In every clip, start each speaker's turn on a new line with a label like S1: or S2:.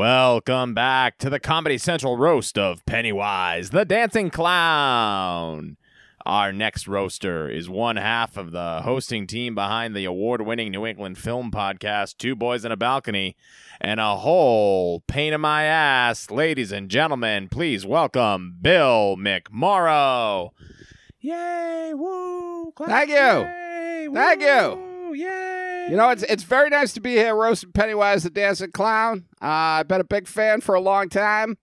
S1: Welcome back to the Comedy Central roast of Pennywise, the dancing clown. Our next roaster is one half of the hosting team behind the award winning New England film podcast, Two Boys in a Balcony, and a whole pain in my ass. Ladies and gentlemen, please welcome Bill McMorrow. Yay, woo. clap,
S2: Thank you.
S1: yay,
S2: Thank you.
S1: woo, Yay.
S2: You know, it's it's very nice to be here roasting Pennywise the Dancing Clown. Uh, I've been a big fan for a long time.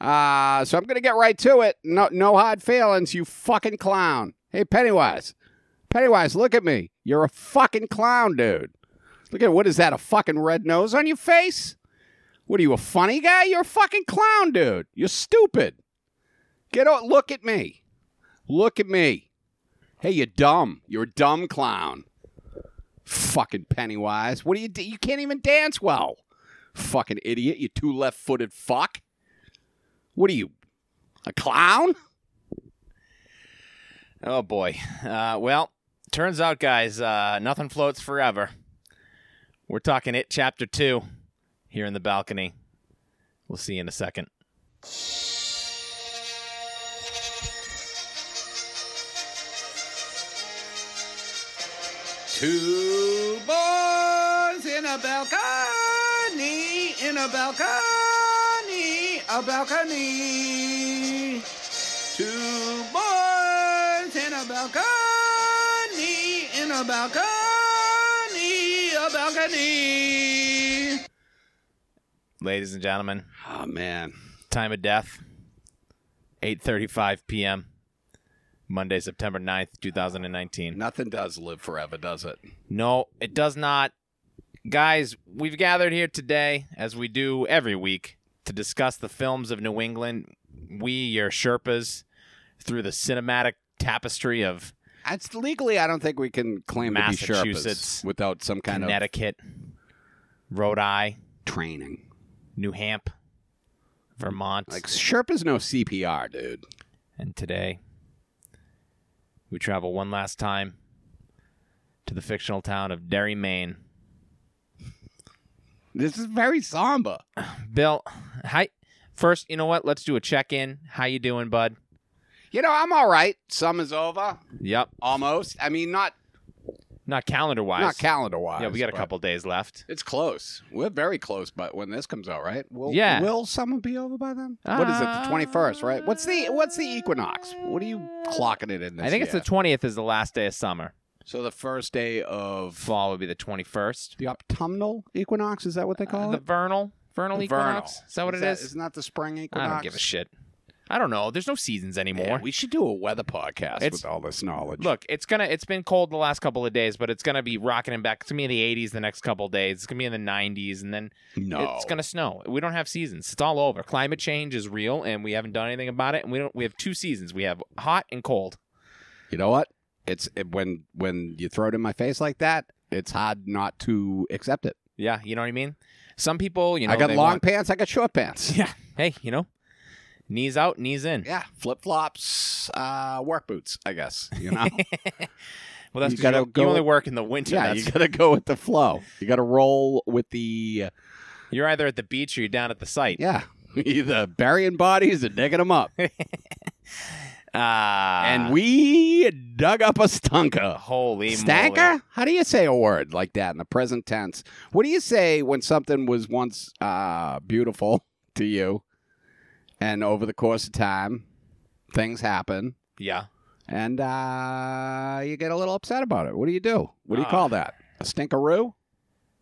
S2: Uh, so I'm going to get right to it. No, no hard feelings, you fucking clown. Hey, Pennywise. Pennywise, look at me. You're a fucking clown, dude. Look at what is that, a fucking red nose on your face? What are you, a funny guy? You're a fucking clown, dude. You're stupid. Get out. Look at me. Look at me. Hey, you're dumb. You're a dumb clown. Fucking Pennywise. What do you do? You can't even dance well. Fucking idiot. You two left footed fuck. What are you? A clown?
S1: Oh boy. Uh, well, turns out, guys, uh, nothing floats forever. We're talking it, chapter two, here in the balcony. We'll see you in a second.
S2: Two boys in a balcony, in a balcony, a balcony. Two boys in a balcony, in a balcony, a balcony.
S1: Ladies and gentlemen,
S2: Oh, man.
S1: time of death, 8.35 p.m., Monday, September 9th, 2019.
S2: Nothing does live forever, does it?
S1: No, it does not. Guys, we've gathered here today, as we do every week, to discuss the films of New England. We, your Sherpas, through the cinematic tapestry of
S2: It's legally, I don't think we can claim
S1: Massachusetts,
S2: to be Sherpas without some kind of
S1: Connecticut, Rhode Island,
S2: training.
S1: New Hampshire, Vermont.
S2: Like Sherpas know CPR, dude.
S1: and today, we travel one last time to the fictional town of Derry, Maine.
S2: This is very somber.
S1: Bill, hi. First, you know what? Let's do a check in. How you doing, bud?
S2: You know, I'm all right. Summer's over
S1: Yep.
S2: almost. I mean, not
S1: Not calendar wise.
S2: not calendar wise.
S1: Yeah, we got a
S2: but
S1: couple days left.
S2: It's close. We're very close. But when this comes out, right? Will,
S1: Yeah.
S2: Will summer be over by then? what is it? The
S1: Uh,
S2: 21st, right? What's the What's the equinox? What are you clocking it in this?
S1: I think it's the
S2: year?
S1: twentieth is the last day of summer.
S2: so the first day of
S1: Fall would be the twenty first.
S2: the autumnal equinox. Is that what they call it?
S1: Uh, the vernal, vernal
S2: The
S1: equinox. Is that what it is?
S2: It's not the spring
S1: I
S2: equinox.
S1: don't give a shit. I don't know. There's no seasons anymore.
S2: Man, we should do a weather podcast
S1: It's-
S2: with all this knowledge.
S1: Look, it's gonna. It's been cold the last couple of days, but it's gonna be rocking and back. It's gonna be in the 80s the next couple of days. It's gonna be in the 90s, and then
S2: no,
S1: it's gonna snow. We don't have seasons. It's all over. Climate change is real, and we haven't done anything about it. And we don't. We have two seasons. We have hot and cold.
S2: You know what? It's it, when when you throw it in my face like that, it's hard not to accept it.
S1: Yeah, you know what I mean. Some people, you know,
S2: I got
S1: they
S2: long
S1: want-
S2: pants. I got short pants.
S1: Yeah. Hey, you know, knees out, knees in.
S2: Yeah, flip flops, uh, work boots. I guess you know.
S1: Well, that's
S2: You
S1: 'cause you,
S2: gotta
S1: you,
S2: go-
S1: only work in the winter.
S2: yeah,
S1: that's,
S2: you gotta go with the flow. You gotta roll with the
S1: you're either at the beach or you're down at the site.
S2: yeah. Either burying bodies or digging them up,
S1: Ah,
S2: and we dug up a stunker.
S1: holy moly.
S2: Stanker? How do you say a word like that in the present tense? What do you say when something was once uh, beautiful to you, and over the course of time, things happen,
S1: Yeah.
S2: and uh, you get a little upset about it? What do you do? What do you
S1: Ah.
S2: call that? A stinkeroo?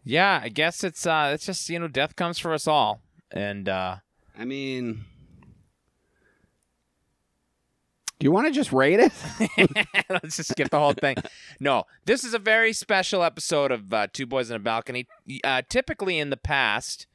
S1: Yeah, I guess it's uh it's just you know death comes for us all. And uh
S2: I mean, do you want to just rate it?
S1: let's just skip the whole thing. No, this is a very special episode of uh, Two Boys in a Balcony. Uh typically in the past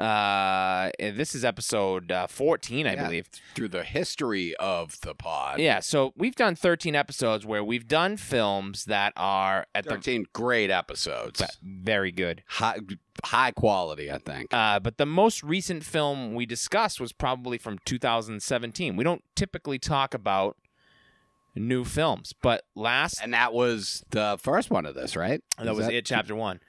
S1: uh this is episode uh, 14 I
S2: Yeah.
S1: believe.
S2: Through the history of the pod,
S1: Yeah, so we've done 13 episodes where we've done films that are at the
S2: thirteen great episodes,
S1: very good.
S2: high high quality, I think.
S1: Uh, but the most recent film we discussed was probably from 2017. We don't typically talk about new films, but last
S2: And that was the first one of this, right?
S1: that
S2: Is
S1: was it, chapter one.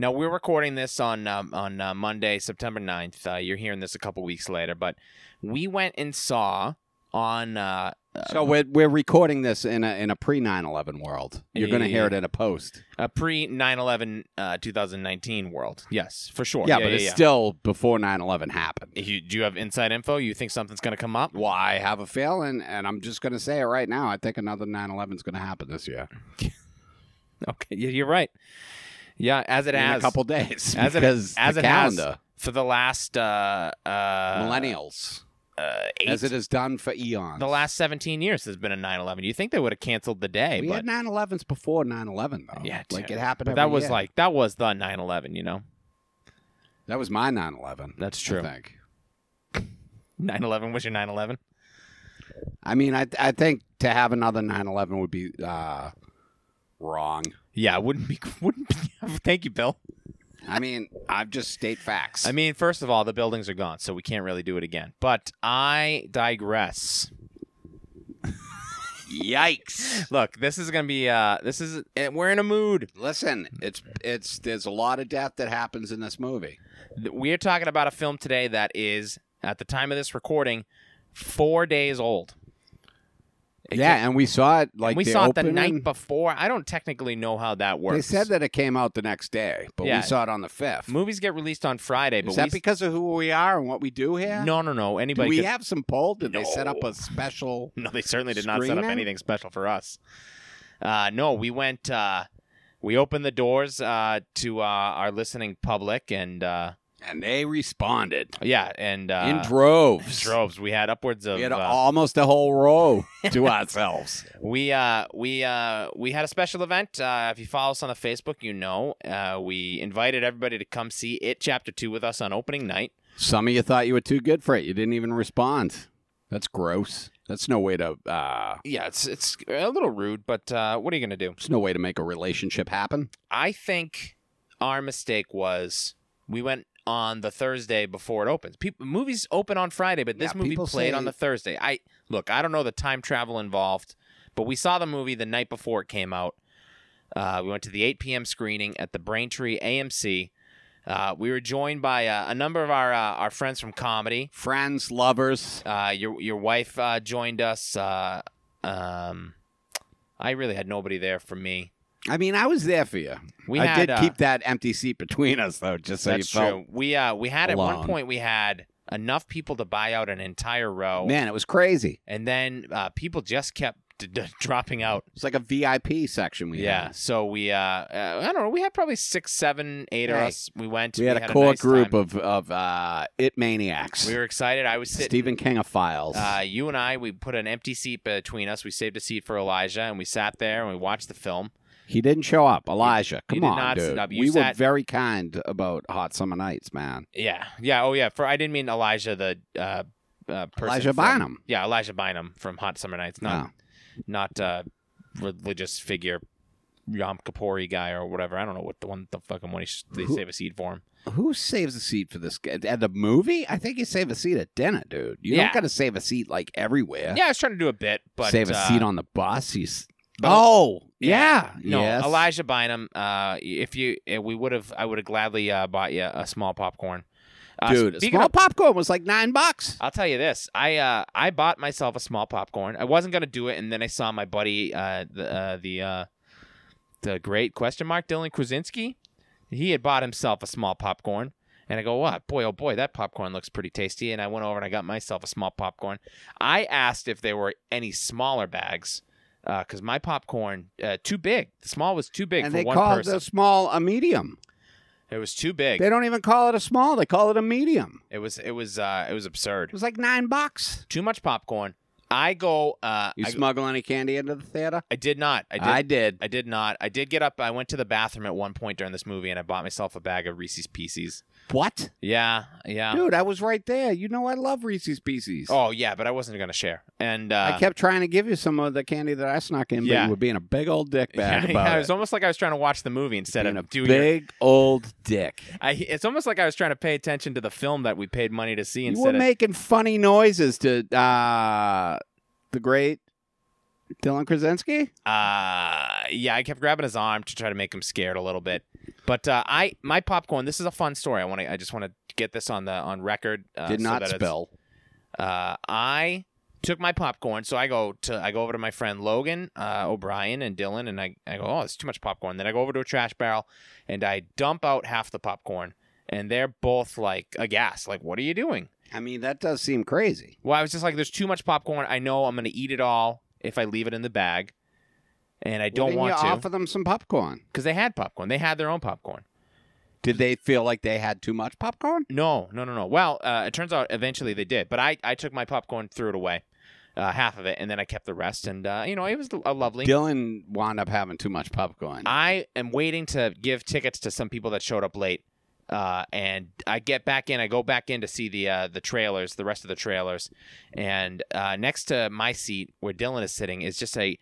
S1: Now we're recording this on um, on uh, Monday, September 9th. Uh, you're hearing this a couple weeks later, but we went and saw on uh,
S2: So we're we're recording this in a in a pre 9/11 world. You're going to hear it in a post.
S1: a pre 9/11 uh, 2019 world. Yes, for sure.
S2: Yeah, but it's
S1: yeah.
S2: still before 9/11 happened.
S1: You, do you have inside info? You think something's going to come up?
S2: Well, I have a feeling, and I'm just going to say it right now. I think another 9/11 is going to happen this year.
S1: Okay, you- you're right. Yeah, as it
S2: in
S1: has
S2: a couple days
S1: As it-
S2: because
S1: as
S2: the
S1: it has
S2: calendar
S1: for the last uh, uh,
S2: millennials
S1: uh, eight,
S2: as it has done for eons.
S1: the last 17 years has been a 9/11. You think they would have canceled the day?
S2: we
S1: but
S2: had 9/11s before 9/11 though.
S1: Yeah,
S2: like
S1: dude.
S2: it happened.
S1: But
S2: every
S1: that was
S2: year.
S1: like that was the 9/11, you know.
S2: that was my 9/11.
S1: That's
S2: I
S1: true.
S2: think.
S1: 9/11 was your 9/11.
S2: I mean, I I think to have another 9/11 would be uh, wrong.
S1: Yeah, it wouldn't be wouldn't be. Thank you, Bill.
S2: I mean, I've just state facts.
S1: I mean, first of all, the buildings are gone, so we can't really do it again. But I digress.
S2: yikes.
S1: Look, this is gonna be uh, this is eh, we're in a mood.
S2: Listen, it's it's there's a lot of death that happens in this movie.
S1: We're talking about a film today that is at the time of this recording four days old. It
S2: yeah,
S1: came-
S2: and we saw it like
S1: we
S2: the
S1: saw it the
S2: opening-
S1: night before. I don't technically know how that works.
S2: They said that it came out the next day, but
S1: Yeah.
S2: we saw it on the fifth.
S1: movies get released on Friday, but
S2: Is that
S1: we
S2: because of who we are and what we do here?
S1: no, no, no.
S2: Do
S1: Anybody
S2: we
S1: could-
S2: have some poll? Did they set up
S1: No.
S2: a special?
S1: No, they certainly did not set up
S2: Screening?
S1: anything special for us. Uh, no, we went. Uh, we opened the doors uh, to uh, our listening public, and uh,
S2: And they responded
S1: yeah, and uh,
S2: in droves.
S1: droves. We had upwards of
S2: we had
S1: uh,
S2: almost a whole row to ourselves.
S1: we uh, we uh, we had a special event. Uh, if you follow us on the Facebook, you know uh, we invited everybody to come see it Chapter Two with us on opening night.
S2: Some of you thought you were too good for it. You didn't even respond. That's gross. That's no way to. Uh,
S1: Yeah, it's it's a little rude, but uh, what are you gonna do?
S2: it's no way to make a relationship happen.
S1: I think our mistake was we went on the Thursday before it opens. People, movies open on Friday, but this
S2: Yeah,
S1: movie
S2: people
S1: played
S2: say-
S1: on the Thursday. I look, I don't know the time travel involved, but we saw the movie the night before it came out. Uh, we went to the 8 p.m. screening at the Braintree AMC. Uh, we were joined by uh, a number of our uh, our friends from comedy.
S2: Friends, lovers.
S1: Uh, your your wife uh, joined us. Uh, um, I really had nobody there for me.
S2: I mean, I was there for you.
S1: We
S2: I
S1: had,
S2: did
S1: uh,
S2: keep that empty seat between us, though, just so
S1: That's
S2: you felt.
S1: true. We uh we had at one
S2: alone.
S1: point we had enough people to buy out an entire row,
S2: Man, it was crazy.
S1: and then uh, people just kept d- d- dropping out.
S2: It's like a VIP section we
S1: Yeah.
S2: had.
S1: So we uh, uh I don't know. We had probably six, seven, eight of
S2: Hey.
S1: us. We went.
S2: We had a core
S1: nice
S2: group
S1: time.
S2: of of uh, it maniacs.
S1: We were excited. I was sitting.
S2: Stephen King of files.
S1: Uh, you and I, we put an empty seat between us. We saved a seat for Elijah, and we sat there and we watched the film.
S2: he didn't show up. Elijah,
S1: you
S2: come
S1: did
S2: on,
S1: not sit
S2: dude.
S1: up. You
S2: We were
S1: sat-
S2: very kind about hot summer nights, man.
S1: Yeah, yeah, oh yeah. For I didn't mean Elijah, the uh, uh person
S2: Elijah
S1: from-
S2: Bynum.
S1: Yeah, Elijah Bynum from Hot Summer Nights. Not
S2: No.
S1: not uh, religious figure, Yom Kippuri guy or whatever. I don't know what the one, the fucking one he sh- they
S2: Who-
S1: save a seed for him.
S2: Who saves a seat for this guy? At the movie? I think you save a seat at dinner, dude. You
S1: Yeah.
S2: don't got to save a seat like everywhere.
S1: Yeah, I was trying to do a bit, but
S2: save a
S1: uh,
S2: seat on the bus. You s-
S1: but-
S2: oh,
S1: yeah.
S2: yeah.
S1: No,
S2: Yes.
S1: Elijah Bynum. Uh, if you, eh, we would have, I would have gladly uh, bought you a small popcorn. Uh,
S2: Dude, a
S1: speaking
S2: small
S1: of-
S2: popcorn was like nine bucks.
S1: I'll tell you this. I uh, I bought myself a small popcorn. I wasn't gonna do it, and then I saw my buddy, uh, the uh, the uh, the great question mark Dylan Krasinski. He had bought himself a small popcorn, and I go, "What, boy, oh boy, that popcorn looks pretty tasty." And I went over and I got myself a small popcorn. I asked if there were any smaller bags, because my popcorn uh, too big. The small was too big
S2: and
S1: for
S2: they
S1: one
S2: call
S1: person.
S2: it a small a medium.
S1: It was too big.
S2: They don't even call it a small. They call it a medium.
S1: It was it was uh, it was
S2: It
S1: absurd.
S2: was like nine bucks.
S1: Too much popcorn. I go. Uh,
S2: You
S1: I,
S2: smuggle any candy into the theater?
S1: I did not. I did.
S2: did.
S1: I did not. I did get up. I went to the bathroom at one point during this movie, and I bought myself a bag of Reese's Pieces.
S2: What?
S1: Yeah, yeah.
S2: Dude, I was right there. You know I love Reese's Pieces.
S1: Oh, yeah, but I wasn't gonna share. And uh,
S2: I kept trying to give you some of the candy that I snuck in, but
S1: Yeah.
S2: you were being a big old dick
S1: yeah,
S2: bag
S1: yeah,
S2: about
S1: it was almost like I was trying to watch the movie
S2: it.
S1: instead
S2: Being a
S1: of doing. Your,
S2: big old dick.
S1: I, it's almost like I was trying to pay attention to the film that we paid money to see
S2: You
S1: instead
S2: were
S1: of.
S2: making funny noises to uh, the great Dylan Krasinski.
S1: uh, yeah, I kept grabbing his arm to try to make him scared a little bit. But uh, I my popcorn. This is a fun story. I want to. I just want to get this on the on record. Uh,
S2: Did
S1: so
S2: not
S1: that it's-
S2: spill.
S1: uh, I took my popcorn, so I go to I go over to my friend Logan uh, O'Brien and Dylan, and I, I go, oh, it's too much popcorn. Then I go over to a trash barrel, and I dump out half the popcorn, and they're both like aghast, like, what are you doing?
S2: I mean, that does seem crazy.
S1: Well, I was just like, there's too much popcorn. I know I'm gonna eat it all if I leave it in the bag, and I don't
S2: Didn't
S1: want
S2: you
S1: to
S2: offer them some popcorn.
S1: because they had popcorn. They had their own popcorn.
S2: Did they feel like they had too much popcorn?
S1: No, no, no, no. Well, uh, it turns out eventually they did, but I, I took my popcorn, threw it away, uh, half of it, and then I kept the rest. And uh, you know, it was a lovely.
S2: Dylan wound up having too much popcorn.
S1: I am waiting to give tickets to some people that showed up late. Uh, and I get back in. I go back in to see the uh, the trailers, the rest of the trailers, and uh, next to my seat where Dylan is sitting is just a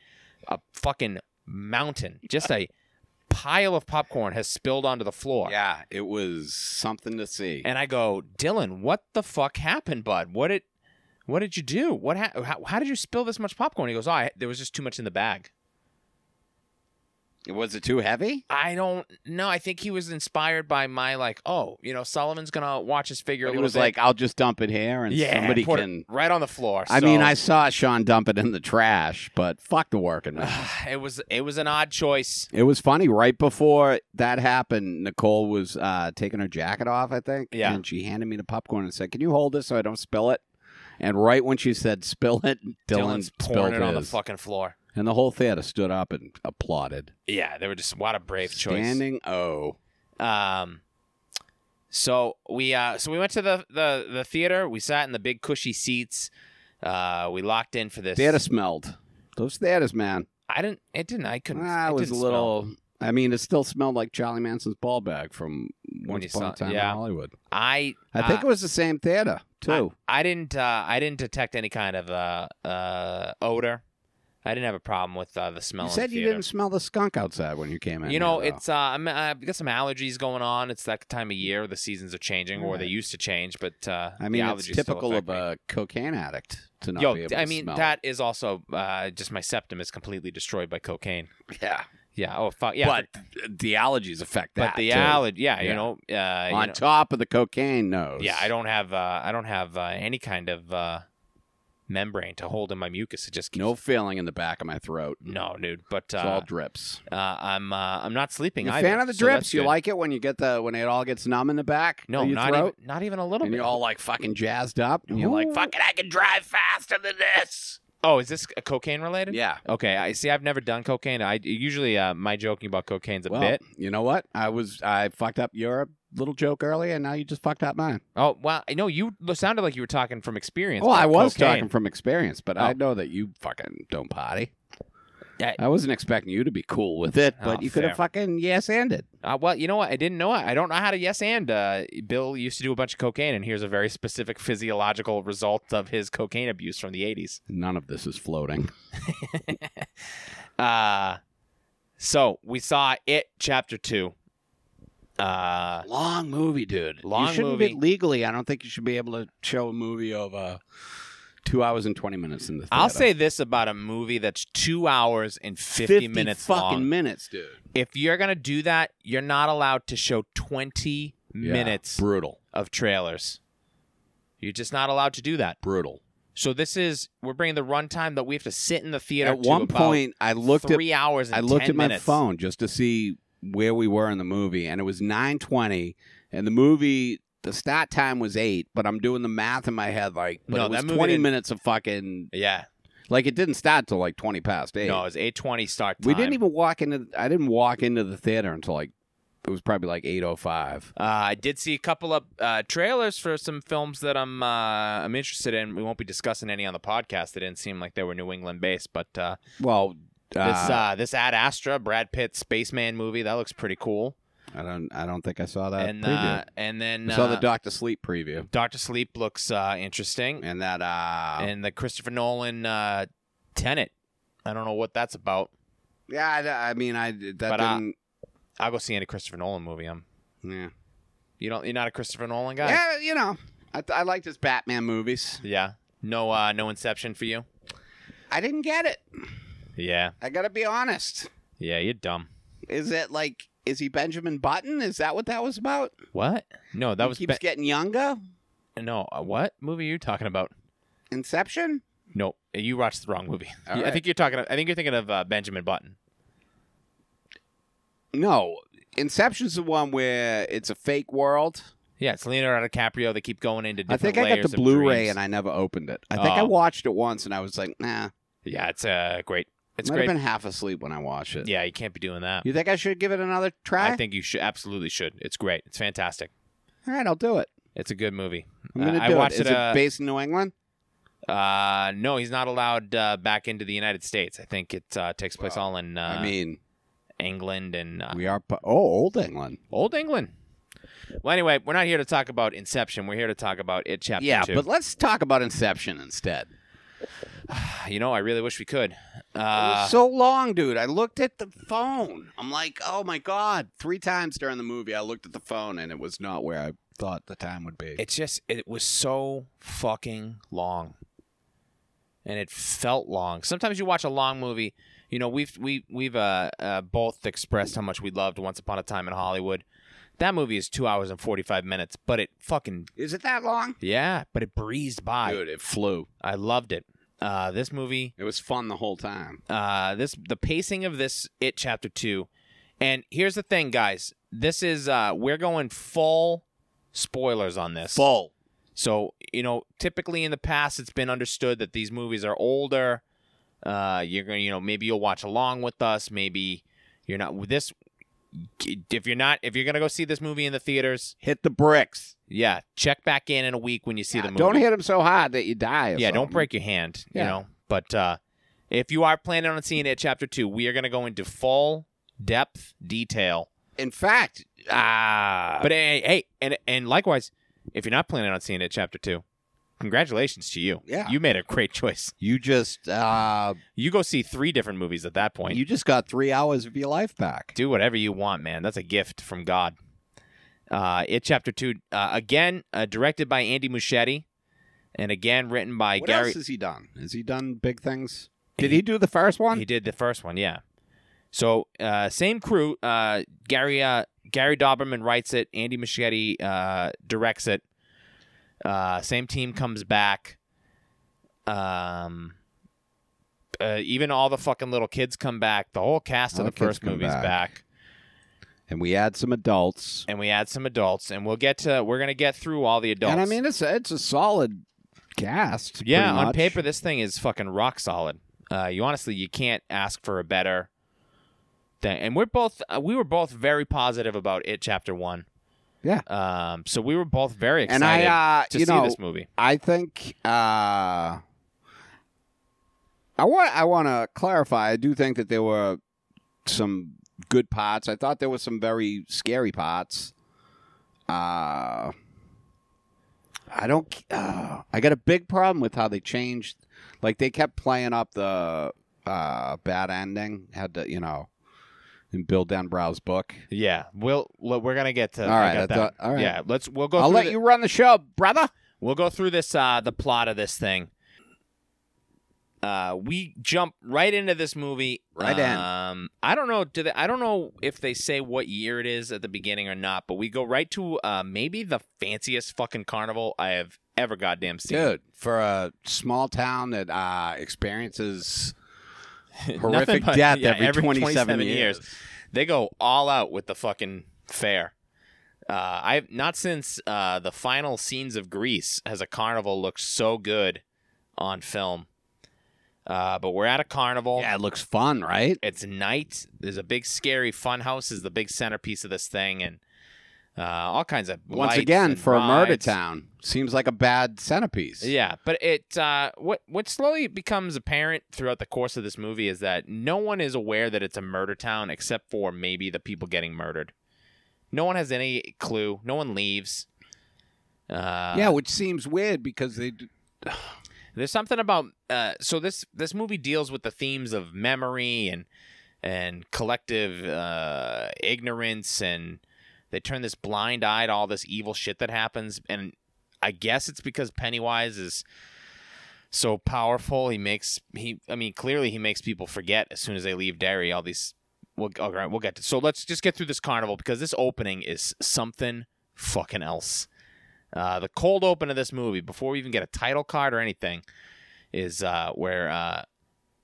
S1: a fucking mountain, just a pile of popcorn has spilled onto the floor.
S2: yeah, it was something to see.
S1: And I go, Dylan, what the fuck happened, bud? What did what did you do? What ha- how, how did you spill this much popcorn? He goes, oh, I, there was just too much in the bag.
S2: was it too heavy?
S1: I don't know. I think he was inspired by my like, oh, you know, Sullivan's gonna watch his figure. a
S2: But it
S1: little
S2: was
S1: bit.
S2: like, I'll just dump it here and
S1: yeah,
S2: somebody
S1: put it
S2: can.
S1: right on the floor.
S2: I mean,
S1: So,
S2: I saw Sean dump it in the trash, but fuck the working man.
S1: it was it was an odd choice.
S2: It was funny. Right before that happened, Nicole was uh, taking her jacket off, I think.
S1: Yeah.
S2: And she handed me the popcorn and said, Can you hold this so I don't spill it? And right when she said, Spill it, Dylan
S1: Dylan's pouring
S2: spilled
S1: it on the
S2: his.
S1: fucking floor.
S2: and the whole theater stood up and applauded.
S1: Yeah, they were just what a brave choice.
S2: Standing O.
S1: Um, so we uh, so we went to the, the the theater. We sat in the big cushy seats. Uh, we locked in for this.
S2: Theater smelled. Those theaters, man.
S1: I didn't. It didn't. I couldn't.
S2: Ah,
S1: it
S2: it was a
S1: didn't
S2: little. I mean, it still smelled like Charlie Manson's ball bag from
S1: you
S2: Once Upon
S1: saw-
S2: a Time
S1: yeah. Ah.
S2: in Hollywood.
S1: smell. I
S2: I think it was the same theater, too.
S1: I, I didn't. Uh, I didn't detect any kind of uh, uh, odor. I didn't have a problem with uh, the smell.
S2: you
S1: in
S2: said
S1: the
S2: you
S1: theater.
S2: didn't smell the skunk outside when you came in.
S1: You know,
S2: here, though.
S1: it's uh, I'm, I've got some allergies going on. It's that time of year. The seasons are changing, or they
S2: Alright.
S1: used to change. But uh,
S2: I mean,
S1: the allergies
S2: it's
S1: still
S2: typical
S1: affect me.
S2: of a cocaine addict to not
S1: Yo,
S2: be
S1: d-
S2: able to
S1: I mean,
S2: smell.
S1: that is also uh, just my septum is completely destroyed by cocaine.
S2: yeah,
S1: Yeah. Oh fuck. Yeah.
S2: but the allergies affect
S1: but
S2: that.
S1: the
S2: too.
S1: allergy. Yeah, You
S2: Yeah.
S1: know. Uh, you
S2: on
S1: know-
S2: top of the cocaine nose.
S1: yeah. I don't have. Uh, I don't have uh, any kind of uh, membrane to hold in my mucus. It just keeps,
S2: No feeling in the back of my throat.
S1: No, dude. But
S2: It's all
S1: uh,
S2: drips.
S1: uh, I'm uh, I'm not sleeping.
S2: You a
S1: either,
S2: fan of the
S1: so
S2: drips?
S1: that's
S2: you
S1: good.
S2: like it when you get the when it all gets numb in the back?
S1: No,
S2: of your
S1: not
S2: throat?
S1: even not even a little
S2: And
S1: bit.
S2: you're all like fucking jazzed up, and you're like,
S1: Ooh.
S2: "Fuck it, I can drive faster than this."
S1: Oh, is this cocaine related?
S2: Yeah.
S1: Okay, I see. I've never done cocaine. I usually uh, my joking about cocaine's a
S2: well,
S1: bit.
S2: you know what? I was I fucked up your little joke earlier, and now you just fucked up mine.
S1: Oh well, no, you sounded like you were talking from experience.
S2: Well,
S1: about
S2: Oh, I was
S1: cocaine.
S2: talking from experience, but
S1: Oh.
S2: I know that you fucking don't potty.
S1: Yeah.
S2: I wasn't expecting you to be cool with it, but
S1: Oh,
S2: you could
S1: fair.
S2: have fucking yes ended.
S1: Uh, well, you know what? I didn't know. I don't know how to yes and. Uh, Bill used to do a bunch of cocaine, and here's a very specific physiological result of his cocaine abuse from the '80s.
S2: None of this is floating.
S1: Uh, so we saw it, chapter two. Uh,
S2: Long movie, dude.
S1: Long
S2: you shouldn't
S1: movie.
S2: Be, legally, I don't think you should be able to show a movie over two hours and twenty minutes in the. Theater.
S1: I'll say this about a movie that's two hours and fifty, minutes
S2: fucking
S1: long.
S2: minutes, dude.
S1: if you're gonna do that, you're not allowed to show 20
S2: Yeah,
S1: minutes
S2: Brutal.
S1: of trailers. You're just not allowed to do that.
S2: Brutal.
S1: So this is we're bringing the runtime that we have to sit in the theater.
S2: At
S1: to
S2: one
S1: about
S2: point, I looked at
S1: three hours. And
S2: I looked
S1: 10
S2: at my
S1: minutes.
S2: phone just to see where we were in the movie, and it was nine twenty, and the movie the start time was eight, but I'm doing the math in my head like, but
S1: No,
S2: it
S1: that
S2: was
S1: movie
S2: twenty
S1: didn't-
S2: minutes of fucking
S1: Yeah,
S2: like it didn't start till like twenty past eight.
S1: no, it was 8:20 start time.
S2: we didn't even walk into. I didn't walk into the theater until like it was probably like eight oh five.
S1: Uh, I did see a couple of uh, trailers for some films that I'm uh, I'm interested in. We won't be discussing any on the podcast. They didn't seem like they were New England based, but uh,
S2: Well, uh,
S1: this uh, this Ad Astra Brad Pitt spaceman movie that looks pretty cool.
S2: I don't. I don't think I saw that
S1: and
S2: preview.
S1: uh, and then
S2: I saw
S1: uh,
S2: the Doctor Sleep preview
S1: Doctor Sleep looks uh, interesting,
S2: and that. Uh,
S1: and the Christopher Nolan uh, Tenet. I don't know what that's about.
S2: yeah, I, I mean, I that
S1: But, uh,
S2: didn't.
S1: I'll go see any Christopher Nolan movie. I'm
S2: yeah.
S1: you don't you're not a Christopher Nolan guy.
S2: Yeah, you know, I, I liked his Batman movies.
S1: Yeah. No, uh, no Inception for you.
S2: I didn't get it.
S1: Yeah,
S2: I gotta be honest.
S1: yeah, you're dumb.
S2: Is it like is he Benjamin Button? Is that what that was about?
S1: What? No, that
S2: He
S1: was
S2: keeps
S1: Be-
S2: getting younger.
S1: no. uh, What movie are you talking about?
S2: Inception.
S1: Nope, you watched the wrong movie.
S2: All
S1: I
S2: right.
S1: think you're talking. I think you're thinking of uh, Benjamin Button.
S2: No, Inception's the one where it's a fake world.
S1: Yeah, it's Leonardo DiCaprio. They keep going into.
S2: I
S1: Different
S2: think I got
S1: layers
S2: the
S1: of
S2: Blu-ray
S1: dreams.
S2: and I never opened it. I think I
S1: Oh.
S2: watched it once and I was like, nah.
S1: yeah, it's uh great. It's
S2: Might
S1: great.
S2: have been half asleep when I watched it.
S1: yeah, you can't be doing that.
S2: You think I should give it another try?
S1: I think you should absolutely should. It's great. It's fantastic.
S2: All right, I'll do it.
S1: It's a good movie.
S2: I'm
S1: Uh,
S2: gonna
S1: I
S2: do
S1: watched
S2: it. Is
S1: it, uh,
S2: it based in New England?
S1: Uh, no, he's not allowed uh, back into the United States. I think it uh, takes place all in uh,
S2: I mean,
S1: England and uh,
S2: we are pu- oh old England.
S1: Old England. Well, anyway, we're not here to talk about Inception. We're here to talk about it chapter
S2: yeah,
S1: two.
S2: but let's talk about Inception instead.
S1: you know, I really wish we could.
S2: it
S1: Uh,
S2: was so long, dude. I looked at the phone. I'm like, oh my god, three times during the movie, I looked at the phone and it was not where I thought the time would be.
S1: it's just it was so fucking long, and it felt long. Sometimes you watch a long movie. You know, we've we we've uh, uh, both expressed how much we loved Once Upon a Time in Hollywood. That movie is two hours and forty five minutes, but it fucking
S2: Is it that long?
S1: yeah, but it breezed by.
S2: Dude, it flew.
S1: I loved it. Uh, this movie,
S2: It was fun the whole time.
S1: uh, this the pacing of this it chapter two, and here's the thing, guys. This is uh, we're going full spoilers on this.
S2: Full.
S1: So you know, typically in the past, it's been understood that these movies are older. Uh, you're gonna, you know, maybe you'll watch along with us. Maybe you're not. This, if you're not, if you're gonna go see this movie in the theaters,
S2: Hit the bricks. Uh,
S1: yeah, check back in in a week when you see the movie.
S2: Don't hit him so hard that you die. or
S1: yeah don't
S2: something.
S1: break your hand
S2: Yeah.
S1: you know but uh if you are planning on seeing it chapter two we are going to go into full depth detail
S2: In fact, ah,
S1: but hey, hey and and likewise if you're not planning on seeing it chapter two congratulations to you
S2: Yeah.
S1: you made a great choice
S2: you just uh,
S1: you go see three different movies at that point
S2: you just got three hours of your life back.
S1: do whatever you want man that's a gift from god uh it chapter two uh, again uh, directed by andy muschietti and again written by
S2: what
S1: gary
S2: else has he done? Has he done big things? Did he, do the first one?
S1: He did the first one, yeah. So uh, same crew. Uh, Gary uh, Gary Doberman writes it. Andy Muschietti uh, directs it. Uh, same team comes back. Um, uh, even all the fucking little kids come back. The whole cast of
S2: All the
S1: the,
S2: kids
S1: first
S2: come
S1: movie's
S2: back.
S1: back.
S2: and we add some adults.
S1: and we add some adults, and we'll get to we're gonna get through all the adults.
S2: And I mean, it's a, it's a solid cast.
S1: yeah,
S2: pretty
S1: on
S2: much.
S1: paper, this thing is fucking rock solid. Uh, you honestly, you can't ask for a better thing. And we're both, uh, we were both very positive about it, chapter one.
S2: Yeah.
S1: Um, so we were both very excited
S2: And I, uh,
S1: to
S2: you
S1: see
S2: know,
S1: this movie.
S2: I think uh, I want I want to clarify. I do think that there were some good parts. I thought there were some very scary parts. Uh, I don't. Uh, I got a big problem with how they changed. Like they kept playing up the uh, bad ending. Had to, you know, in Bill Denbrow's book.
S1: Yeah. We'll, well, we're going to get to,
S2: All
S1: I
S2: right,
S1: got
S2: I
S1: that.
S2: thought- all right.
S1: Yeah. Let's, we'll go
S2: I'll
S1: through
S2: let
S1: the-
S2: you run the show, brother.
S1: We'll go through this uh the plot of this thing. Uh we jump right into this movie.
S2: Right in.
S1: Um I don't know do they, I don't know if they say what year it is at the beginning or not, but we go right to uh maybe the fanciest fucking carnival I have ever goddamn seen.
S2: Dude, for a small town that uh, experiences horrific
S1: Nothing but-
S2: death
S1: yeah,
S2: every, 27, years.
S1: They go all out with the fucking fair. Uh, I've not since uh, the final scenes of Greece has a carnival looked so good on film. Uh, but we're at a carnival.
S2: Yeah, it looks fun, right?
S1: It's night. There's a big scary fun house is the big centerpiece of this thing, and uh, all kinds of
S2: Once
S1: lights
S2: again,
S1: and
S2: for a murder
S1: rides.
S2: town, seems like a bad centerpiece.
S1: Yeah, but it uh, what what slowly becomes apparent throughout the course of this movie is that no one is aware that it's a murder town except for maybe the people getting murdered. No one has any clue. No one leaves. Uh,
S2: yeah, which seems weird because they. d-
S1: there's something about uh, so this this movie deals with the themes of memory and and collective uh, ignorance and they turn this blind eye to all this evil shit that happens and I guess it's because Pennywise is so powerful he makes he I mean clearly he makes people forget as soon as they leave Derry all these We'll, all right, we'll get to. So let's just get through this carnival because this opening is something fucking else. Uh, the cold open of this movie, before we even get a title card or anything, is uh, where uh,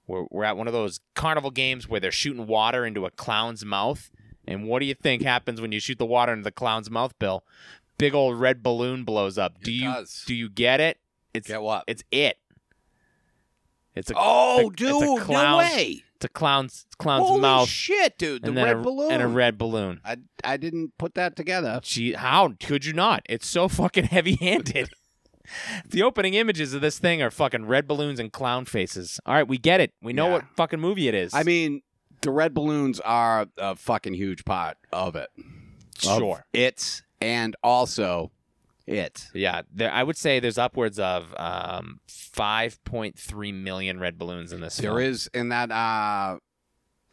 S1: we're, we're at one of those carnival games where they're shooting water into a clown's mouth. And what do you think happens when you shoot the water into the clown's mouth, Bill? Big old red balloon blows up. Do you
S3: does.
S1: do you get it? It's
S3: Get what?
S1: it's it. It's a
S3: oh,
S1: it's a
S3: dude, no
S1: clown.
S3: way!
S1: it's a clown's clown's
S3: Holy
S1: mouth
S3: shit, dude! The
S1: and then
S3: red
S1: a,
S3: balloon
S1: and a red balloon.
S2: I, I didn't put that together.
S1: Gee, how could you not? It's so fucking heavy-handed. the opening images of this thing are fucking red balloons and clown faces. All right, we get it. We know
S2: Yeah.
S1: what fucking movie it is.
S2: I mean, the red balloons are a fucking huge part of it. Of
S1: sure.
S2: It's and also it.
S1: Yeah, there, I would say there's upwards of um, 5.3 million red balloons in this
S2: There
S1: film.
S2: is in that uh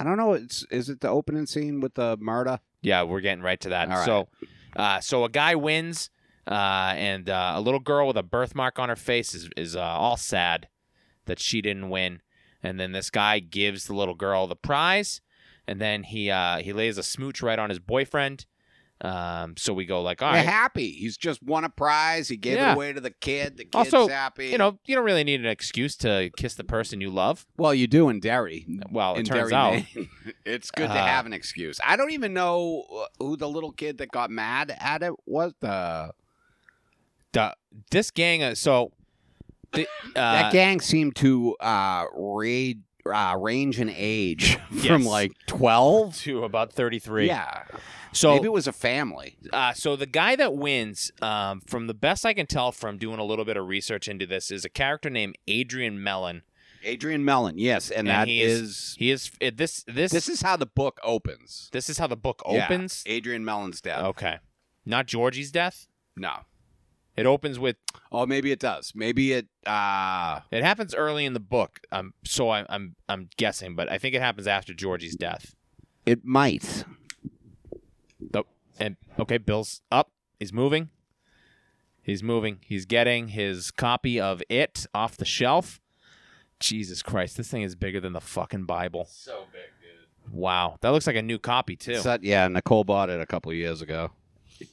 S2: I don't know, it's is it the opening scene with the murder?
S1: Yeah, we're getting right to that.
S2: All right.
S1: So, uh, so a guy wins, uh, and uh, a little girl with a birthmark on her face is is uh, all sad that she didn't win. And then this guy gives the little girl the prize, and then he uh, he lays a smooch right on his boyfriend. Um, so we go like, all
S2: They're
S1: right,
S2: happy. He's just won a prize. He gave
S1: Yeah.
S2: it away to the kid. The kid's
S1: Also,
S2: happy.
S1: you know, you don't really need an excuse to kiss the person you love.
S2: well, you do in Derry.
S1: Well, it
S2: in
S1: turns
S2: Derry,
S1: out.
S2: Maine. it's good to
S1: Uh,
S2: have an excuse. I don't even know uh, who the little kid that got mad at it was.
S1: Uh,
S2: The
S1: Duh. this gang. Uh, so th- uh,
S2: that gang seemed to uh, raid, uh, range in age from
S1: Yes.
S2: like twelve.
S1: to about thirty three.
S2: Yeah,
S1: So
S2: maybe it was a family.
S1: Uh, so the guy that wins, um, from the best I can tell from doing a little bit of research into this, is a character named Adrian Mellon.
S2: Adrian Mellon, yes,
S1: And
S2: and, that
S1: he
S2: is,
S1: He is it, this this
S2: this is how the book opens.
S1: this is how the book
S2: Yeah,
S1: opens. Oh.
S2: Adrian Mellon's death.
S1: Okay, not Georgie's death.
S2: No,
S1: It opens with
S2: oh, maybe it does. Maybe it. Uh,
S1: it happens early in the book. Um, so I'm I'm I'm guessing, but I think it happens after Georgie's death.
S2: it might.
S1: And okay, Bill's up. He's moving. He's moving. He's getting his copy of it off the shelf. Jesus Christ, this thing is bigger than the fucking Bible.
S3: so big, dude.
S1: Wow, that looks like a new copy too.
S2: So- yeah, Nicole bought it a couple of years ago.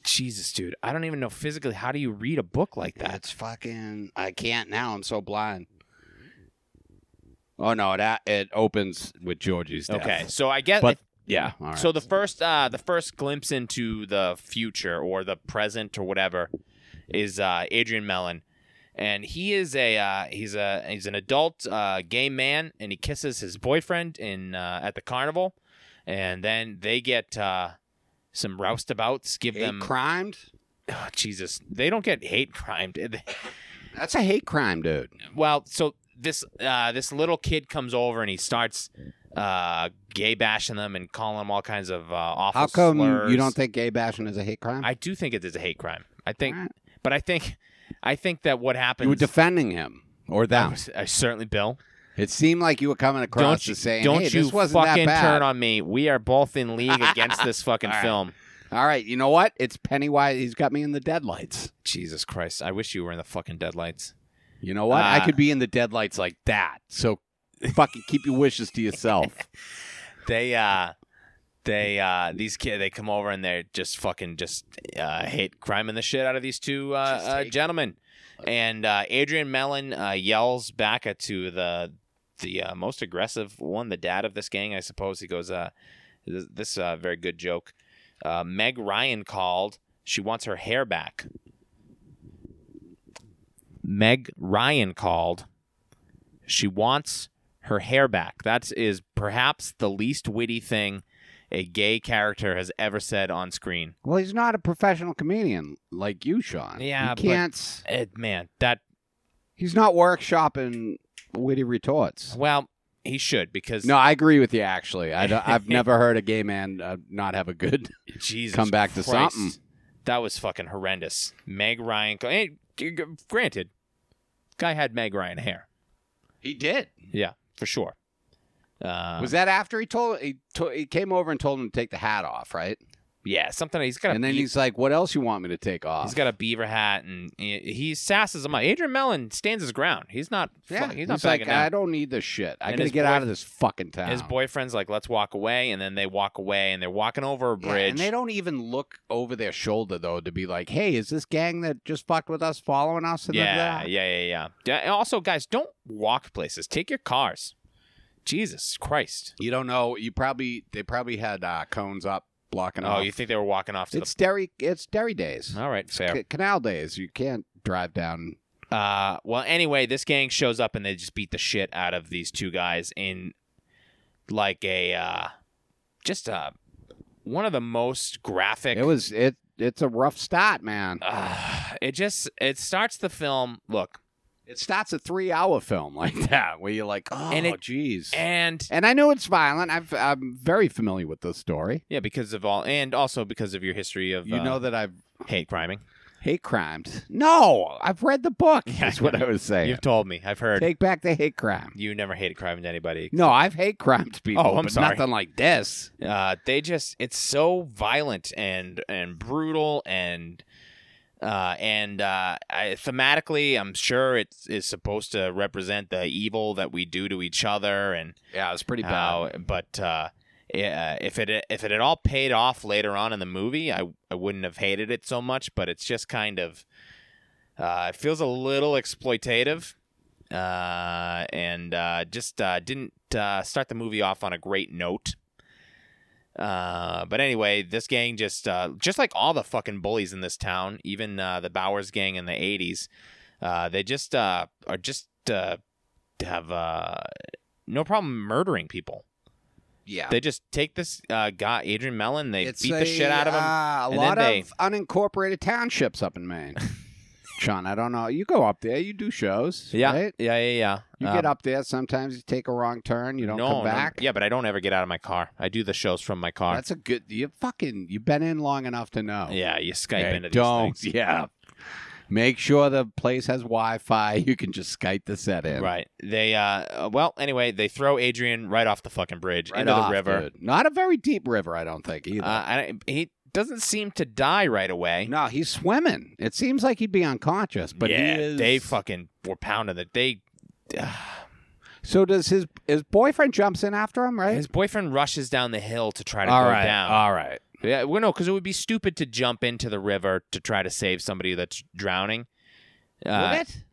S1: Jesus, dude, I don't even know physically how do you read a book like that?
S2: That's fucking. I can't now. I'm so blind. Oh no! It it opens with Georgie's death.
S1: Okay, so I guess
S2: But- Yeah. All right.
S1: so the first uh, the first glimpse into the future or the present or whatever is uh, Adrian Mellon, and he is a uh, he's a he's an adult uh, gay man, and he kisses his boyfriend in uh, at the carnival, and then they get uh, some roustabouts give
S2: hate
S1: them
S2: crimed.
S1: Oh, Jesus, they don't get hate crimed.
S2: That's a hate crime, dude.
S1: well, so this uh, this little kid comes over and he starts uh, gay bashing them and calling them all kinds of uh, awful
S2: How come
S1: slurs.
S2: you don't think gay bashing is a hate crime?
S1: I do think it is a hate crime. I think,
S2: Alright.
S1: but I think, I think that what happens.
S2: you were defending him or
S1: I
S2: them.
S1: was- I certainly, Bill.
S2: It seemed like you were coming across
S1: don't
S2: to
S1: you,
S2: saying,
S1: don't
S2: "Hey,
S1: you
S2: this wasn't
S1: fucking
S2: that bad."
S1: turn on me? We are both in league against this fucking
S2: Alright.
S1: film.
S2: All right, you know what? It's Pennywise. He's got me in the deadlights.
S1: Jesus Christ! I wish you were in the fucking deadlights.
S2: You know what? I
S1: Uh,
S2: could be in the deadlights like that. So fucking keep your wishes to yourself.
S1: they uh they uh these kid they come over and they're just fucking just uh hate criming the shit out of these two uh,
S2: Just
S1: uh
S2: take-
S1: gentlemen and uh adrian mellon uh yells back at to the the uh, most aggressive one the dad of this gang i suppose he goes uh this, this uh very good joke uh meg ryan called she wants her hair back meg ryan called she wants her hair back. That is perhaps the least witty thing a gay character has ever said on screen.
S2: Well, he's not a professional comedian like you, Sean.
S1: Yeah,
S2: he
S1: but-
S2: can't.
S1: Eh, man, that
S2: He's not workshopping witty retorts.
S1: well, he should because
S2: No, I agree with you. Actually, I have never heard a gay man uh, not have a good.
S1: Jesus,
S2: come back to
S1: Christ,
S2: something.
S1: That was fucking horrendous. Meg Ryan. eh, g- g- Granted, guy had Meg Ryan hair
S2: He did.
S1: for sure. Uh,
S2: Was that after he told he, to, he came over and told him to take the hat off? Right.
S1: Yeah, something. He's got a
S2: And then
S1: beaver-
S2: he's like, "What else you want me to take off?"
S1: he's got a beaver hat, and he, he sasses him up. Adrian Mellon stands his ground. He's not. Yeah,
S2: yeah,
S1: he's not
S2: like,
S1: backing down.
S2: "I don't need this shit. I
S1: And
S2: gotta
S1: his
S2: get
S1: boy-
S2: out of this fucking town."
S1: His boyfriend's like, "Let's walk away," and then they walk away, and they're walking over a
S2: Yeah,
S1: bridge.
S2: and they don't even look over their shoulder though to be like, "Hey, is this gang that just fucked with us following us?" And then
S1: yeah,
S2: that?"
S1: yeah, yeah, yeah, yeah. And Also, guys, don't walk places. Take your cars. Jesus Christ!
S2: you don't know. You probably they probably had uh, cones up blocking
S1: Oh,
S2: off.
S1: you Oh, think they were walking off to
S2: it's dairy. It's dairy days.
S1: the? All right, fair.
S2: C- canal days. You can't drive down.
S1: Uh, well, anyway, this gang shows up and they just beat the shit out of these two guys in like a uh, just uh, one of the most graphic.
S2: It was it. It's a rough start, man.
S1: Uh, it just it starts the film. Look,
S2: It starts a three-hour film like that, where you're like, "Oh,
S1: And it-
S2: jeez." And,
S1: and
S2: I know it's violent. I've, I'm very familiar with this story.
S1: yeah, because of all, and also because of your history of
S2: You
S1: uh,
S2: know that I've
S1: hate criming.
S2: hate crimes. No, I've read the book.
S1: Yeah,
S2: That's what I was saying.
S1: You've told me. I've heard
S2: Take back the hate crime.
S1: you never hated crime to anybody.
S2: No, I've hate crimes people.
S1: Oh, I'm
S2: but
S1: sorry.
S2: Nothing like this.
S1: Uh, they just it's so violent and and brutal and uh, and uh, I, thematically, I'm sure it is supposed to represent the evil that we do to each other and
S2: Yeah, it's pretty
S1: how. But uh, yeah, if it if it had all paid off later on in the movie, I I wouldn't have hated it so much. But it's just kind of uh, it feels a little exploitative, uh, and uh, just uh, didn't uh, start the movie off on a great note. Uh, but anyway, this gang just uh, just like all the fucking bullies in this town, even uh, the Bowers gang in the '80s, uh, they just uh, are just uh, have uh, no problem murdering people.
S2: yeah.
S1: They just take this uh, guy, Adrian Mellon, they
S2: It's
S1: beat
S2: a,
S1: the shit out of him.
S2: Uh, a
S1: and
S2: lot of
S1: then
S2: unincorporated townships up in Maine. Sean, I don't know. You go up there. You do shows.
S1: yeah,
S2: right?
S1: yeah, yeah, yeah.
S2: You
S1: Um,
S2: get up there. Sometimes you take a wrong turn. You don't
S1: no,
S2: come
S1: no,
S2: back.
S1: yeah, but I don't ever get out of my car. I do the shows from my car.
S2: That's a good. You fucking. You've been in long enough to know.
S1: yeah, you Skype
S2: Hey,
S1: into these
S2: don't.
S1: things.
S2: Yeah. Make sure the place has Wi-Fi. You can just Skype the set in.
S1: Right. They uh well, anyway, they throw Adrian right off the fucking bridge
S2: Right
S1: into
S2: off,
S1: the river.
S2: dude. Not a very deep river, I don't think either.
S1: Uh, I, he doesn't seem to die right away.
S2: no, he's swimming. It seems like he'd be unconscious, but
S1: yeah,
S2: he is.
S1: they fucking were pounding that. They
S2: So does his his boyfriend jumps in after him, right?
S1: his boyfriend rushes down the hill to try to
S2: All
S1: go
S2: right,
S1: down.
S2: All right.
S1: Yeah, well, no, because it would be stupid to jump into the river to try to save somebody that's drowning.
S2: Would
S1: Uh,
S2: it?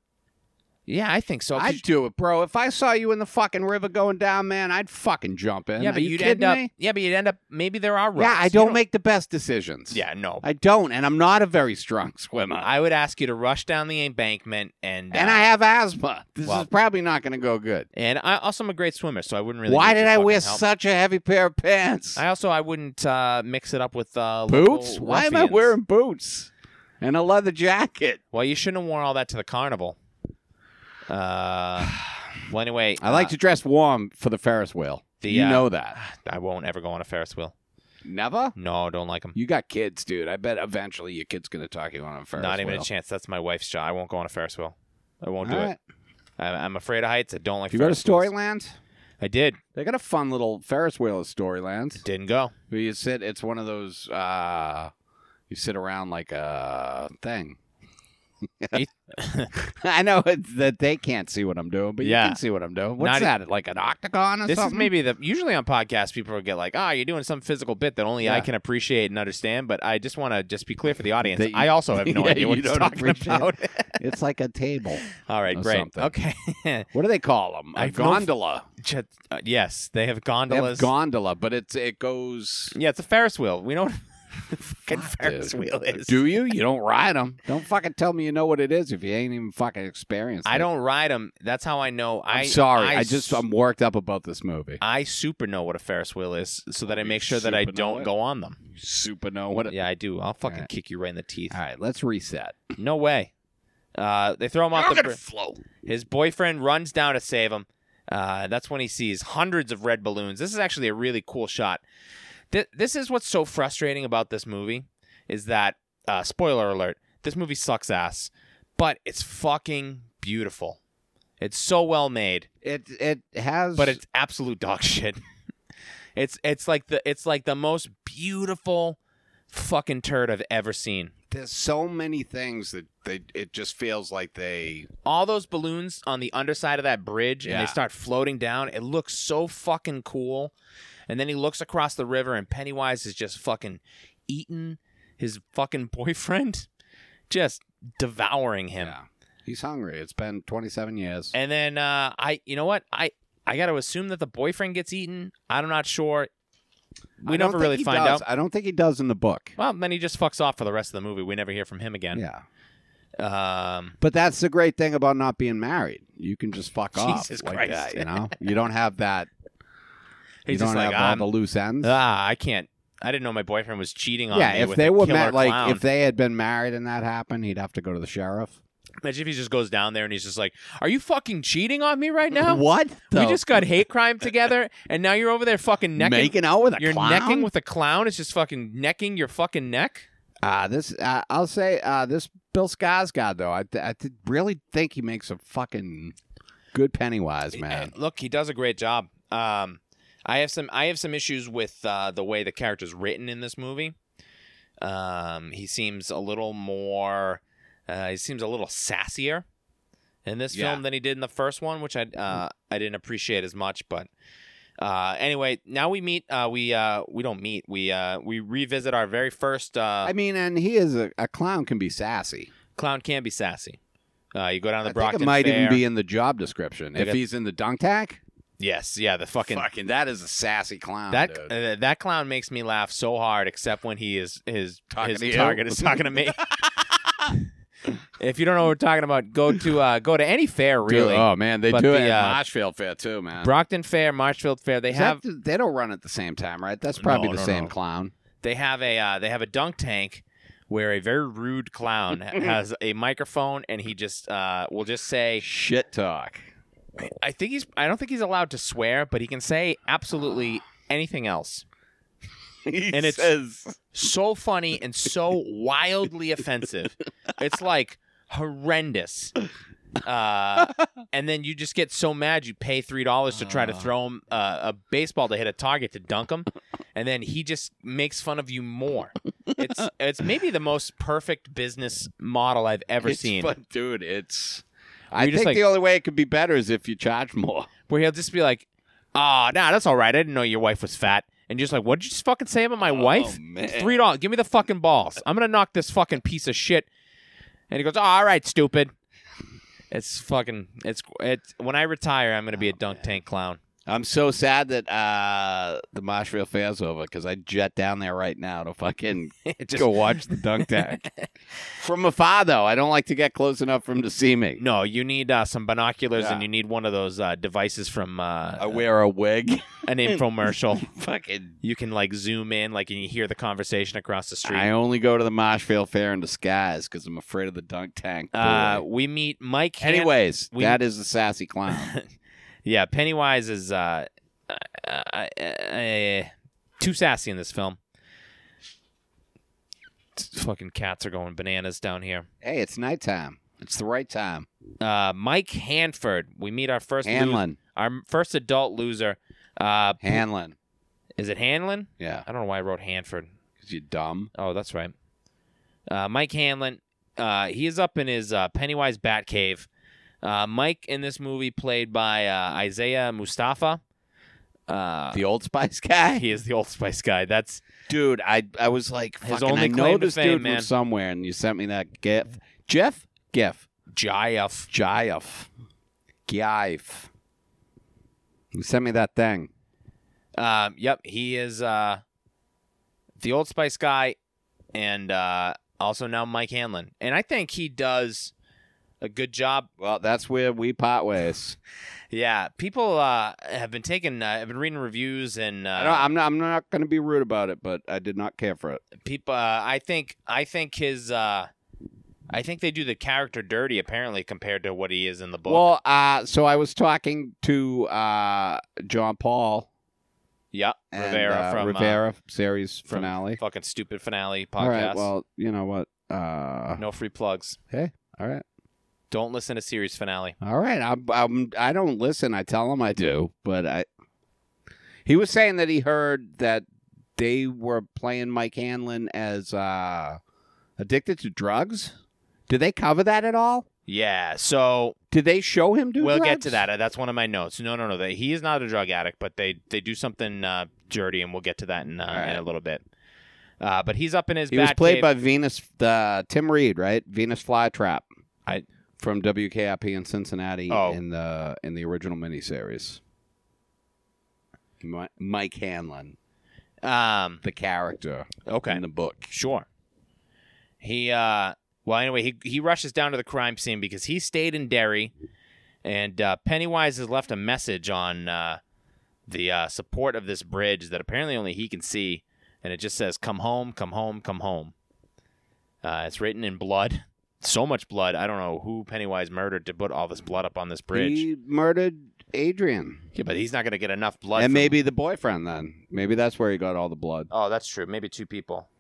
S1: yeah, I think so. 'cause
S2: I'd do it, bro. If I saw you in the fucking river going down, man, I'd fucking jump in.
S1: yeah,
S2: Are
S1: but
S2: you
S1: you'd end
S2: kidding
S1: up.
S2: me?
S1: Yeah, but you'd end up. Maybe there are rocks.
S2: Yeah, I
S1: You
S2: don't make the best decisions.
S1: Yeah, no.
S2: I don't, and I'm not a very strong swimmer.
S1: I would ask you to rush down the embankment and
S2: and
S1: uh,
S2: I have asthma. This
S1: Well-
S2: is probably not going to go good.
S1: and I also am a great swimmer, so I wouldn't really.
S2: Why
S1: need
S2: did
S1: your
S2: I wear
S1: fucking help.
S2: such a heavy pair of pants?
S1: I also I wouldn't uh, mix it up with uh, local
S2: boots? Why am I
S1: ruffians.
S2: wearing boots and a leather jacket?
S1: Well, you shouldn't have worn all that to the carnival. Uh, well, anyway,
S2: I like
S1: uh,
S2: to dress warm for the Ferris wheel.
S1: the,
S2: you
S1: uh,
S2: know that.
S1: I won't ever go on a Ferris wheel.
S2: Never.
S1: No, don't like them.
S2: You got kids, dude. I bet eventually your kid's gonna talk you on a Ferris
S1: Not even
S2: wheel.
S1: a chance. That's my wife's job. I won't go on a Ferris wheel. I won't do
S2: All
S1: it.
S2: right.
S1: I'm, I'm afraid of heights. I don't like.
S2: You go to
S1: Ferris wheels.
S2: Storyland?
S1: I did.
S2: They got a fun little Ferris wheel at Storyland.
S1: Didn't go.
S2: Where you sit, it's one of those. uh You sit around like a thing.
S1: Eight-
S2: I know it's that they can't see what I'm doing, but
S1: Yeah.
S2: you can see what I'm doing. What's
S1: Not e-
S2: that? like an octagon or
S1: This
S2: something?
S1: is maybe the usually on podcasts people will get like, ah, you're doing some physical bit that only I
S2: Yeah.
S1: can appreciate and understand. But I just want to just be clear for the audience.
S2: That you-
S1: I also have no
S2: Yeah,
S1: idea what
S2: you
S1: he's
S2: don't
S1: talking
S2: appreciate
S1: about.
S2: it's like a table.
S1: All right,
S2: Or
S1: great.
S2: something.
S1: Okay.
S2: What do they call them? A
S1: I've no-
S2: gondola.
S1: Just- uh, yes, they have
S2: They
S1: gondolas.
S2: have gondola, but it's it goes.
S1: yeah, it's a Ferris wheel. We know what a fucking
S2: Fuck,
S1: Ferris
S2: dude.
S1: wheel is.
S2: Do you? You don't ride them. Don't fucking tell me you know what it is if you ain't even fucking experienced.
S1: I
S2: it.
S1: don't ride them. That's how I know.
S2: I'm
S1: I
S2: sorry. I,
S1: I
S2: just I'm worked up about this movie.
S1: I super know what a Ferris wheel is, so that I
S2: You
S1: make sure that I
S2: super know
S1: don't
S2: it?
S1: go on them.
S2: You super know what? It,
S1: Yeah, I do. I'll fucking
S2: right.
S1: kick you right in the teeth.
S2: All right, let's reset.
S1: No way. Uh, they throw him off the br-
S2: float.
S1: His boyfriend runs down to save him. Uh, that's when he sees hundreds of red balloons. This is actually a really cool shot. Th- this is what's so frustrating about this movie is that uh, spoiler alert: this movie sucks ass, but it's fucking beautiful. It's so well made,
S2: It it has,
S1: but it's absolute dog shit. it's it's like the it's like the most beautiful fucking turd I've ever seen.
S2: There's so many things that they it just feels like they
S1: All those balloons on the underside of that bridge and
S2: Yeah.
S1: they start floating down. It looks so fucking cool. And then he looks across the river and Pennywise is just fucking eating his fucking boyfriend, just devouring him.
S2: Yeah. He's hungry. It's been 27 years.
S1: And then uh, I, you know what? I I got to assume that the boyfriend gets eaten. I'm not sure. We
S2: I don't
S1: never
S2: think
S1: really
S2: he
S1: find
S2: does.
S1: out.
S2: I don't think he does in the book.
S1: Well, then he just fucks off for the rest of the movie. We never hear from him again.
S2: Yeah.
S1: Um,
S2: But that's the great thing about not being married. You can just fuck off
S1: Jesus
S2: like
S1: Christ.
S2: that, you know? You don't have that
S1: he's
S2: you
S1: just
S2: don't
S1: like,
S2: have all
S1: "I'm-
S2: the loose ends.
S1: ah, I can't. I didn't know my boyfriend was cheating on
S2: yeah,
S1: me.
S2: if
S1: with
S2: they
S1: a
S2: were
S1: killer
S2: met, like
S1: clown.
S2: if they had been married and that happened, he'd have to go to the sheriff.
S1: imagine if he just goes down there and he's just like, "Are you fucking cheating on me right now?
S2: What?
S1: We just got hate crime together, and now you're over there fucking necking.
S2: making out with a
S1: you're
S2: clown.
S1: necking with a clown. It's just fucking necking your fucking neck.
S2: Uh, this uh, I'll say uh, this Bill Skarsgård though I, th- I th- really think he makes a fucking good Pennywise man.
S1: Uh, Look, he does a great job. Um, I have some I have some issues with uh, the way the character's written in this movie. Um, he seems a little more. Uh, he seems a little sassier in this
S2: Yeah. Mm-hmm.
S1: film than he did in the first one, which I uh, I didn't appreciate as much. But uh, anyway, now we meet. Uh, we uh, we don't meet. We uh, we revisit our very first uh,
S2: I mean, and he is a, a clown can be sassy.
S1: clown can be sassy. Uh, you go down the
S2: I
S1: Brockton
S2: think it might
S1: Fair.
S2: even be in the job description
S1: They
S2: if
S1: got-
S2: he's in the dunk tank.
S1: yes, yeah, the fucking
S2: that is a sassy clown.
S1: That
S2: dude.
S1: uh, that clown makes me laugh so hard, except when he is his
S2: Talking
S1: his
S2: to you.
S1: target is talking to me. if you don't know what we're talking about, go to uh, go to any fair
S2: Dude,
S1: really.
S2: oh man, they
S1: But
S2: do
S1: the,
S2: it
S1: uh,
S2: at Marshfield Fair too, man.
S1: Brockton Fair, Marshfield Fair, they
S2: Is that
S1: have
S2: the- they don't run at the same time, right? That's probably
S1: No,
S2: the
S1: no,
S2: same
S1: no.
S2: clown.
S1: they have a uh, they have a dunk tank where a very rude clown ha- has a microphone and he just uh, will just say
S2: Shit talk.
S1: I think he's I don't think he's allowed to swear, but he can say absolutely anything else.
S2: and
S1: it's-
S2: says,
S1: so funny and so wildly offensive. It's like horrendous. Uh, and then you just get so mad you pay three dollars to try to
S2: Ah.
S1: throw him uh, a baseball to hit a target to dunk him, and then he just makes fun of you more. It's it's maybe the most perfect business model I've ever
S2: It's-
S1: seen,
S2: But dude, it's. I
S1: you just
S2: think
S1: like-
S2: the only way it could be better is if you charge more.
S1: where he'll just be like, "Ah, nah, that's all right. I didn't know your wife was fat," and you're just like, "What did you just fucking say about my wife?"
S2: Oh, man.
S1: Three dollars. Give me the fucking balls. I'm gonna knock this fucking piece of shit. And he goes, oh, "All right, stupid." It's fucking. It's it's. When I retire, I'm gonna be a
S2: Oh,
S1: dunk tank clown.
S2: I'm so sad that uh, the Marshfield Fair's over because I jet down there right now to fucking
S1: Just-
S2: go watch the dunk tank. from afar, though, I don't like to get close enough for him to see me.
S1: No, you need uh, some binoculars and
S2: Yeah.
S1: you need one of those uh, devices from
S2: I
S1: uh,
S2: wear a wig.
S1: an infomercial.
S2: fucking.
S1: you can like zoom in, like, and you hear the conversation across the street.
S2: I only go to the Marshfield Fair in disguise because I'm afraid of the dunk tank.
S1: uh,
S2: boy.
S1: we meet Mike. Han-
S2: Anyways,
S1: we-
S2: that is the sassy clown.
S1: Yeah, Pennywise is uh, uh, uh, uh, uh, too sassy in this film. T- Fucking cats are going bananas down here.
S2: hey, it's nighttime. It's the right time.
S1: Uh, Mike Hanford. We meet our first lo-
S2: Hanlon.
S1: our first adult loser. Uh,
S2: Hanlon.
S1: is it Hanlon?
S2: Yeah,
S1: I don't know why I wrote Hanford.
S2: because you're dumb.
S1: Oh, that's right. Uh, Mike Hanlon. Uh, he is up in his uh, Pennywise Bat Cave. Uh, Mike in this movie played by uh, Isaiah Mustafa. Uh,
S2: The Old Spice guy.
S1: he is the Old Spice guy. That's
S2: dude. I I was like,
S1: His
S2: fucking,
S1: only
S2: I
S1: claim
S2: know
S1: to
S2: this
S1: fame,
S2: dude
S1: man.
S2: from somewhere, and you sent me that gif. Jeff, gif,
S1: Jaif.
S2: Jive, Gif. You sent me that thing.
S1: Um, yep, he is uh, the Old Spice guy, and uh, also now Mike Hanlon. And I think he does a good job.
S2: Well, that's where we part ways.
S1: Yeah, people uh, have been taking. Uh, I've been reading reviews, and
S2: I don't,
S1: uh,
S2: I'm not. I'm not going to be rude about it, but I did not care for it.
S1: people. Uh, I think. I think his. Uh, I think they do the character dirty, apparently, compared to what he is in the book.
S2: Well, uh, so I was talking to uh, John Paul
S1: yeah,
S2: and,
S1: Rivera
S2: uh,
S1: from uh,
S2: Rivera series
S1: from
S2: finale.
S1: fucking stupid finale podcast.
S2: All right. Well, you know what? Uh,
S1: no free plugs.
S2: All right.
S1: Don't listen to series finale.
S2: All right, I'm, I'm I don't listen. I tell him I do, but I. He was saying that he heard that they were playing Mike Hanlon as uh, addicted to drugs. Did they cover that at all?
S1: Yeah. So
S2: Did they show him do
S1: we'll
S2: drugs?
S1: get to that. Uh, That's one of my notes. No, no, no. That he is not a drug addict, but they they do something uh, dirty, and we'll get to that in, uh,
S2: All right.
S1: in a little bit. Uh, but he's up in his.
S2: He was
S1: bat
S2: played
S1: cave.
S2: by Venus, uh, Tim Reed, right? Venus Flytrap.
S1: I-
S2: from WKIP in Cincinnati
S1: Oh.
S2: in the in the original miniseries. Mi- Mike Hanlon,
S1: Um.
S2: the character
S1: Okay.
S2: in the book.
S1: Sure. He uh well anyway, he he rushes down to the crime scene because he stayed in Derry and uh, Pennywise has left a message on uh, the uh, support of this bridge that apparently only he can see and it just says come home, come home, come home. Uh, it's written in blood. So much blood. I don't know who Pennywise murdered to put all this blood up on this bridge.
S2: He murdered Adrian.
S1: yeah, but he's not going to get enough blood.
S2: and
S1: from-
S2: maybe the boyfriend then. Maybe that's where he got all the blood.
S1: Oh, that's true. Maybe two people.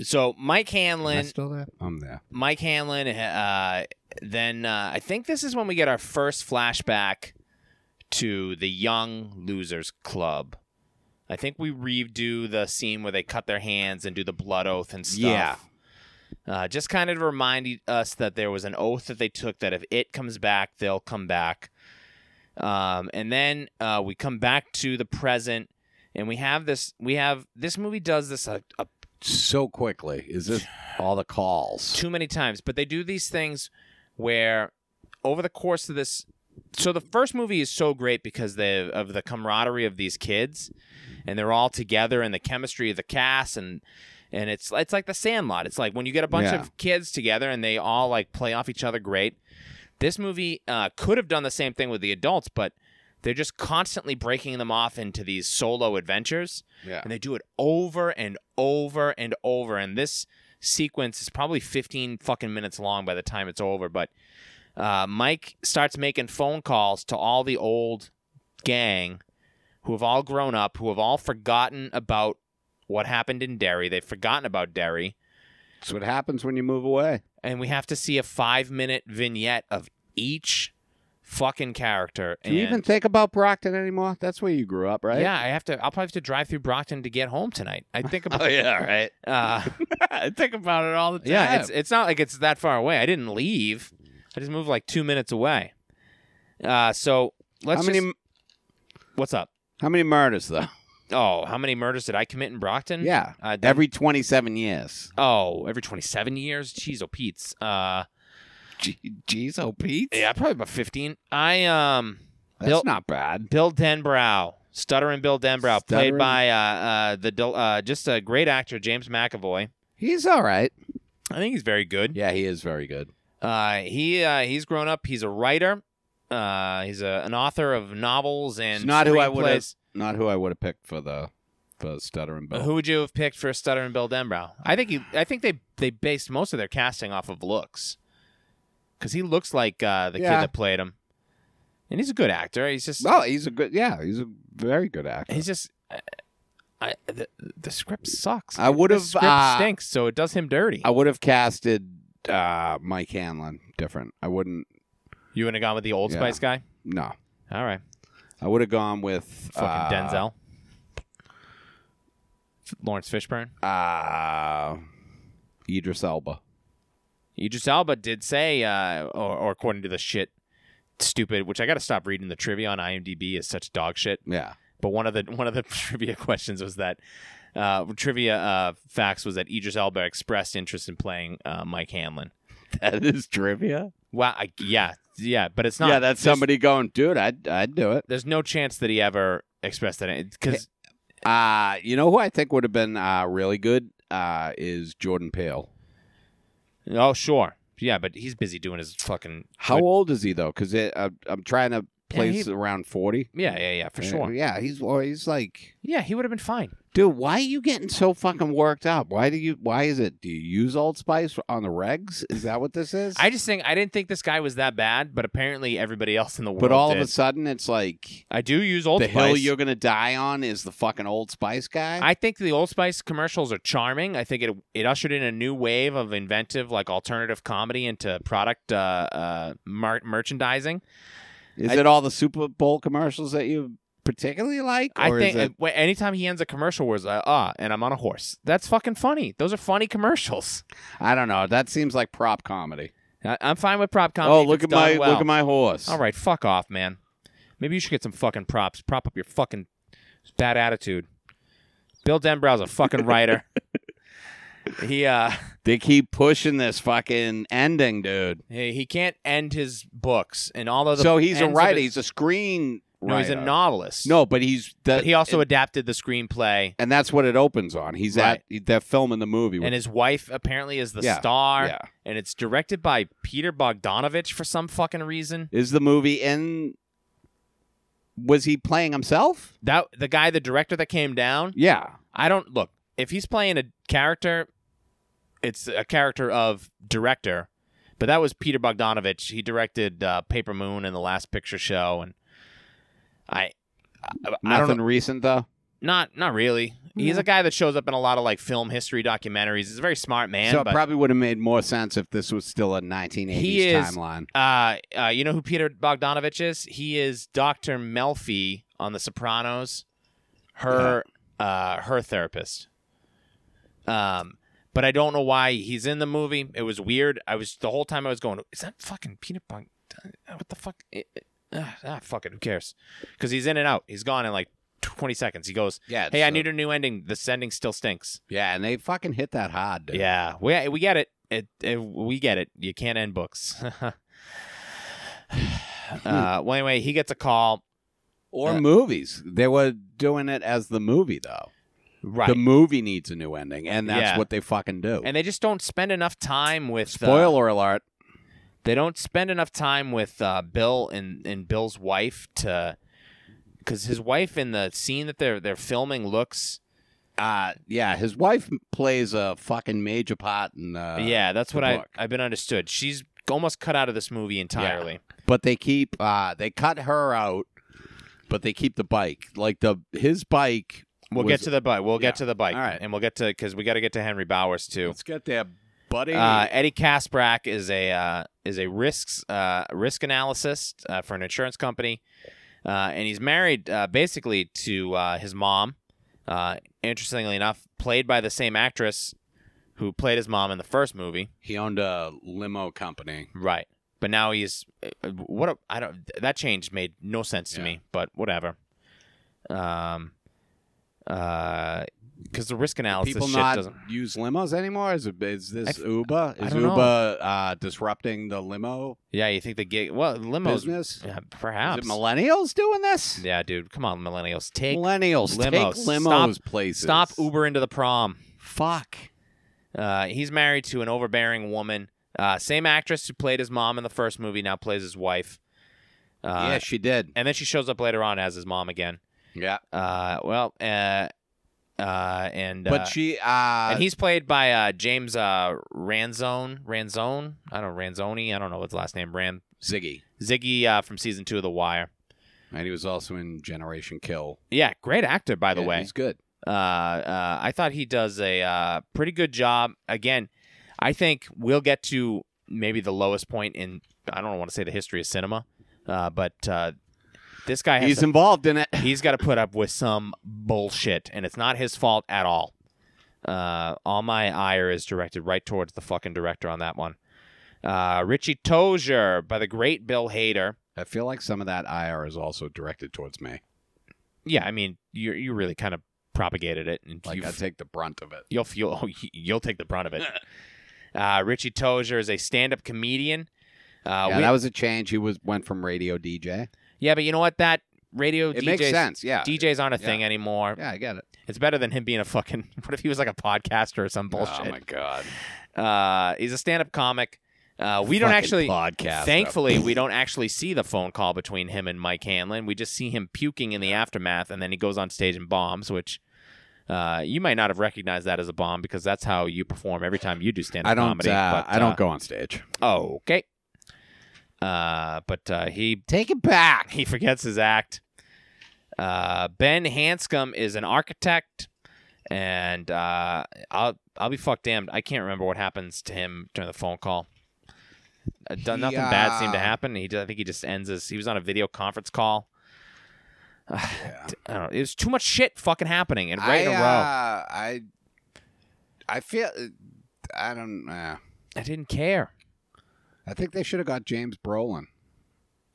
S1: So Mike Hanlon
S2: still there? I'm there.
S1: Mike Hanlon. Uh, then uh, I think this is when we get our first flashback to the Young Losers Club. I think we redo the scene where they cut their hands and do the blood oath and stuff.
S2: Yeah.
S1: Uh, just kind of to remind e- us that there was an oath that they took that if it comes back, they'll come back. Um, and then uh, we come back to the present, and we have this. We have this movie does this a, a
S2: So quickly. Is this all the calls?
S1: too many times, but they do these things where over the course of this so the first movie is so great because they, of the camaraderie of these kids and they're all together and the chemistry of the cast and and it's it's like the sandlot. It's like when you get a bunch
S2: Yeah.
S1: of kids together and they all like play off each other great. This movie uh, could have done the same thing with the adults, but they're just constantly breaking them off into these solo adventures
S2: Yeah.
S1: and they do it over and over and over and this sequence is probably 15 fucking minutes long by the time it's over but uh, mike starts making phone calls to all the old gang who have all grown up who have all forgotten about what happened in derry they've forgotten about derry
S2: That's what happens when you move away.
S1: and we have to see a five minute vignette of each fucking character
S2: Do you
S1: and-
S2: even think about Brockton anymore? That's where you grew up, right?
S1: yeah i have to i'll probably have to drive through brockton to get home tonight i think about
S2: yeah, right.
S1: uh,
S2: I think about it all the time.
S1: Yeah, it's it's not like it's that far away. I didn't leave. I just moved like two minutes away. Uh, so let's
S2: how many
S1: just- what's up?
S2: how many murders though?
S1: Oh, how many murders did I commit in Brockton?
S2: Yeah.
S1: uh, that-
S2: Every twenty seven years.
S1: oh every twenty seven years. Jeez, oh Pete's. Uh,
S2: Jeez, oh Pete.
S1: yeah, probably about fifteen. I um
S2: That's
S1: Bill-
S2: not bad.
S1: Bill Denbrow, stuttering Bill Denbrow, played
S2: Stuttering.
S1: by uh, uh the del- uh just a great actor James McAvoy.
S2: He's all right.
S1: I think he's very good.
S2: Yeah, he is very good.
S1: Uh, he uh, he's grown up. He's a writer. Uh, he's a, an author of novels and
S2: It's not who I would've-
S1: screenplays.
S2: Not who I would have picked for the for stuttering Bill.
S1: Who would you have picked for Stutter and Bill Denbrow? I think he, I think they they based most of their casting off of looks, because he looks like uh, the
S2: Yeah.
S1: kid that played him, and he's a good actor. He's just
S2: Well, he's a good. Yeah, he's a very good actor.
S1: he's just. I, I the, the script sucks.
S2: I would
S1: the
S2: have.
S1: script
S2: uh,
S1: stinks, so it does him dirty.
S2: I would have casted uh, Mike Hanlon different. I wouldn't.
S1: you would have gone with the Old
S2: Yeah.
S1: Spice guy.
S2: No,
S1: All right,
S2: I would have gone with
S1: fucking
S2: uh,
S1: Denzel, Lawrence Fishburne.
S2: Uh, Idris Elba.
S1: Idris Alba did say, uh, or, or according to the shit, stupid. Which I got to stop reading the trivia on IMDb is such dog shit.
S2: Yeah.
S1: But one of the one of the trivia questions was that uh, trivia uh, facts was that Idris Elba expressed interest in playing uh, Mike Hanlon.
S2: That is trivia.
S1: Wow, I, yeah, yeah, but it's not.
S2: yeah, that's
S1: there's-
S2: somebody going, dude. I'd I'd do it.
S1: There's no chance that he ever expressed that because
S2: Uh, you know who I think would have been uh, really good uh, is Jordan Peele.
S1: oh sure yeah, but he's busy doing his fucking
S2: How old is he though? Because uh, I'm trying to place
S1: he-
S2: around forty.
S1: yeah yeah yeah for sure
S2: Yeah, he's well, he's like,
S1: yeah he would have been fine.
S2: dude, why are you getting so fucking worked up? Why do you? Why is it? Do you use Old Spice on the regs? Is that what this is?
S1: I just think I didn't think this guy was that bad, but apparently everybody else in the world.
S2: but all of
S1: did.
S2: a sudden, it's like
S1: I do use Old
S2: the
S1: Spice.
S2: hill you're gonna die on is the fucking Old Spice guy.
S1: I think the Old Spice commercials are charming. I think it it ushered in a new wave of inventive, like alternative comedy into product uh, uh, mar- merchandising.
S2: is
S1: I-
S2: it all the Super Bowl commercials that you particularly like?
S1: I
S2: or is
S1: think
S2: it-
S1: uh, wh- anytime he ends a commercial where it's like, ah, and I'm on a horse, that's fucking funny. Those are funny commercials.
S2: I don't know. That seems like prop comedy.
S1: I- I'm fine with prop comedy.
S2: oh,
S1: if
S2: look
S1: it's
S2: at my
S1: done well.
S2: look at my horse.
S1: All right, fuck off, man. Maybe you should get some fucking props. Prop up your fucking bad attitude. Bill Denbrow's a fucking writer. he uh
S2: They keep pushing this fucking ending, dude.
S1: he he can't end his books and all of the
S2: so he's a
S1: ends of
S2: writer.
S1: his-
S2: he's a screen.
S1: no, he's a
S2: writer.
S1: novelist.
S2: No, but he's that.
S1: but he also adapted the screenplay.
S2: and that's what it opens on. He's
S1: Right.
S2: at they're filming the movie. With,
S1: And his wife apparently is the
S2: Yeah,
S1: star,
S2: yeah.
S1: and it's directed by Peter Bogdanovich for some fucking reason.
S2: Is the movie in? Was he playing himself?
S1: That the guy, the director that came down,
S2: Yeah.
S1: I don't look if he's playing a character. It's a character of director, but that was Peter Bogdanovich. He directed uh, Paper Moon and The Last Picture Show, and I, I, I don't
S2: Nothing
S1: know,
S2: recent though.
S1: not not really. He's
S2: Yeah.
S1: a guy that shows up in a lot of like film history documentaries. He's a very smart man.
S2: so it
S1: but,
S2: probably would have made more sense if this was still a 1980s
S1: He is-
S2: timeline.
S1: uh, uh, you know who Peter Bogdanovich is? He is Doctor Melfi on The Sopranos. Her, uh, her therapist. Um, but I don't know why he's in the movie. It was weird. I was the whole time I was going, is that fucking Peter Bogdan? What the fuck? Eh, eh, Ah, ah, fuck it. Who cares? Because he's in and out. He's gone in like 20 seconds. He goes,
S2: Yeah.
S1: "Hey, I need a new ending. This ending still stinks."
S2: Yeah, and they fucking hit that hard, dude.
S1: Yeah, we we get it. It, it- we get it. You can't end books. uh, well, anyway, he gets a call.
S2: Or
S1: Uh,
S2: movies. They were doing it as the movie though.
S1: Right.
S2: The movie needs a new ending, and that's
S1: Yeah.
S2: what they fucking do.
S1: and they just don't spend enough time with uh,
S2: Spoiler alert.
S1: they don't spend enough time with uh, Bill and, and Bill's wife to because his wife in the scene that they're they're filming looks
S2: Uh, yeah, his wife plays a fucking major part in uh,
S1: yeah that's
S2: the
S1: what I
S2: book.
S1: I've been understood she's almost cut out of this movie entirely
S2: but they keep uh they cut her out but they keep the bike like the his bike
S1: we'll
S2: was-
S1: get to the bike we'll
S2: Yeah.
S1: get to the bike
S2: All right.
S1: and we'll get to because we got to get to Henry Bowers too
S2: let's get there buddy
S1: Uh, Eddie Kasprack is a uh, is a risks uh, risk analyst uh, for an insurance company, uh, and he's married uh, basically to uh, his mom. Uh, interestingly enough, played by the same actress who played his mom in the first movie,
S2: he owned a limo company
S1: right? But now he's uh, what a, I don't that change made no sense to
S2: Yeah.
S1: me, but whatever. Um, uh, because the risk analysis
S2: people
S1: shit
S2: not
S1: doesn't.
S2: use limos anymore is, it, is this
S1: I-
S2: uber
S1: I
S2: is
S1: don't
S2: uber
S1: know.
S2: uh disrupting the limo
S1: Yeah, you think the gig? Well, limos.
S2: business
S1: Yeah,
S2: is
S1: perhaps
S2: it millennials doing this
S1: Yeah, dude. Come on, millennials. Take
S2: millennials
S1: limos.
S2: take limos places
S1: stop Uber into the prom.
S2: fuck
S1: Uh, he's married to an overbearing woman. Uh, same actress who played his mom in the first movie now plays his wife. Uh,
S2: yeah she did
S1: And then she shows up later on as his mom again.
S2: yeah
S1: Uh, well, uh, uh, and uh,
S2: but she uh
S1: and he's played by uh, James uh, Ranzone. Ranzone. I don't know Ranzoni. I don't know what's last name. Ran
S2: ziggy
S1: Ziggy uh, from season two of The Wire.
S2: and he was also in generation kill
S1: Yeah, great actor by the
S2: Yeah,
S1: way.
S2: he's good
S1: uh, uh, I thought he does a uh, pretty good job. Again, I think we'll get to maybe the lowest point in I don't want to say the history of cinema, uh, but uh, this guy has
S2: he's
S1: to-
S2: involved in it.
S1: he's got to put up with some bullshit, and it's not his fault at all. Uh, all my ire is directed right towards the fucking director on that one. Uh, Richie Tozier by the great Bill Hader.
S2: I feel like some of that IR is also directed towards me.
S1: Yeah, I mean you you really kind of propagated it, and
S2: Like
S1: you
S2: I take the brunt of it.
S1: You'll feel oh, y- you'll take the brunt of it. Uh, Richie Tozier is a stand-up comedian. Uh,
S2: yeah,
S1: we-
S2: that was a change. He was went from radio DJ.
S1: yeah, but you know what? That radio
S2: It
S1: DJs,
S2: makes sense. Yeah,
S1: DJs aren't a thing anymore.
S2: yeah, I get it.
S1: It's better than him being a fucking. What if he was like a podcaster or some
S2: Oh
S1: bullshit?
S2: my god.
S1: uh, he's a stand-up comic. Uh, we don't
S2: Fucking
S1: actually.
S2: podcast.
S1: Thankfully, we don't actually see the phone call between him and Mike Hanlon. We just see him puking in the aftermath, and then he goes on stage and bombs, which uh, you might not have recognized that as a bomb because that's how you perform every time you do stand-up
S2: I don't.
S1: comedy.
S2: uh,
S1: but,
S2: I don't go on stage.
S1: Oh, okay. Uh, but uh, he
S2: Take it back.
S1: he forgets his act. Uh, ben Hanscom is an architect, and uh, I'll I'll be fucked damned. I can't remember what happens to him during the phone call. Uh, done-
S2: He,
S1: nothing bad seemed to
S2: uh,
S1: happen. He ju- I think he just ends his. He was on a video conference call. I don't know. It's too much shit fucking happening and right
S2: I,
S1: in a row.
S2: Uh, I I feel I don't. Uh,
S1: I didn't care.
S2: I think they should have got James Brolin.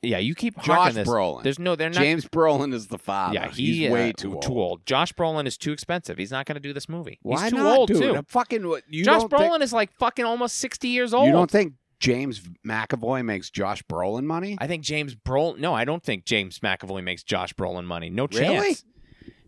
S1: Yeah, you keep
S2: Josh
S1: harking this.
S2: Brolin.
S1: There's no, they're not.
S2: James Brolin is the father.
S1: yeah, he,
S2: he's
S1: uh,
S2: way too old.
S1: Josh Brolin is too expensive. He's not going to do this movie.
S2: Why
S1: He's too
S2: not,
S1: old
S2: dude?
S1: too.
S2: I'm fucking. You
S1: Josh
S2: don't
S1: Brolin
S2: Think,
S1: is like fucking almost 60 years old.
S2: You don't think James McAvoy makes Josh Brolin money?
S1: I think James Brolin. No, I don't think James McAvoy makes Josh Brolin money. No chance.
S2: Really?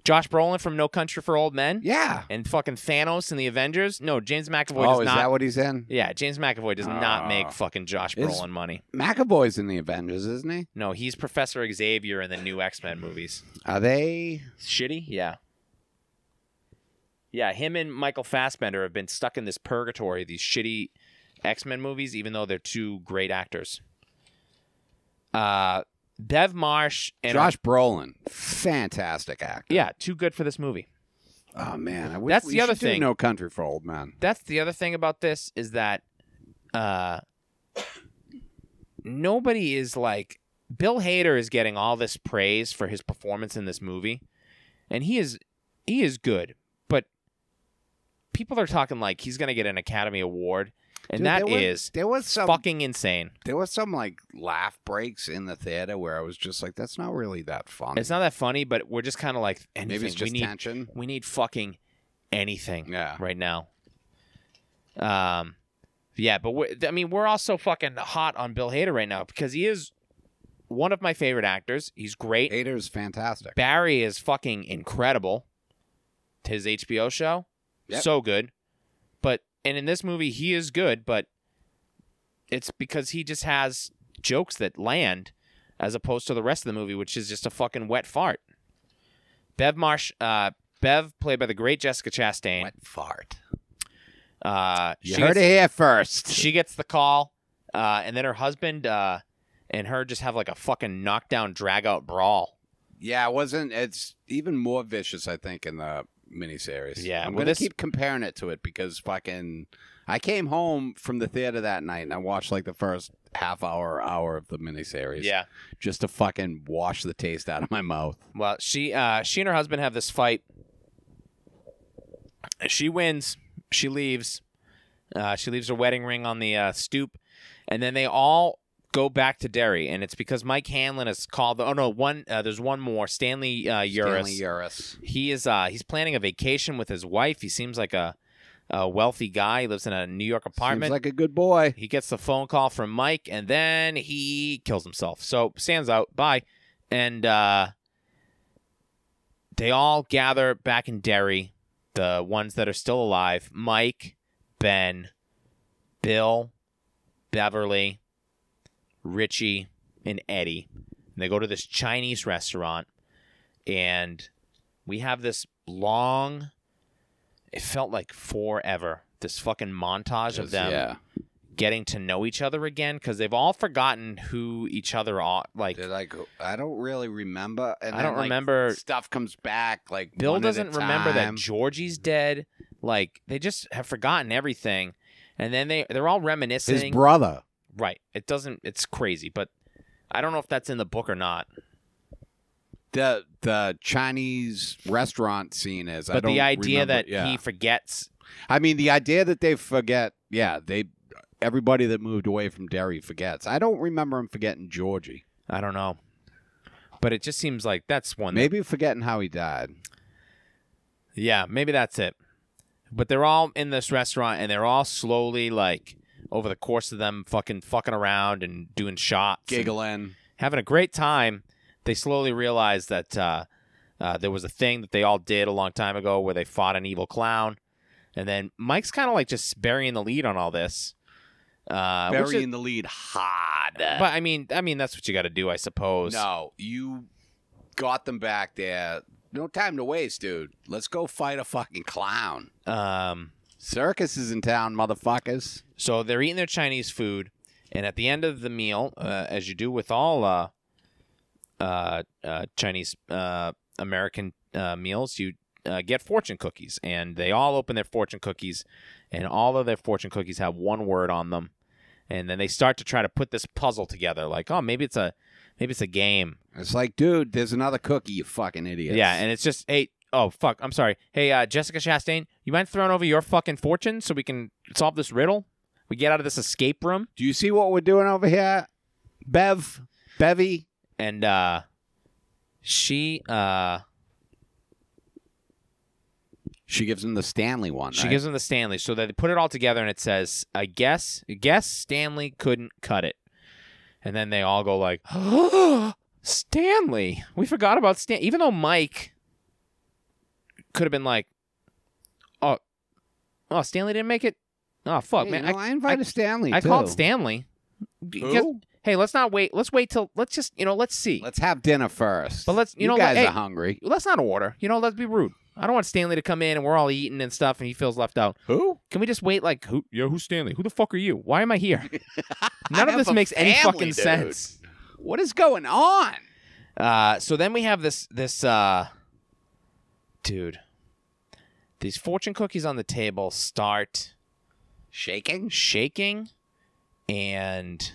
S1: Josh Brolin from No Country for Old Men
S2: yeah.
S1: and fucking Thanos and the Avengers. No, James McAvoy
S2: oh,
S1: does
S2: is
S1: not.
S2: that what he's in?
S1: yeah, James McAvoy does not
S2: Oh.
S1: make fucking Josh
S2: Is-
S1: Brolin money.
S2: McAvoy's in the Avengers, isn't he?
S1: No, he's Professor Xavier in the new X Men movies.
S2: Are they?
S1: Shitty? Yeah. Yeah, him and Michael Fassbender have been stuck in this purgatory, of these shitty X Men movies, even though they're two great actors. Uh, Bev Marsh and
S2: Josh Brolin, fantastic actor.
S1: yeah, too good for this movie.
S2: Oh man, I wish
S1: That's
S2: we
S1: the other
S2: should do
S1: thing.
S2: No Country for Old Men.
S1: That's the other thing about this is that uh, nobody is like Bill Hader is getting all this praise for his performance in this movie, and he is he is good, but people are talking like he's gonna get an Academy Award, and
S2: Dude,
S1: that
S2: there was,
S1: is
S2: there was some
S1: fucking insane.
S2: there was some like laugh breaks in the theater where I was just like, that's not really that fun.
S1: It's not that funny, but we're just kind of like anything.
S2: Maybe it's just
S1: we need
S2: tension.
S1: we need fucking anything.
S2: Yeah.
S1: right now. Um, yeah, but we're, I mean, we're also fucking hot on Bill Hader right now because he is one of my favorite actors. He's great.
S2: Hader's fantastic.
S1: Barry is fucking incredible. His HBO show,
S2: Yep.
S1: so good. But and in this movie, he is good, but it's because he just has jokes that land, as opposed to the rest of the movie, which is just a fucking wet fart. Bev Marsh, uh, Bev, played by the great Jessica Chastain.
S2: Wet fart.
S1: Uh,
S2: You
S1: she
S2: heard
S1: gets,
S2: it here first.
S1: She gets the call, uh, and then her husband uh, and her just have like a fucking knockdown, drag out brawl.
S2: yeah, it wasn't. It's even more vicious, I think, in the miniseries.
S1: Yeah,
S2: I'm
S1: well,
S2: gonna
S1: this-
S2: keep comparing it to it because fucking. I came home from the theater that night and I watched like the first half hour, hour of the miniseries.
S1: Yeah.
S2: just to fucking wash the taste out of my mouth.
S1: Well, she uh, she and her husband have this fight. She wins. She leaves. Uh, she leaves her wedding ring on the uh, stoop, and then they all go back to Derry, and it's because Mike Hanlon is called. oh no, one uh, there's one more. Stanley uh, Uris.
S2: Stanley Uris.
S1: He is uh he's planning a vacation with his wife. He seems like a, a wealthy guy. He lives in a New York apartment.
S2: Seems like a good boy.
S1: he gets the phone call from Mike and then he kills himself. So stands out. Bye. And uh they all gather back in Derry, the ones that are still alive. Mike, Ben, Bill, Beverly, Richie, and Eddie. And they go to this Chinese restaurant, and we have this long. It felt like forever. This fucking montage of them
S2: Yeah,
S1: getting to know each other again because they've all forgotten who each other are. Like
S2: they're like I don't really remember. And
S1: I don't
S2: then, like,
S1: remember.
S2: Stuff comes back like
S1: Bill
S2: one at a
S1: doesn't remember that
S2: time.
S1: Georgie's dead. Like they just have forgotten everything, and then they they're all reminiscing.
S2: His brother.
S1: right? It doesn't. It's crazy, but I don't know if that's in the book or not.
S2: the the Chinese restaurant scene is. I
S1: But
S2: don't
S1: the idea
S2: remember-
S1: that
S2: yeah.
S1: he forgets.
S2: I mean, the idea that they forget. Yeah, they everybody that moved away from Derry forgets. I don't remember him forgetting Georgie.
S1: I don't know, but it just seems like that's one.
S2: Maybe forgetting how he died.
S1: Yeah, maybe that's it. But they're all in this restaurant and they're all slowly like over the course of them fucking fucking around and doing shots, and
S2: Giggling.
S1: having a great time. They slowly realize that uh, uh, there was a thing that they all did a long time ago where they fought an evil clown, and then Mike's kind of like just burying the lead on all this. Uh, which is-
S2: Burying the lead hard.
S1: but I mean, I mean that's what you got to do, I suppose.
S2: no, you got them back there. No time to waste, dude. Let's go fight a fucking clown.
S1: Um,
S2: Circus is in town, motherfuckers.
S1: So they're eating their Chinese food, and at the end of the meal, uh, as you do with all uh, uh, uh, Chinese uh, American uh, meals, you uh, get fortune cookies, and they all open their fortune cookies, and all of their fortune cookies have one word on them, and then they start to try to put this puzzle together. Like, oh, maybe it's a maybe it's a game.
S2: It's like, dude, there's another cookie, you fucking idiot.
S1: Yeah, and it's just hey, oh fuck, I'm sorry. Hey, uh, Jessica Chastain, you mind throwing over your fucking fortune so we can solve this riddle? We get out of this escape room
S2: Do you see what we're doing over here? Bev, Bevy,
S1: and uh she uh
S2: she gives him the Stanley one.
S1: she
S2: right?
S1: gives them the Stanley so they put it all together and it says, I guess guess Stanley couldn't cut it. And then they all go like Stanley. We forgot about Stan even though Mike could have been like Oh Oh Stanley didn't make it. Oh fuck,
S2: Hey,
S1: man.
S2: you know, I, invited Stanley.
S1: I
S2: too.
S1: called Stanley. G-
S2: Who?
S1: guess- Hey, let's not wait. Let's wait till let's just you know let's see. Let's,
S2: Let's have dinner first.
S1: But let's- you know,
S2: guys
S1: like,
S2: are
S1: hey.
S2: hungry.
S1: not order. You know, let's be rude. I don't want Stanley to come in and we're all eating and stuff and he feels left out.
S2: Who?
S1: Can we just wait? Like who? Yo, who's Stanley? Who the fuck are you? Why am I here? None of
S2: have
S1: this
S2: a
S1: makes any
S2: family,
S1: fucking
S2: dude.
S1: sense.
S2: What is going on?
S1: Uh, so then we have this this uh, dude. These fortune cookies on the table start
S2: Shaking.
S1: shaking and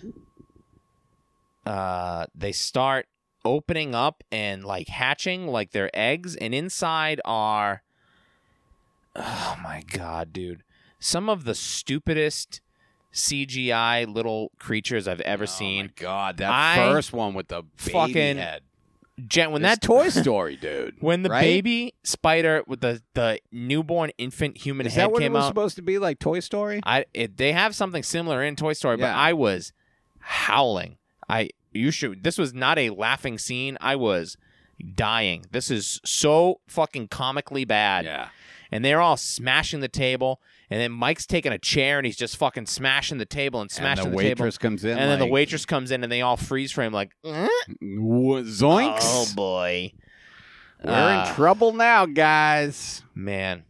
S1: uh they start opening up and like hatching like their eggs and inside are oh my god dude some of the stupidest CGI little creatures I've ever
S2: Oh
S1: seen.
S2: my God, that
S1: I
S2: first one with the baby
S1: fucking-
S2: head.
S1: Jen, when
S2: It's
S1: that
S2: Toy Story, dude.
S1: when the
S2: right?
S1: baby spider with the the newborn infant human
S2: is
S1: head
S2: that what it
S1: came
S2: was
S1: out,
S2: supposed to be like? Toy Story.
S1: I it, they have something similar in Toy Story, but
S2: Yeah.
S1: I was howling. I you should. This was not a laughing scene. I was dying. This is so fucking comically bad.
S2: yeah.
S1: And they're all smashing the table, and then Mike's taking a chair and he's just fucking smashing the table and smashing
S2: and the,
S1: the, table.
S2: waitress comes in,
S1: And then the
S2: like,
S1: waitress comes in and they all freeze frame like, "Eh?
S2: "Wha- zoinks.
S1: oh boy,
S2: We're
S1: Uh,
S2: in trouble now, guys.
S1: man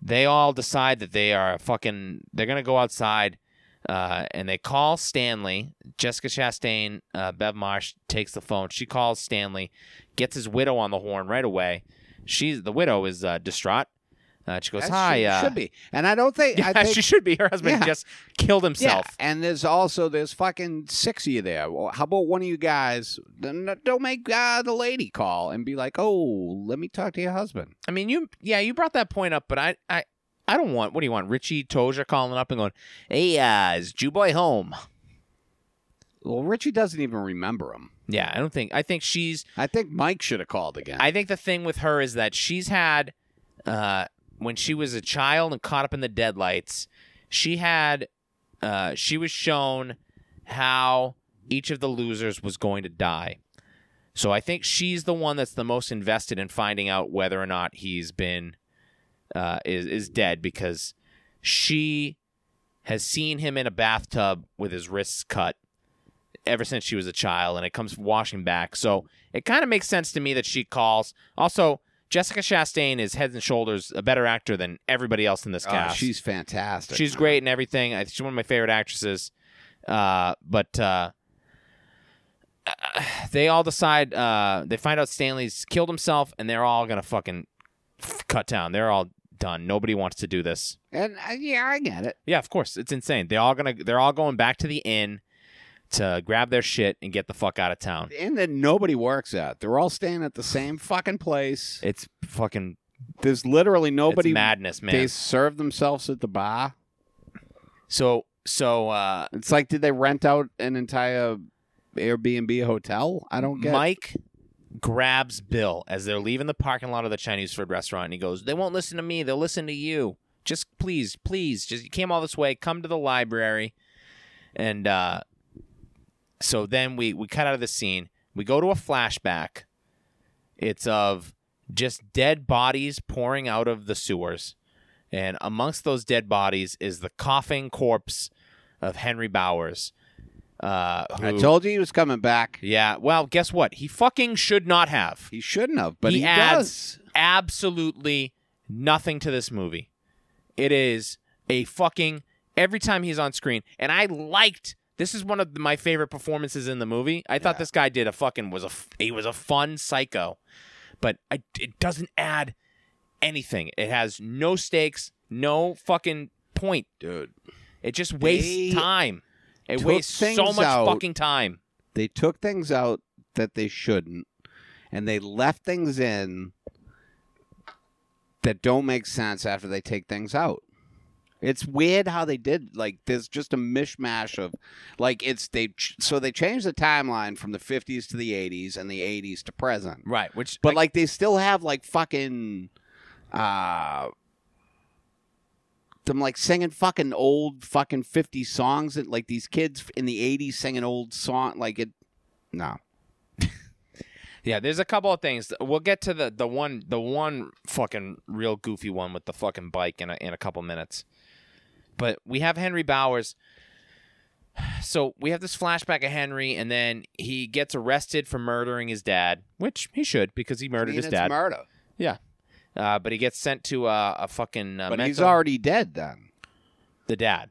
S1: they all decide that they are fucking they're gonna go outside uh, and they call stanley jessica chastain uh, bev marsh takes the phone she calls stanley gets his widow on the horn right away she's the widow is uh, distraught uh, she goes
S2: As
S1: hi
S2: she
S1: uh,
S2: should be, and I don't think
S1: yeah,
S2: I think
S1: she should be her husband
S2: Yeah.
S1: just killed himself
S2: Yeah, and there's also there's fucking six of you there. Well, how about one of you guys? then Don't make uh, the lady call and be like, "Oh, let me talk to your husband."
S1: I mean, you yeah, you brought that point up, but I I I don't want. What do you want, Richie Tozier calling up and going, "Hey, uh, is Jew boy home?"
S2: Well, Richie doesn't even remember him.
S1: Yeah, I don't think. I think she's
S2: I think Mike should have called again.
S1: I think the thing with her is that she's had, uh, when she was a child and caught up in the deadlights, she had, uh, she was shown how each of the losers was going to die. So I think she's the one that's the most invested in finding out whether or not he's been, uh, is is dead because she has seen him in a bathtub with his wrists cut ever since she was a child, and it comes washing back. So it kind of makes sense to me that she calls. Also, Jessica Chastain is heads and shoulders a better actor than everybody else in this
S2: Oh,
S1: cast.
S2: she's fantastic.
S1: She's great and everything. I, she's one of my favorite actresses. Uh, but uh, they all decide. Uh, they find out Stanley's killed himself, and they're all gonna fucking cut down. They're all done. Nobody wants to do this.
S2: and uh, yeah, I get it.
S1: Yeah, of course, it's insane. They're all gonna. They're all going back to the inn to grab their shit and get the fuck out of town.
S2: And that nobody works at. They're all staying at the same fucking place.
S1: It's fucking
S2: There's literally nobody.
S1: it's madness, man.
S2: They serve themselves at the bar.
S1: so so uh,
S2: It's like, did they rent out an entire Airbnb hotel? I don't get. it.
S1: Mike grabs Bill as they're leaving the parking lot of the Chinese food restaurant and he goes, They won't listen to me, they'll listen to you. Just please, please, just you came all this way, come to the library. And uh so then we we cut out of the scene. We go to a flashback. It's of just dead bodies pouring out of the sewers. And amongst those dead bodies is the coughing corpse of Henry Bowers. Uh,
S2: I
S1: who-
S2: told you he was coming back.
S1: yeah. Well, guess what? He fucking should not have.
S2: He shouldn't have, but
S1: He
S2: he,
S1: adds-
S2: does.
S1: Absolutely nothing to this movie. It is a fucking every time he's on screen, and I liked. This is one of my favorite performances in the movie. I thought
S2: Yeah.
S1: this guy did a fucking was a f- he was a fun psycho, but I, it doesn't add anything. It has no stakes, no fucking point, dude. It just wastes
S2: They-
S1: time. It
S2: took
S1: wastes
S2: things
S1: so much
S2: out.
S1: fucking time.
S2: They took things out that they shouldn't, and they left things in that don't make sense after they take things out. It's weird how they did. Like, there's just a mishmash of, like, it's they. ch- So they changed the timeline from the 50s to the 80s and the 80s to present.
S1: Right. Which
S2: But like they still have like fucking uh them like singing fucking old fucking 50 songs that like these kids in the 80s singing old song like it no
S1: Yeah, there's a couple of things. We'll get to the the one the one fucking real goofy one with the fucking bike in a, in a couple minutes. But we have Henry Bowers. So we have this flashback of Henry, and then he gets arrested for murdering his dad, which he should because he murdered
S2: I mean,
S1: his
S2: it's
S1: dad.
S2: murder
S1: uh, but he gets sent to uh, a fucking uh,
S2: but he's
S1: mental-
S2: already dead then
S1: the dad.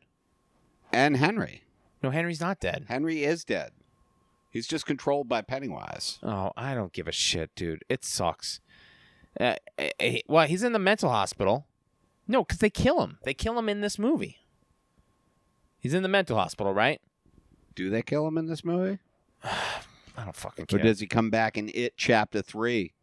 S2: and Henry
S1: No, Henry's not dead.
S2: Henry is dead he's just controlled by Pennywise
S1: Oh, I don't give a shit, dude. It sucks. Uh, eh, eh, well, he's in the mental hospital. No, because they kill him. They kill him in this movie. He's in the mental hospital, right?
S2: do they kill him in this movie
S1: I don't fucking
S2: or
S1: care.
S2: does he come back in it chapter 3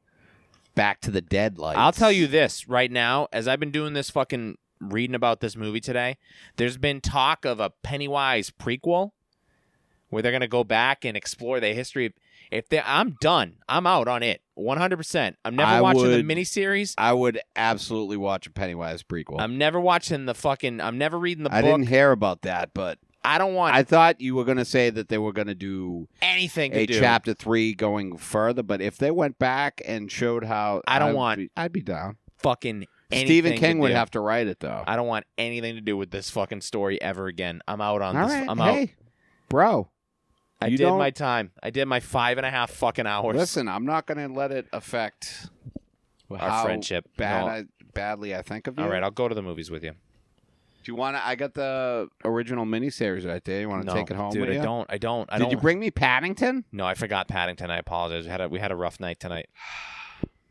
S2: back to the dead life
S1: I'll tell you this right now, as I've been doing this fucking reading about this movie today, there's been talk of a Pennywise prequel where they're gonna go back and explore the history. Of, if they, I'm done. I'm out on it. 100. percent I'm never
S2: I
S1: watching
S2: would-
S1: the miniseries.
S2: I would absolutely watch a Pennywise prequel
S1: I'm never watching the fucking. I'm never reading the
S2: I
S1: book.
S2: didn't hear about that, but
S1: I don't want
S2: I thought you were going to say that they were going to do
S1: anything to
S2: a
S1: do.
S2: chapter three going further. But if they went back and showed how,
S1: I don't
S2: I'd
S1: want
S2: be- I'd be down.
S1: fucking anything
S2: Stephen
S1: to
S2: King would
S1: do.
S2: have to write it though.
S1: I don't want anything to do with this fucking story ever again. I'm out on
S2: All
S1: this.
S2: right,
S1: I'm out.
S2: hey, bro.
S1: I
S2: you
S1: did
S2: don't-
S1: my time. I did my five and a half fucking hours.
S2: Listen, I'm not going to let it affect
S1: our
S2: how
S1: friendship.
S2: bad
S1: No.
S2: I, badly I think of you.
S1: All right, I'll go to the movies with you.
S2: Do you want to? I got the original miniseries right there. You want to
S1: no,
S2: take it home
S1: dude.
S2: with
S1: I
S2: you?
S1: don't. I don't. I
S2: Did
S1: don't.
S2: you bring me Paddington?
S1: no, I forgot Paddington. I apologize. We had a we had a rough night tonight.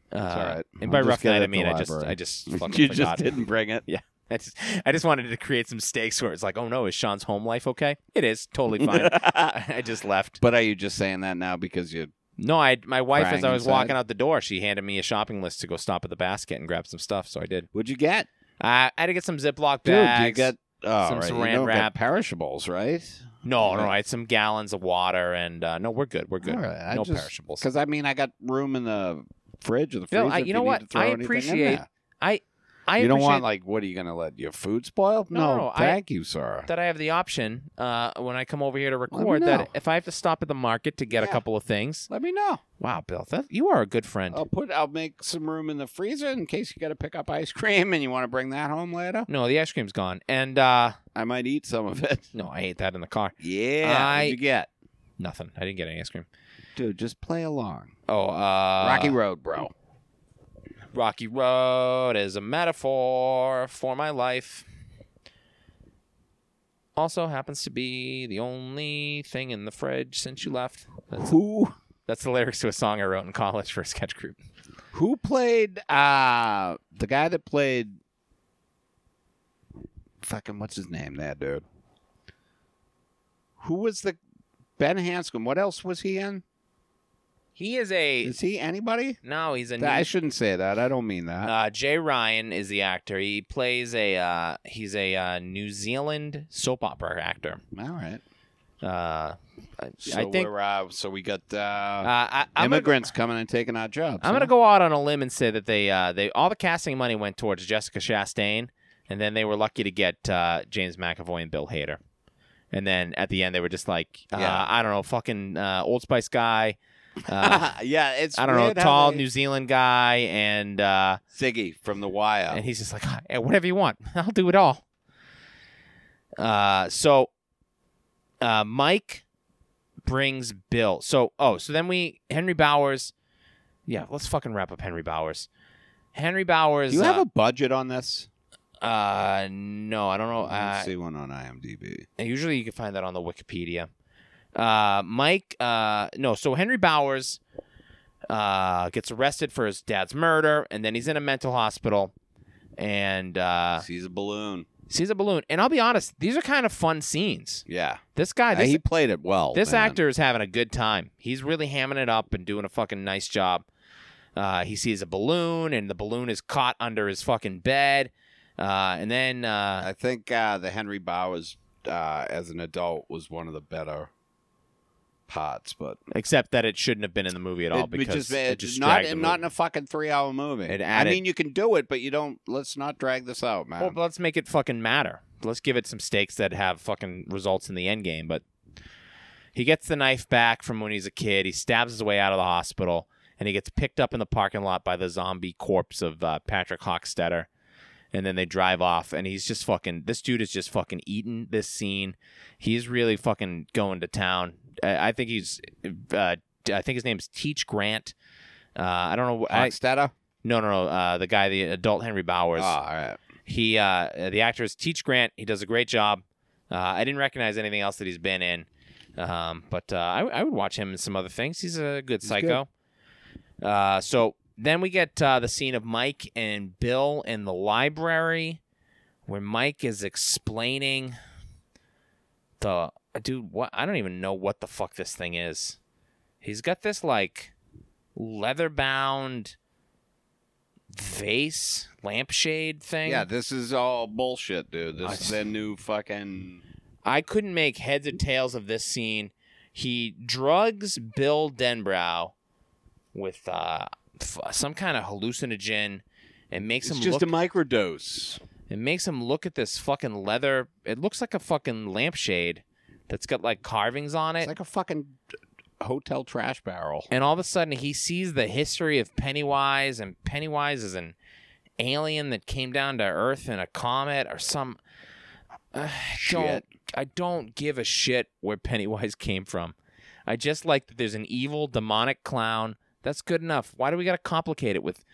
S1: Uh,
S2: all right.
S1: And
S2: I'll
S1: by
S2: just
S1: rough
S2: get
S1: night,
S2: it
S1: I
S2: at the
S1: mean I just
S2: library.
S1: I just fucking
S2: you
S1: forgot.
S2: just didn't bring it.
S1: I just, I just wanted to create some stakes where it's like, oh no, is Sean's home life okay? It is totally fine. I just left.
S2: But are you just saying that now because you
S1: No, I my wife as
S2: Crying
S1: I was
S2: inside?
S1: walking out the door, she handed me a shopping list to go stop at the basket and grab some stuff. So I did.
S2: What'd you get?
S1: I, I had to get some Ziploc
S2: Dude,
S1: bags.
S2: you got oh,
S1: some
S2: right, you
S1: saran
S2: don't got
S1: wrap.
S2: perishables, right?
S1: no, no, no, I had some gallons of water and uh, no, we're good. We're good.
S2: All right, I
S1: no
S2: just-
S1: perishables.
S2: Because I mean, I got room in the fridge or the freezer.
S1: Phil, I-
S2: if
S1: you know
S2: need
S1: what?
S2: to throw
S1: I
S2: anything in
S1: appreciate-
S2: there.
S1: I
S2: you don't
S1: appreciate
S2: want like what are you gonna let your food spoil?
S1: No, no, I-
S2: thank you, sir.
S1: that I have the option uh, when I come over here to
S2: me
S1: record
S2: know.
S1: that if I have to stop at the market to get a
S2: Yeah.
S1: couple of things.
S2: Let me know.
S1: Wow, Bill, that, you are a good friend.
S2: I'll put. I'll make some room in the freezer in case you got to pick up ice cream and you want to bring that home later.
S1: No, the ice cream's gone, and uh,
S2: I might eat some of it.
S1: no, I ate that in the car.
S2: Yeah.
S1: I-
S2: What'd you get,
S1: Nothing. I didn't get any ice cream.
S2: dude? Just play along.
S1: Oh, uh,
S2: Rocky Road, bro.
S1: Rocky Road is a metaphor for my life. Also happens to be the only thing in the fridge since you left. That's,
S2: Who
S1: that's the lyrics to a song I wrote in college for a sketch group.
S2: Who played uh the guy that played fucking what's his name there, dude? Who was the Ben Hanscom? What else was he in?
S1: He is a
S2: Is he anybody?
S1: no. He's a
S2: Th- I
S1: new-
S2: shouldn't say that. I don't mean that.
S1: uh, Jay Ryan is the actor. He plays a uh, he's a uh, New Zealand soap opera actor.
S2: All right.
S1: Uh, I,
S2: So
S1: I think
S2: we're, uh, so we got
S1: uh,
S2: uh,
S1: I, I'm gonna-
S2: immigrants coming and taking our jobs.
S1: I'm gonna go out on a limb and say that they uh, they all the casting money went towards Jessica Chastain, and then they were lucky to get uh, James McAvoy and Bill Hader, and then at the end they were just like, uh,
S2: Yeah.
S1: I don't know, fucking uh, Old Spice guy, uh,
S2: yeah, it's
S1: I don't know,
S2: weird how
S1: tall
S2: they-
S1: New Zealand guy, and uh,
S2: Ziggy from The Wire.
S1: and he's just like, "Eh, whatever you want, I'll do it all. Uh, so uh, Mike brings Bill. So oh, so then we Henry Bowers. Yeah, let's fucking wrap up Henry Bowers. Henry Bowers.
S2: Do you have
S1: uh,
S2: a budget on this?
S1: uh, no, I don't know.
S2: I
S1: Uh,
S2: don't see one on IMDb.
S1: usually you can find that on the Wikipedia. Uh, Mike, uh, no, so Henry Bowers uh, gets arrested for his dad's murder, and then he's in a mental hospital, and uh,
S2: He's a balloon.
S1: sees a balloon, and I'll be honest, these are kind of fun scenes.
S2: Yeah.
S1: This guy, this,
S2: he played it well.
S1: this
S2: man.
S1: actor is having a good time. He's really hamming it up and doing a fucking nice job. Uh, he sees a balloon, and the balloon is caught under his fucking bed. Uh, and then uh,
S2: I think uh, the Henry Bowers uh, as an adult was one of the better parts, but
S1: except that it shouldn't have been in the movie at all because
S2: just,
S1: it
S2: it
S1: just
S2: not
S1: dragged the
S2: not
S1: movie.
S2: in a fucking three hour movie.
S1: It
S2: I
S1: added-
S2: mean, you can do it, but you don't. Let's not drag this out, man.
S1: Well, but let's make it fucking matter. Let's give it some stakes that have fucking results in the end game. But he gets the knife back from when he's a kid. He stabs his way out of the hospital, and he gets picked up in the parking lot by the zombie corpse of uh, Patrick Hockstetter. And then they drive off, and he's just fucking. This dude is just fucking eating this scene. He's really fucking going to town. I, I think he's. Uh, I think his name's Teach Grant. Uh, I don't know. I,
S2: Hochstetter?
S1: no, no, no. Uh, the guy, the adult Henry Bowers.
S2: Oh, all right.
S1: He uh, the actor is Teach Grant. He does a great job. Uh, I didn't recognize anything else that he's been in, um, but uh, I, I would watch him in some other things. He's a good psycho. Uh, so then we get uh, the scene of Mike and Bill in the library, where Mike is explaining the dude. What I don't even know what the fuck this thing is. He's got this like leather bound vase lampshade thing.
S2: Yeah, this is all bullshit, dude.
S1: I-
S2: This is their new fucking.
S1: I couldn't make heads or tails of this scene. He drugs Bill Denbrow with uh, f- some kind of hallucinogen and makes
S2: It's
S1: him
S2: just
S1: look.
S2: a microdose.
S1: it makes him look at this fucking leather. It looks like a fucking lampshade that's got like carvings on it.
S2: It's like a fucking hotel trash barrel.
S1: and all of a sudden, he sees the history of Pennywise, and Pennywise is an alien that came down to Earth in a comet or some. Uh, don't
S2: Shit.
S1: I don't give a shit where Pennywise came from. I just like that there's an evil demonic clown. That's good enough. Why do we got to complicate it with?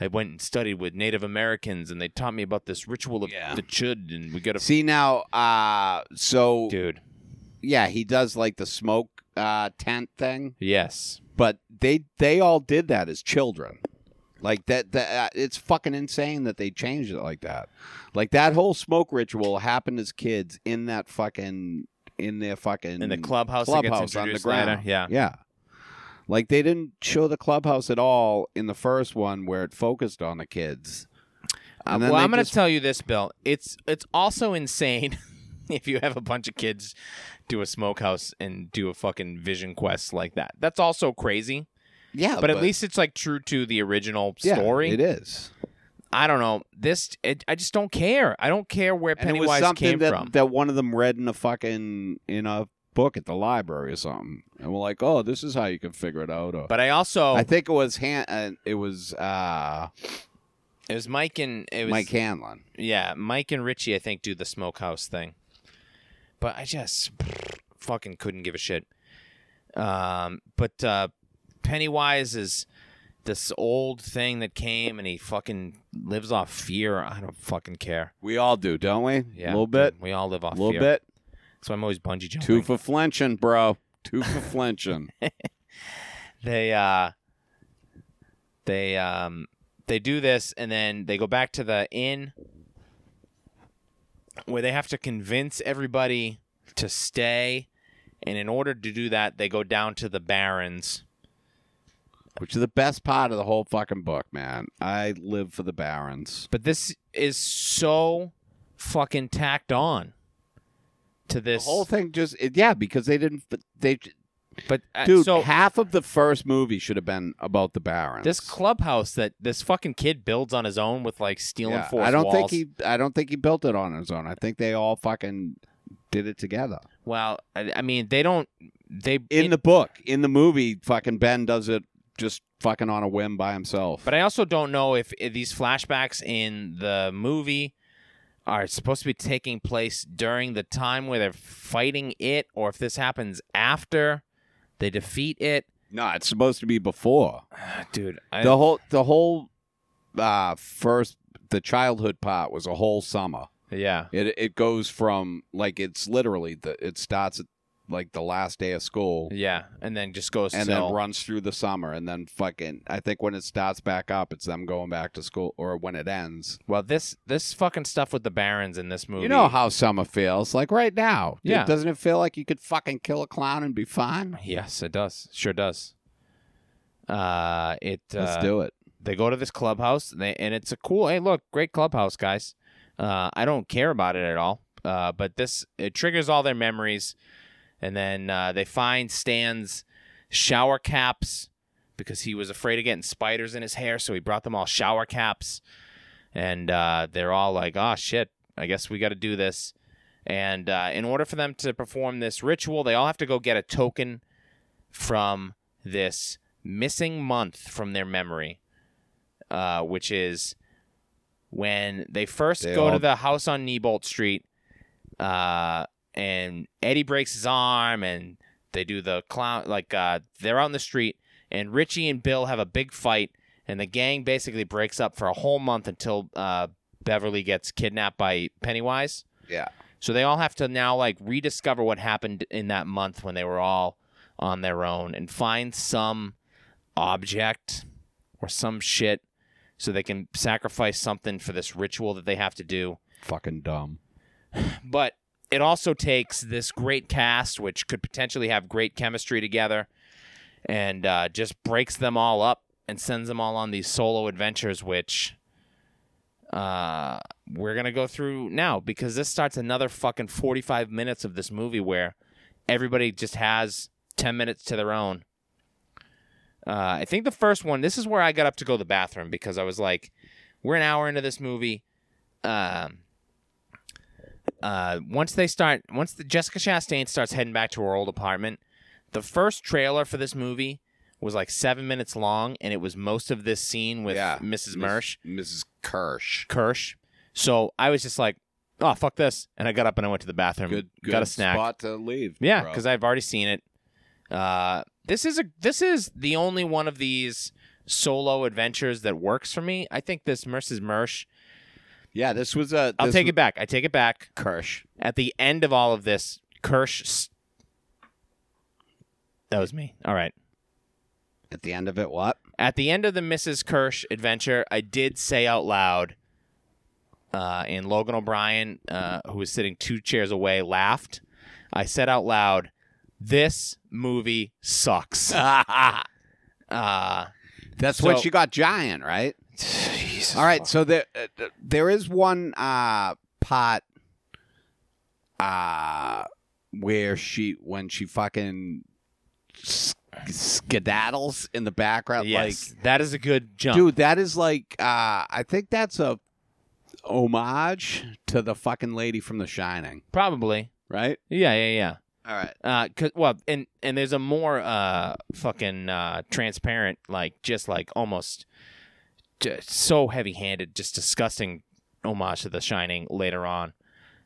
S1: I went and studied with Native Americans, and they taught me about this ritual of
S2: Yeah.
S1: the chud, and we got to.
S2: See now, uh, so
S1: Dude,
S2: yeah, he does like the smoke uh, tent thing.
S1: yes,
S2: but they they all did that as children like that that uh, it's fucking insane that they changed it like that like that whole smoke ritual happened as kids in that fucking in their fucking
S1: in the clubhouse, that gets
S2: clubhouse
S1: introduced
S2: underground.
S1: later. Yeah,
S2: yeah like they didn't show the clubhouse at all in the first one where it focused on the kids and then
S1: Uh, well,
S2: they
S1: I'm going to
S2: just-
S1: tell you this, Bill. It's it's also insane if you have a bunch of kids do a smokehouse and do a fucking vision quest like that. That's also crazy.
S2: yeah
S1: But, at least it's like true to the original
S2: yeah,
S1: story.
S2: it is
S1: I don't know. This it, I just don't care. I don't care where
S2: and it
S1: Pennywise
S2: was something
S1: came
S2: that,
S1: from.
S2: that one of them read in a fucking in a book at the library or something, and we're like, "Oh, this is how you can figure it out." Or,
S1: but I also
S2: I think it was Han- uh, it was uh,
S1: it was Mike and it was
S2: Mike Hanlon.
S1: yeah Mike and Richie I think do the smokehouse thing. But I just fucking couldn't give a shit. Um, but uh, Pennywise is this old thing that came and he fucking lives off fear. I don't fucking care.
S2: We all do, don't we?
S1: Yeah,
S2: a little bit,
S1: We all live
S2: a
S1: off
S2: little
S1: fear.
S2: bit.
S1: So I'm always bungee jumping.
S2: Two for flinching, bro. Two for flinching.
S1: they uh they um they do this and then they go back to the inn where they have to convince everybody to stay and in order to do that they go down to the barons
S2: Which is the best part of the whole fucking book, man. I live for the Barons.
S1: but this is so fucking tacked on to
S2: The
S1: this
S2: whole thing just, it, yeah, because they didn't, they,
S1: but uh,
S2: dude,
S1: so
S2: half of the first movie should have been about the Barons.
S1: this clubhouse that this fucking kid builds on his own with like steel and force
S2: I don't
S1: walls.
S2: think he. I don't think he built it on his own. I think they all fucking did it together
S1: well I, I mean they don't they
S2: in, the book. In the movie, fucking Ben does it just fucking on a whim by himself.
S1: But I also don't know if, if these flashbacks in the movie are supposed to be taking place during the time where they're fighting it or if this happens after they defeat it.
S2: no, it's supposed to be before
S1: Dude, I,
S2: the whole the whole uh, first the childhood part was a whole summer.
S1: yeah.
S2: It it goes from like it's literally the it starts at like the last day of school
S1: Yeah, and then just goes
S2: and
S1: till-
S2: then runs through the summer and then fucking I think when it starts back up it's them going back to school or when it ends.
S1: Well, this this fucking stuff with the barons in this movie.
S2: You know how summer feels like right now. Dude,
S1: Yeah.
S2: Doesn't it feel like you could fucking kill a clown and be fine?
S1: Yes, it does. Sure does. Uh, it.
S2: Let's
S1: uh,
S2: do it.
S1: They go to this clubhouse, and, they, and it's a cool. Hey, look, great clubhouse, guys. Uh, I don't care about it at all. Uh, but this it triggers all their memories, and then uh, they find Stan's shower caps because he was afraid of getting spiders in his hair, so he brought them all shower caps, and uh, they're all like, "Oh shit, I guess we got to do this." And uh, in order for them to perform this ritual, they all have to go get a token from this missing month from their memory, uh, which is when they first
S2: They
S1: go
S2: all-
S1: to the house on Niebolt Street, uh, and Eddie breaks his arm, and they do the clown like uh, they're out in the street, and Richie and Bill have a big fight, and the gang basically breaks up for a whole month until uh, Beverly gets kidnapped by Pennywise.
S2: Yeah.
S1: So they all have to now like rediscover what happened in that month when they were all on their own and find some object or some shit so they can sacrifice something for this ritual that they have to do.
S2: Fucking dumb.
S1: But it also takes this great cast, which could potentially have great chemistry together, and uh, just breaks them all up and sends them all on these solo adventures, which uh, we're going to go through now because this starts another fucking 45 minutes of this movie where everybody just has 10 minutes to their own. Uh, I think the first one, this is where I got up to go to the bathroom because I was like, we're an hour into this movie. Um, uh, once they start, once the Jessica Chastain starts heading back to her old apartment, the first trailer for this movie was like seven minutes long, and it was most of this scene with
S2: Yeah.
S1: Mrs. Mersch.
S2: Mrs. Kirsch.
S1: Kirsch. So I was just like, oh, fuck this. And I got up and I went to the bathroom.
S2: Good, good
S1: got a snack.
S2: spot to leave.
S1: Yeah,
S2: bro.
S1: because I've already seen it. Uh, this is a this is the only one of these solo adventures that works for me. I think this Mrs. Mersch.
S2: yeah, this was a.
S1: I'll
S2: this
S1: take
S2: was-
S1: it back. I take it back.
S2: Kirsch.
S1: At the end of all of this, Kirsch. s- That was me. All right.
S2: At the end of it, what?
S1: At the end of the Mrs. Kirsch adventure, I did say out loud, uh, and Logan O'Brien, uh, who was sitting two chairs away, laughed. I said out loud, "This movie sucks." uh,
S2: That's
S1: So-
S2: when she got giant, right? All right, so there uh, th- there is one uh pot uh where she when she fucking sk- skedaddles in the background
S1: yes, that is a good
S2: like
S1: jump.
S2: dude, that is like uh I think that's a homage to the fucking lady from The Shining,
S1: Probably,
S2: right?
S1: yeah, yeah, yeah.
S2: All right.
S1: Uh, 'cause- well, and and there's a more uh fucking uh transparent, like just like almost just so heavy-handed, just disgusting homage to The Shining later on.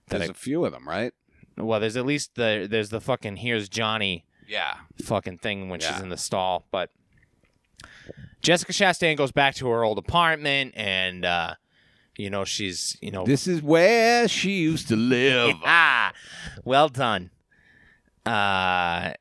S1: That
S2: There's a few of them, right?
S1: I- well, there's at least the there's the fucking here's Johnny
S2: Yeah.
S1: fucking thing when she's
S2: Yeah.
S1: in the stall. But Jessica Chastain goes back to her old apartment, and uh, you know she's you know
S2: This is where she used to live.
S1: Ah, well done. Uh,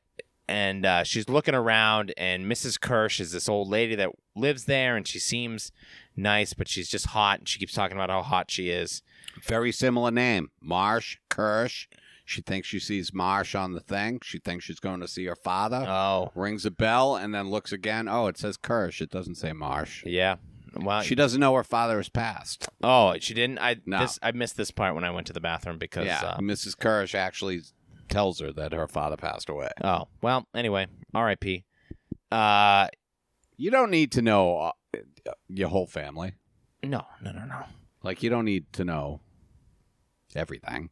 S1: and uh, she's looking around, and Mrs. Kirsch is this old lady that lives there, and she seems nice, but she's just hot, and she keeps talking about how hot she is.
S2: Very similar name. Marsh, Kirsch. She thinks she sees Marsh on the thing. She thinks she's going to see her father.
S1: Oh,
S2: Rings a bell and then looks again. Oh, it says Kirsch. It doesn't say Marsh.
S1: yeah. Well,
S2: She doesn't know her father has passed.
S1: oh, she didn't. I
S2: No.
S1: this I missed this part when I went to the bathroom because.
S2: Yeah.
S1: uh,
S2: Mrs. Kirsch actually tells her that her father passed away.
S1: oh well. Anyway, R.I.P. Uh,
S2: You don't need to know uh, your whole family.
S1: no, no, no, no,
S2: Like, you don't need to know everything.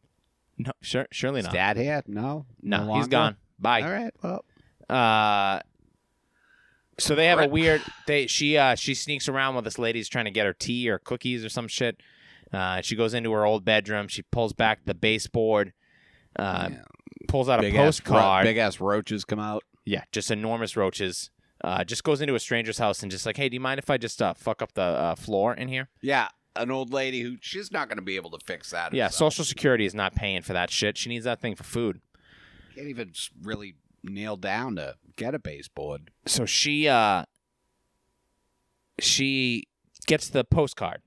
S1: no. Sure, surely
S2: Is
S1: not.
S2: dad here? No.
S1: no, he's
S2: longer?
S1: gone. Bye.
S2: All right. Well,
S1: Uh, so they have a
S2: Right.
S1: weird. They she uh she sneaks around while this lady's trying to get her tea or cookies or some shit. Uh, she goes into her old bedroom. She pulls back the baseboard. Uh,
S2: Yeah.
S1: pulls out a
S2: big Ass
S1: postcard.
S2: ro- big ass roaches come out.
S1: yeah, just enormous roaches. Uh, just goes into a stranger's house and just like, hey, do you mind if I just uh, fuck up the uh, floor in here?
S2: Yeah, an old lady who she's not going to be able to fix that.
S1: Yeah,
S2: herself.
S1: Social Security is not paying for that shit. She needs that thing for food.
S2: Can't even s- really nail down to get a baseboard.
S1: so she uh she gets the postcard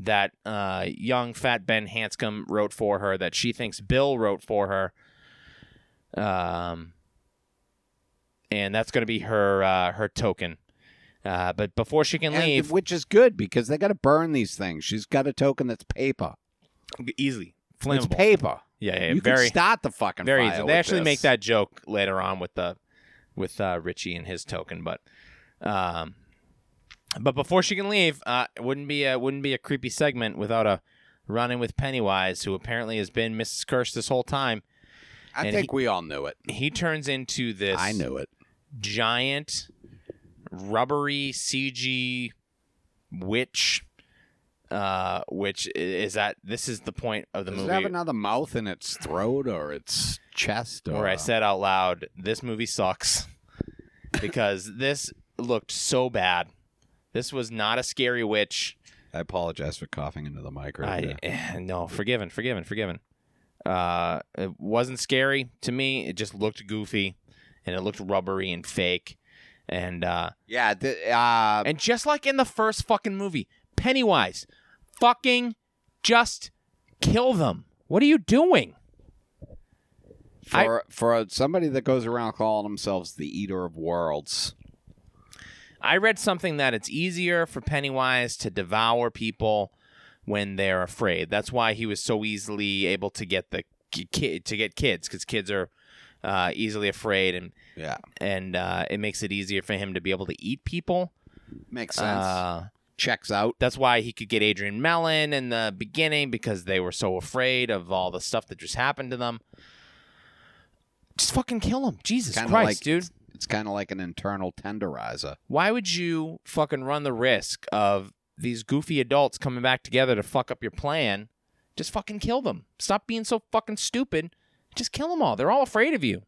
S1: that uh young fat ben hanscom wrote for her that she thinks bill wrote for her um and that's gonna be her uh her token uh but before she can
S2: And-
S1: leave
S2: which is good because they got to burn these things. She's got a token that's paper.
S1: easily
S2: It's
S1: flammable
S2: paper.
S1: yeah, yeah
S2: you
S1: very
S2: can start the fucking
S1: very
S2: fire
S1: easy. They
S2: with
S1: actually
S2: this.
S1: make that joke later on with the with uh, Richie and his token, but um, but before she can leave, uh, it wouldn't be a wouldn't be a creepy segment without a run in with Pennywise, who apparently has been Mrs. Kirsch this whole time.
S2: I
S1: and
S2: think we all knew it.
S1: He turns into this
S2: I knew it.
S1: giant rubbery CG witch. Uh, which i- is that? This is the point of the
S2: Does
S1: movie.
S2: it have another mouth in its throat or its chest? Uh, Or
S1: where I said out loud, "This movie sucks," because this looked so bad. This was not a scary witch.
S2: I apologize for coughing into the mic. right
S1: I eh,
S2: there.
S1: no forgiven, forgiven, forgiven. Uh, it wasn't scary to me. It just looked goofy, and it looked rubbery and fake, and uh,
S2: Yeah. th- uh,
S1: and just like in the first fucking movie, Pennywise, fucking just kill them. What are you doing? I-
S2: for for somebody that goes around calling themselves the eater of worlds.
S1: I read something that it's easier for Pennywise to devour people when they're afraid. That's why he was so easily able to get the ki- kid to get kids because kids are uh, easily afraid, and
S2: Yeah,
S1: and uh, it makes it easier for him to be able to eat people.
S2: makes sense.
S1: Uh,
S2: Checks out.
S1: that's why he could get Adrian Mellon in the beginning because they were so afraid of all the stuff that just happened to them. Just fucking kill him, Jesus
S2: Kinda
S1: Christ,
S2: like-
S1: dude.
S2: It's kind of like an internal tenderizer.
S1: why would you fucking run the risk of these goofy adults coming back together to fuck up your plan? Just fucking kill them. Stop being so fucking stupid. Just kill them all. They're all afraid of you.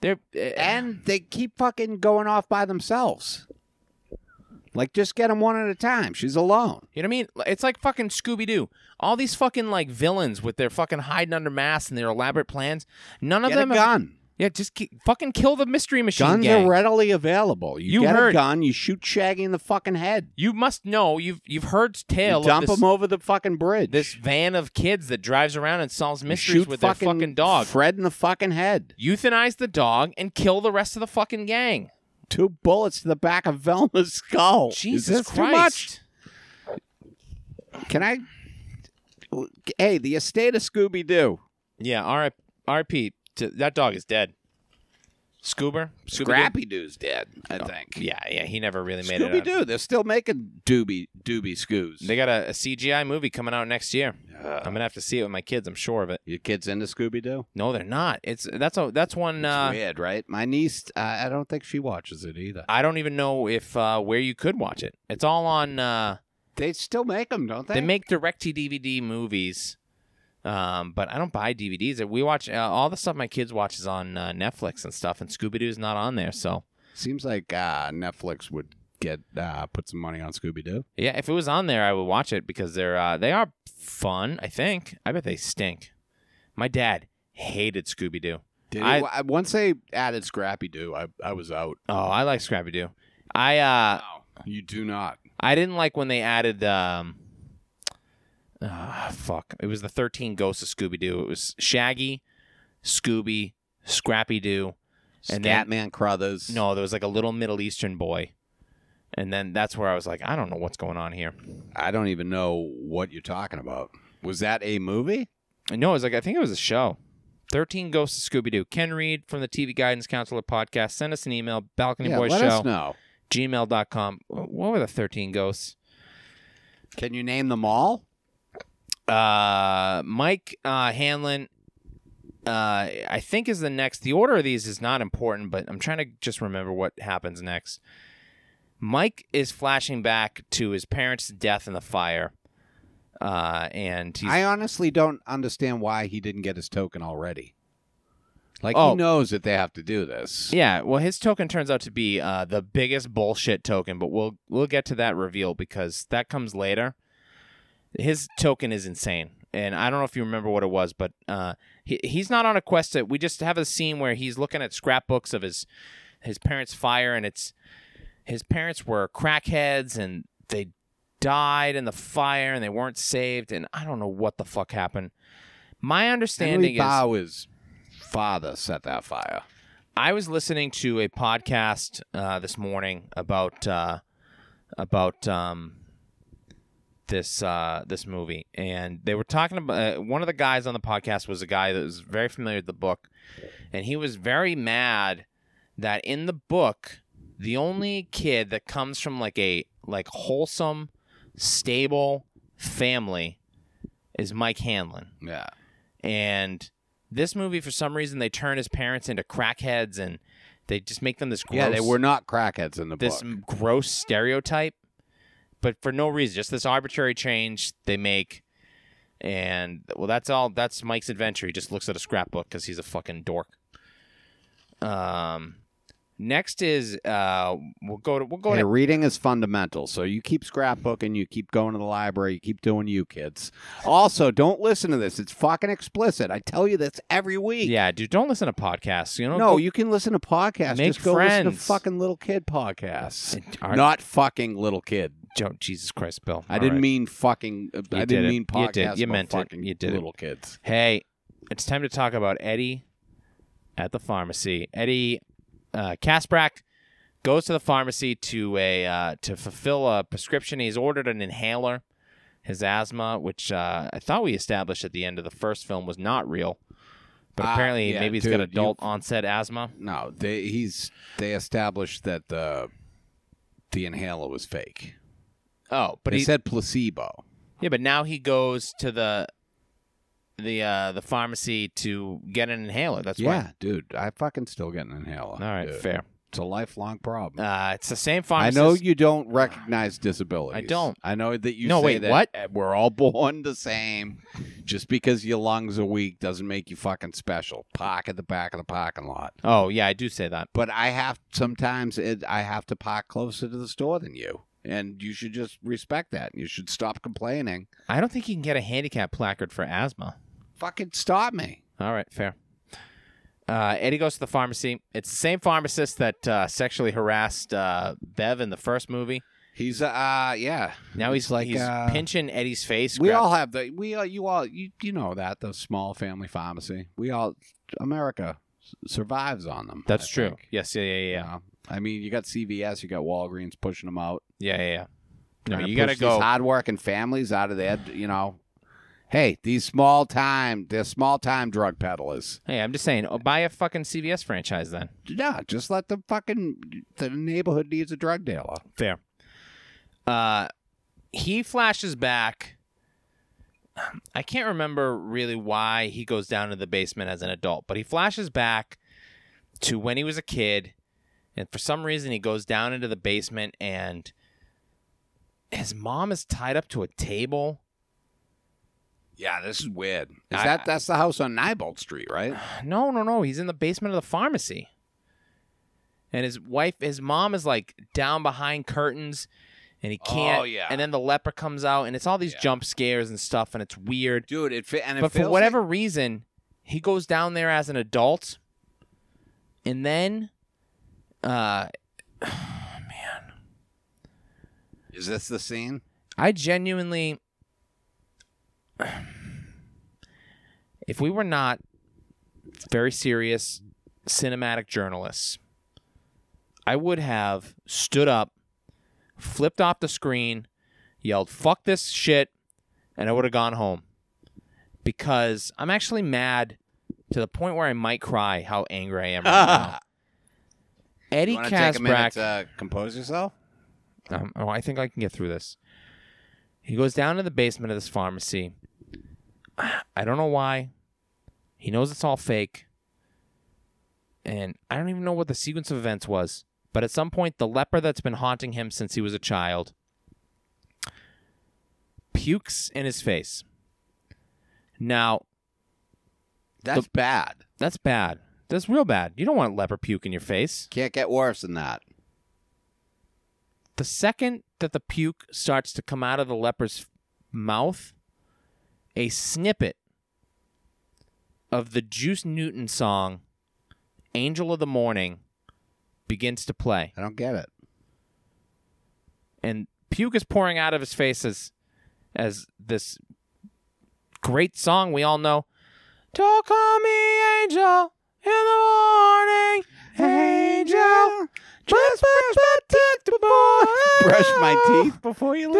S1: They're eh,
S2: and they keep fucking going off by themselves. Like, just get them one at a time. She's alone.
S1: you know what I mean? It's like fucking Scooby Doo. All these fucking like villains with their fucking hiding under masks and their elaborate plans. None of
S2: Get a
S1: them. have-
S2: gun.
S1: yeah, just ki- fucking kill the mystery machine
S2: Guns
S1: gang.
S2: are readily available. You,
S1: You
S2: get
S1: heard-
S2: a gun, you shoot Shaggy in the fucking head.
S1: you must know. You've you've heard
S2: You
S1: tale of
S2: dump
S1: this,
S2: him over the fucking bridge.
S1: this van of kids that drives around and solves
S2: You
S1: mysteries
S2: shoot
S1: with their fucking dog.
S2: Fred in the fucking head.
S1: euthanize the dog and kill the rest of the fucking gang.
S2: Two bullets to the back of Velma's skull. Is
S1: Jesus
S2: this
S1: Christ.
S2: Too much? Can I? Hey, the estate of Scooby Doo.
S1: Yeah, RIP. RIP to, that dog is dead. Scoober? Scooby-Doo? Oh,
S2: Scrappy Doo's dead, I think.
S1: Yeah, yeah, he never really made
S2: Scooby
S1: it. out.
S2: Doo. They're still making Doobie Doobie Scoos.
S1: They got a, a CGI movie coming out next year. I'm
S2: Uh,
S1: going to have to see it with my kids, I'm sure of it.
S2: your kids into Scooby Doo?
S1: No, they're not. It's that's a that's one uh,
S2: weird, right? My niece, uh, I don't think she watches it either.
S1: I don't even know if uh, where you could watch it. It's all on uh,
S2: They still make them, don't they?
S1: they make direct to DVD movies. Um, but I don't buy DVDs. We watch uh, all the stuff my kids watch is on uh, Netflix and stuff, and Scooby Doo's not on there. So
S2: Seems like uh, Netflix would get uh, put some money on Scooby Doo.
S1: Yeah, if it was on there, I would watch it because they're uh, they are fun. I think. I bet they stink. My dad hated Scooby Doo.
S2: Did
S1: I-
S2: I, once they added Scrappy Doo, I, I was out.
S1: Oh, I like Scrappy Doo. I uh,
S2: You do not.
S1: I didn't like when they added um, ah, fuck. It was the thirteen ghosts of Scooby Doo. It was Shaggy, Scooby, Scrappy Doo. And then-
S2: Scatman Crothers.
S1: No, there was like a little Middle Eastern boy, and then that's where I was like, I don't know what's going on here.
S2: I don't even know what you're talking about. Was that a movie?
S1: No, it was like I think it was a show. Thirteen Ghosts of Scooby Doo. Ken Reed from the TV Guidance Counselor podcast. Send us an email, balcony
S2: yeah,
S1: boy
S2: let us
S1: show
S2: know.
S1: gmail.com. What were the thirteen ghosts?
S2: Can you name them all?
S1: Uh, Mike uh, Hanlon. Uh, I think is the next. The order of these is not important, but I'm trying to just remember what happens next. Mike is flashing back to his parents' death in the fire, uh, and he's
S2: I honestly don't understand why he didn't get his token already. Like
S1: Oh.
S2: he knows that they have to do this.
S1: Yeah, well, his token turns out to be uh, the biggest bullshit token, but we'll we'll get to that reveal because that comes later. His token is insane. and I don't know if you remember what it was, but uh, he he's not on a quest. To, we just have a scene where he's looking at scrapbooks of his his parents' fire, and it's his parents were crackheads, and they died in the fire, and they weren't saved, and I don't know what the fuck happened. My understanding
S2: Henry
S1: is
S2: Bowers' father set that fire.
S1: I was listening to a podcast uh, this morning about uh, about um, this uh, this movie, and they were talking about uh, one of the guys on the podcast was a guy that was very familiar with the book, and he was very mad that in the book the only kid that comes from like a like wholesome, stable family is Mike Hanlon
S2: Yeah.
S1: and this movie for some reason they turn his parents into crackheads and they just make them this gross
S2: Yeah, they were not crackheads in the
S1: this
S2: book.
S1: m- gross stereotype but for no reason just this arbitrary change they make and well that's all that's Mike's adventure he just looks at a scrapbook cuz he's a fucking dork um next is uh we'll go to we'll go
S2: Hey,
S1: to
S2: reading is fundamental. So you keep scrapbooking, you keep going to the library, you keep doing you kids. Also, don't listen to this. It's fucking explicit. I tell you this every week.
S1: yeah dude don't listen to podcasts you know
S2: No,
S1: go-
S2: you can listen to podcasts.
S1: Make
S2: Just go listen to
S1: friends.
S2: fucking little kid podcasts.
S1: Our-
S2: Not fucking little kid.
S1: Jo- Jesus Christ Bill
S2: I
S1: All
S2: didn't
S1: right.
S2: mean fucking. uh, I
S1: did
S2: didn't
S1: it.
S2: mean
S1: You
S2: podcasts.
S1: did. You
S2: about
S1: meant it.
S2: fucking
S1: You did it.
S2: Little kids.
S1: Hey, it's time to talk about Eddie at the pharmacy. Eddie uh, Kasprak goes to the pharmacy to a uh, to fulfill a prescription. He's ordered an inhaler. His asthma, which uh, I thought we established at the end of the first film, was not real, but
S2: Ah,
S1: apparently
S2: yeah,
S1: maybe he's got
S2: dude,
S1: adult onset asthma.
S2: No, they he's they established that the the inhaler was fake.
S1: Oh, but
S2: they
S1: he,
S2: said placebo.
S1: yeah, but now he goes to the the uh, the pharmacy to get an inhaler. That's
S2: yeah, dude, I fucking still get an inhaler.
S1: why. All right,
S2: dude.
S1: fair.
S2: it's a lifelong problem.
S1: Uh, it's the same
S2: I
S1: pharmacist.
S2: know you don't recognize disabilities.
S1: I don't.
S2: I know that you
S1: No,
S2: say
S1: wait,
S2: that uh,
S1: what?
S2: We're all born the same. Just because your lungs are weak doesn't make you fucking special. Park at the back of the parking lot.
S1: Oh yeah, I do say that.
S2: But I have sometimes it, I have to park closer to the store than you, and you should just respect that. You should stop complaining.
S1: I don't think you can get a handicap placard for asthma.
S2: Fucking stop me.
S1: All right, fair. Uh, Eddie goes to the pharmacy. It's the same pharmacist that uh, sexually harassed uh, Bev in the first movie.
S2: He's uh yeah.
S1: Now he's
S2: It's like,
S1: he's
S2: uh,
S1: pinching Eddie's face.
S2: We
S1: grab-
S2: all have the we all you all you, you know that the small family pharmacy. We all America s- survives on them.
S1: That's
S2: I
S1: true.
S2: think.
S1: Yes, yeah, yeah,
S2: You
S1: yeah,
S2: know? I mean, you got CVS, you got Walgreens pushing them out.
S1: yeah, yeah. yeah. No,
S2: trying
S1: you
S2: push
S1: gotta
S2: these
S1: go.
S2: hardworking families out of there. You know, hey, these small time, they're small time drug peddlers.
S1: Hey, I'm just saying, oh, buy a fucking CVS franchise then.
S2: Yeah, just let the fucking the neighborhood needs a drug dealer.
S1: Fair. Uh, he flashes back. I can't remember really why he goes down to the basement as an adult, but he flashes back to when he was a kid, and for some reason he goes down into the basement and his mom is tied up to a table.
S2: Yeah, this is weird. Is
S1: I-
S2: that that's the house on Nibolt Street, right?
S1: No, no, no. He's in the basement of the pharmacy. And his wife, his mom is like down behind curtains and he can't.
S2: Oh, yeah.
S1: And then the leper comes out and it's all these
S2: Yeah.
S1: jump scares and stuff and it's weird.
S2: Dude, it fit. And it
S1: but for
S2: feels
S1: whatever reason, he goes down there as an adult. And then, uh,
S2: like- is this the scene?
S1: I genuinely. If we were not very serious cinematic journalists, I would have stood up, flipped off the screen, yelled, fuck this shit, and I would have gone home. Because I'm actually mad to the point where I might cry how angry I am right now. Eddie
S2: You want to take a minute
S1: Casbrack.
S2: to uh, compose yourself?
S1: Um, oh, I think I can get through this. He goes down to the basement of this pharmacy. I don't know why. He knows it's all fake. And I don't even know what the sequence of events was. But at some point, the leper that's been haunting him since he was a child pukes in his face. Now,
S2: That's bad.
S1: that's bad. That's real bad. You don't want leper puke in your face.
S2: Can't get worse than that.
S1: the second that the puke starts to come out of the leper's mouth, a snippet of the Juice Newton song Angel of the Morning begins to play.
S2: I don't get it.
S1: And puke is pouring out of his face as, as this great song we all know. Don't call me angel in the morning. Angel, just
S2: Brush my teeth
S1: before you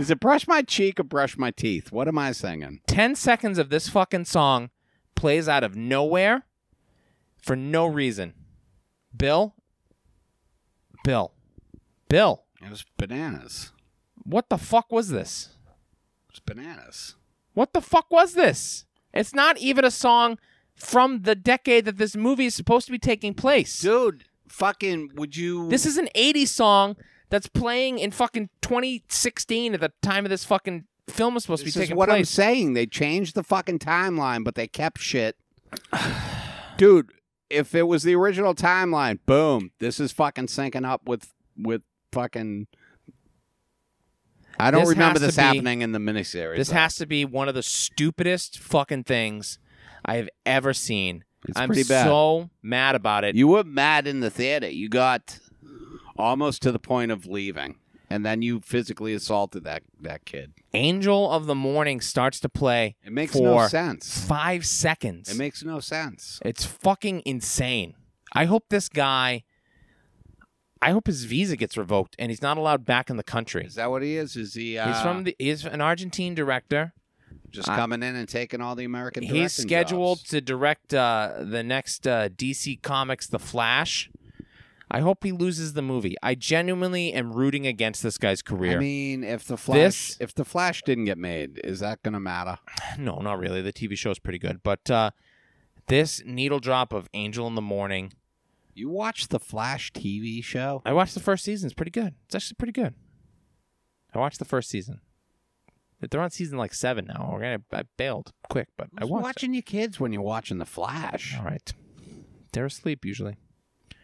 S2: Is it brush my cheek or brush my teeth? What am I singing?
S1: 10 seconds of this fucking song plays out of nowhere for no reason. Bill? Bill. Bill.
S2: It was bananas.
S1: What the fuck was this?
S2: It was bananas.
S1: What the fuck was this? It's not even a song from the decade that this movie is supposed to be taking place.
S2: Dude, fucking, would you?
S1: This is an 80s song that's playing in fucking 2016 at the time of this fucking film is supposed
S2: This
S1: to be
S2: is
S1: taking
S2: what I'm
S1: place.
S2: saying. They changed the fucking timeline, but they kept shit. Dude, if it was the original timeline, boom, this is fucking syncing up with with fucking. I don't
S1: This has
S2: remember
S1: to
S2: this
S1: be-
S2: happening in the miniseries.
S1: This
S2: though.
S1: has to be one of the stupidest fucking things I have ever seen.
S2: It's
S1: I'm
S2: pretty bad.
S1: so mad about it.
S2: You were mad in the theater. You got almost to the point of leaving, and then you physically assaulted that that kid.
S1: Angel of the Morning starts to play
S2: It makes no
S1: for
S2: sense.
S1: five seconds.
S2: It makes no sense.
S1: it's fucking insane. I hope this guy. I hope his visa gets revoked and he's not allowed back in the country.
S2: Is that what he is? Is he? Uh,
S1: he's from the. He's an Argentine director.
S2: just
S1: I-
S2: coming in and taking all the American.
S1: He's
S2: directing
S1: scheduled
S2: jobs.
S1: to direct uh, the next uh, DC Comics The Flash. I hope he loses the movie. I genuinely am rooting against this guy's career.
S2: I mean, if the Flash,
S1: This-
S2: if the Flash didn't get made, is that gonna matter?
S1: no, not really. The TV show is pretty good, but uh, this needle drop of Angel in the Morning.
S2: You watch the Flash TV show?
S1: I watched the first season. It's pretty good. It's actually pretty good. I watched the first season. They're on season like seven now. We're gonna. I bailed quick, but I
S2: Who's
S1: watched.
S2: watching your kids when you're watching the Flash.
S1: All right. They're asleep usually.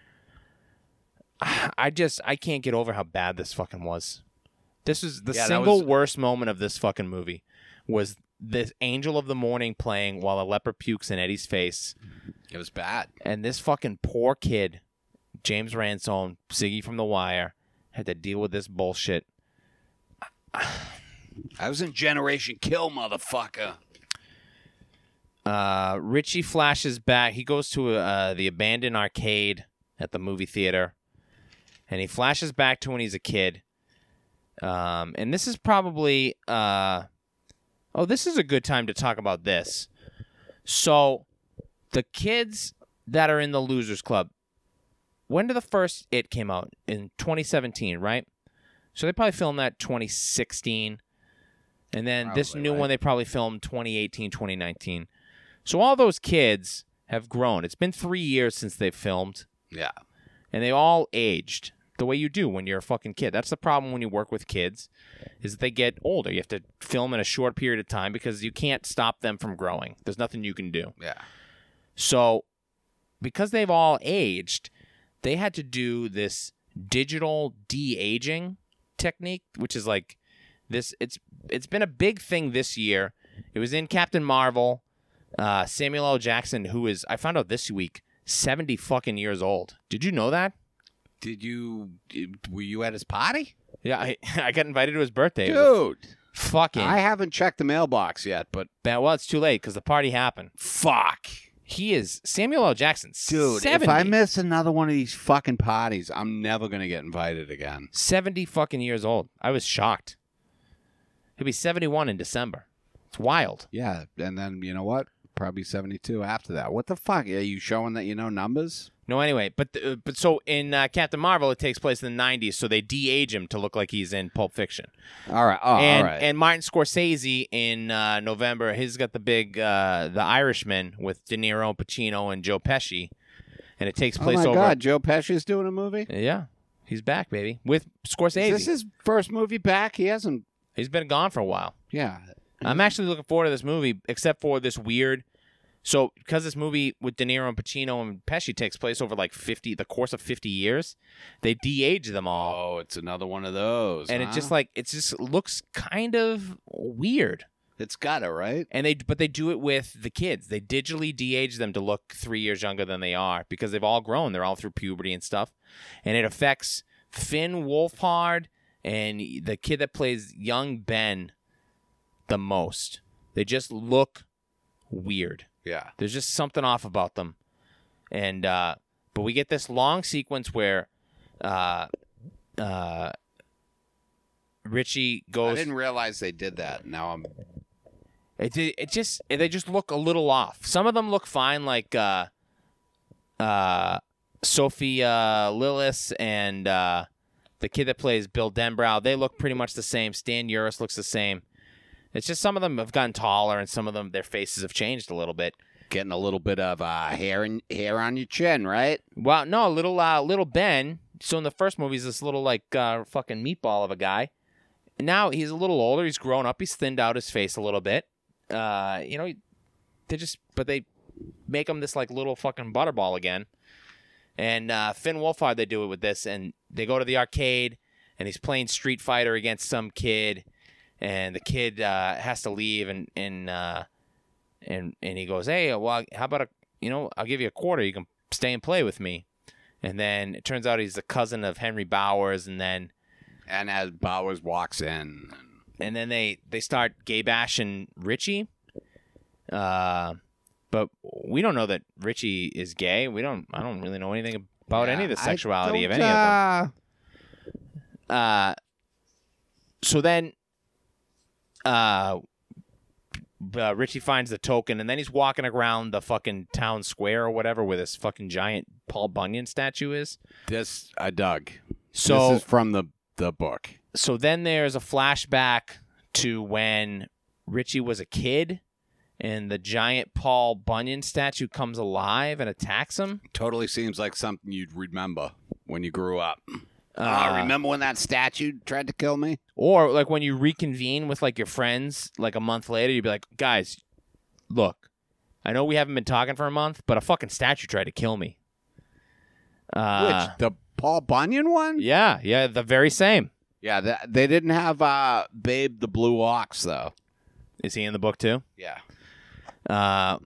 S1: I just I can't get over how bad this fucking was. This is the
S2: Yeah, that
S1: single
S2: was-
S1: worst moment of this fucking movie was this Angel of the Morning playing while a leper pukes in Eddie's face
S2: It was bad.
S1: and this fucking poor kid, James Ransone, Siggy from The Wire, had to deal with this bullshit.
S2: I was in Generation Kill, motherfucker.
S1: Uh, Richie flashes back. He goes to uh, the abandoned arcade at the movie theater, and he flashes back to when he's a kid. Um, and this is probably uh, oh, this is a good time to talk about this. So, the kids that are in the Losers Club. When did the first It came out in 2017, right? So they probably filmed that 2016. And then this
S2: Probably,
S1: new
S2: right.
S1: one they probably filmed 2018, 2019. So all those kids have grown. It's been 3 years since they filmed
S2: Yeah.
S1: and they all aged the way you do when you're a fucking kid. That's the problem when you work with kids is that they get older. You have to film in a short period of time because you can't stop them from growing. There's nothing you can do.
S2: Yeah.
S1: So, because they've all aged, they had to do this digital de aging technique, which is like this. It's it's been a big thing this year. It was in Captain Marvel. Uh, Samuel L. Jackson, who is I found out this week, seventy fucking years old. Did you know that?
S2: Did you? Were you at his party,
S1: Yeah, I, I got invited to his birthday. It was a
S2: dude?
S1: fucking
S2: I haven't checked the mailbox yet, but
S1: bad. Well, it's too late because the party happened.
S2: fuck,
S1: He is Samuel L. Jackson,
S2: dude.
S1: 70,
S2: If I miss another one of these fucking parties, I'm never gonna get invited again.
S1: seventy fucking years old. I was shocked. He'll be seventy-one in December. It's wild.
S2: Yeah, and then you know what? Probably 72 after that. What the fuck? Are you showing that you know numbers?
S1: No, anyway, but the, uh, but so in uh, Captain Marvel, it takes place in the '90s, so they de-age him to look like he's in Pulp Fiction.
S2: All right. Oh,
S1: and
S2: all right.
S1: and Martin Scorsese in uh, November, he's got the big uh, The Irishman with De Niro, Pacino, and Joe Pesci, and it takes
S2: oh
S1: place
S2: my
S1: over
S2: god, Joe Pesci's doing a movie.
S1: Yeah, he's back, baby, with Scorsese.
S2: Is this his first movie back? He hasn't.
S1: he's been gone for a while.
S2: Yeah.
S1: I'm actually looking forward to this movie, except for this weird. So, because this movie with De Niro and Pacino and Pesci takes place over like 50, the course of 50 years, they de-age them all,
S2: Oh, it's another one of those.
S1: and it just like it just looks kind of weird.
S2: It's gotta, right?
S1: and they but they do it with the kids. They digitally de-age them to look three years younger than they are because they've all grown. They're all through puberty and stuff, and it affects Finn Wolfhard and the kid that plays young Ben the most. They just look weird.
S2: Yeah.
S1: There's just something off about them. And uh but we get this long sequence where uh uh Richie
S2: I
S1: goes
S2: didn't realize they did that. Now I'm
S1: it, it it just they just look a little off. Some of them look fine like uh uh Sophie uh Lillis and uh the kid that plays Bill Denbrow, they look pretty much the same. Stan Uris looks the same. It's just some of them have gotten taller and some of them their faces have changed a little bit.
S2: getting a little bit of uh, hair in, hair on your chin, right?
S1: Well, no, little uh, little Ben. So in the first movie, he's this little like uh, fucking meatball of a guy. Now he's a little older. He's grown up. He's thinned out his face a little bit. Uh, you know, they just but they make him this like little fucking butterball again. And uh, Finn Wolfhard, they do it with this, and they go to the arcade, and he's playing Street Fighter against some kid, and the kid uh, has to leave, and and uh, and and he goes, hey, well, how about a you know, I'll give you a quarter. You can stay and play with me. And then it turns out he's the cousin of Henry Bowers, and then
S2: And as Bowers walks in,
S1: and then they they start gay bashing Richie. Uh, but we don't know that Richie is gay. We don't. I don't really know anything about any of the
S2: Yeah, I
S1: sexuality of
S2: don't,
S1: any of them.
S2: uh,
S1: Uh, so then, uh, b- uh, Richie finds the token, and then he's walking around the fucking town square or whatever, where this fucking giant Paul Bunyan statue is.
S2: This I dug.
S1: So
S2: this is from the the book.
S1: so then there's a flashback to when Richie was a kid and the giant Paul Bunyan statue comes alive and attacks him.
S2: Totally seems like something you'd remember when you grew up.
S1: Uh,
S2: Ah, remember when that statue tried to kill me?
S1: or like when you reconvene with like your friends like a month later, you'd be like, guys, look, I know we haven't been talking for a month, but a fucking statue tried to kill me. Uh,
S2: Which the Paul Bunyan one?
S1: yeah, yeah, the very same.
S2: Yeah, that, they didn't have uh, Babe the Blue Ox though.
S1: Is he in the book too?
S2: Yeah,
S1: Uh,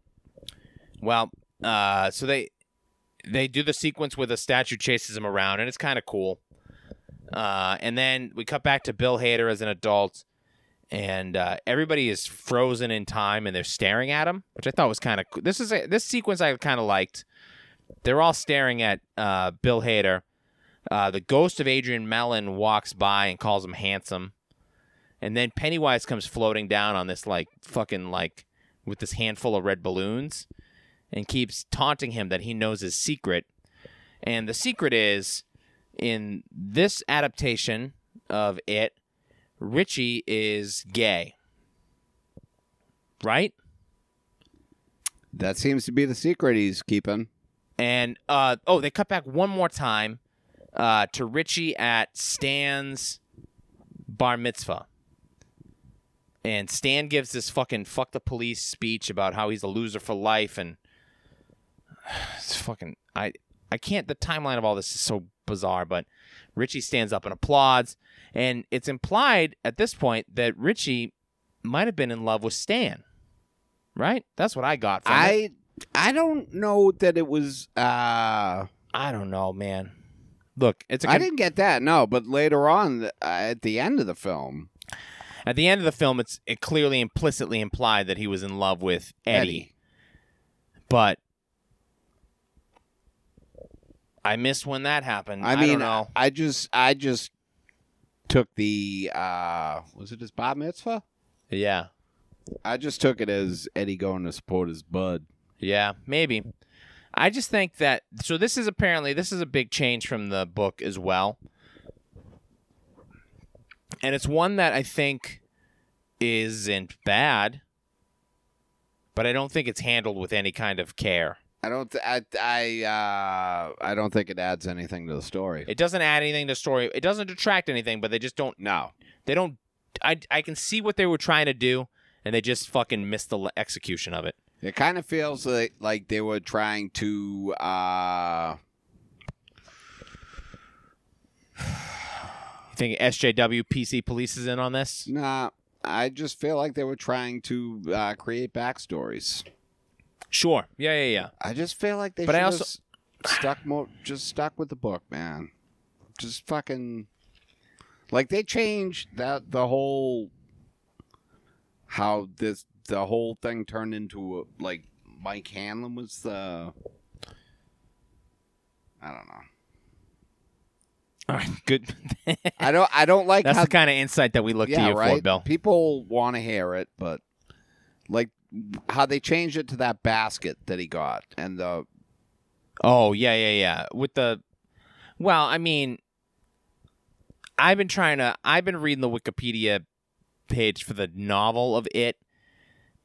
S1: well, uh, so they they do the sequence where the statue chases him around, and it's kind of cool. Uh, and then we cut back to Bill Hader as an adult, and uh, everybody is frozen in time, and they're staring at him, which I thought was kind of cool. This is a, this sequence I kind of liked. They're all staring at uh, Bill Hader. Uh, the ghost of Adrian Mellon walks by and calls him handsome, and then Pennywise comes floating down on this like fucking like with this handful of red balloons and keeps taunting him that he knows his secret. And the secret is in this adaptation of it, Richie is gay. Right?
S2: that seems to be the secret he's keeping.
S1: And uh, oh, they cut back one more time uh, to Richie at Stan's bar mitzvah. And Stan gives this fucking fuck the police speech about how he's a loser for life and it's fucking I I can't the timeline of all this is so bizarre, but Richie stands up and applauds and it's implied at this point that Richie might have been in love with Stan. Right? That's what I got from it.
S2: I I don't know that it was. Uh,
S1: I don't know, man. Look, it's a
S2: I didn't get that. No, but later on uh, at the end of the film,
S1: at the end of the film, it's it clearly implicitly implied that he was in love with Eddie, but I missed when that happened.
S2: I
S1: I, uh,
S2: mean,
S1: don't know.
S2: I just I just took the uh, was it his Bob mitzvah?
S1: Yeah,
S2: I just took it as Eddie going to support his bud.
S1: yeah, maybe. I just think that so this is apparently this is a big change from the book as well, and it's one that I think isn't bad, but I don't think it's handled with any kind of care.
S2: I don't. Th- I. I. Uh, I don't think it adds anything to the story.
S1: It doesn't add anything to the story. It doesn't detract anything, but they just don't.
S2: no.
S1: They don't. I I can see what they were trying to do, and they just fucking missed the le- execution of it.
S2: It kind of feels like like they were trying to. Uh,
S1: You think SJW PC police is in on this?
S2: nah. I just feel like they were trying to uh, create backstories.
S1: Sure. Yeah, yeah, yeah.
S2: I just feel like they
S1: But
S2: should
S1: I
S2: have
S1: also-
S2: s- stuck more, just stuck with the book, man. Just fucking like they changed that the whole how this the whole thing turned into a, like Mike Hanlon was the I don't know.
S1: All right. Good.
S2: I don't I don't like
S1: That's
S2: how
S1: the kind of insight that we look to you for, Bill.
S2: People want to hear it, but like how they changed it to that basket that he got and the
S1: Oh, yeah, yeah, yeah. With the Well, I mean I've been trying to I've been reading the Wikipedia page for the novel of it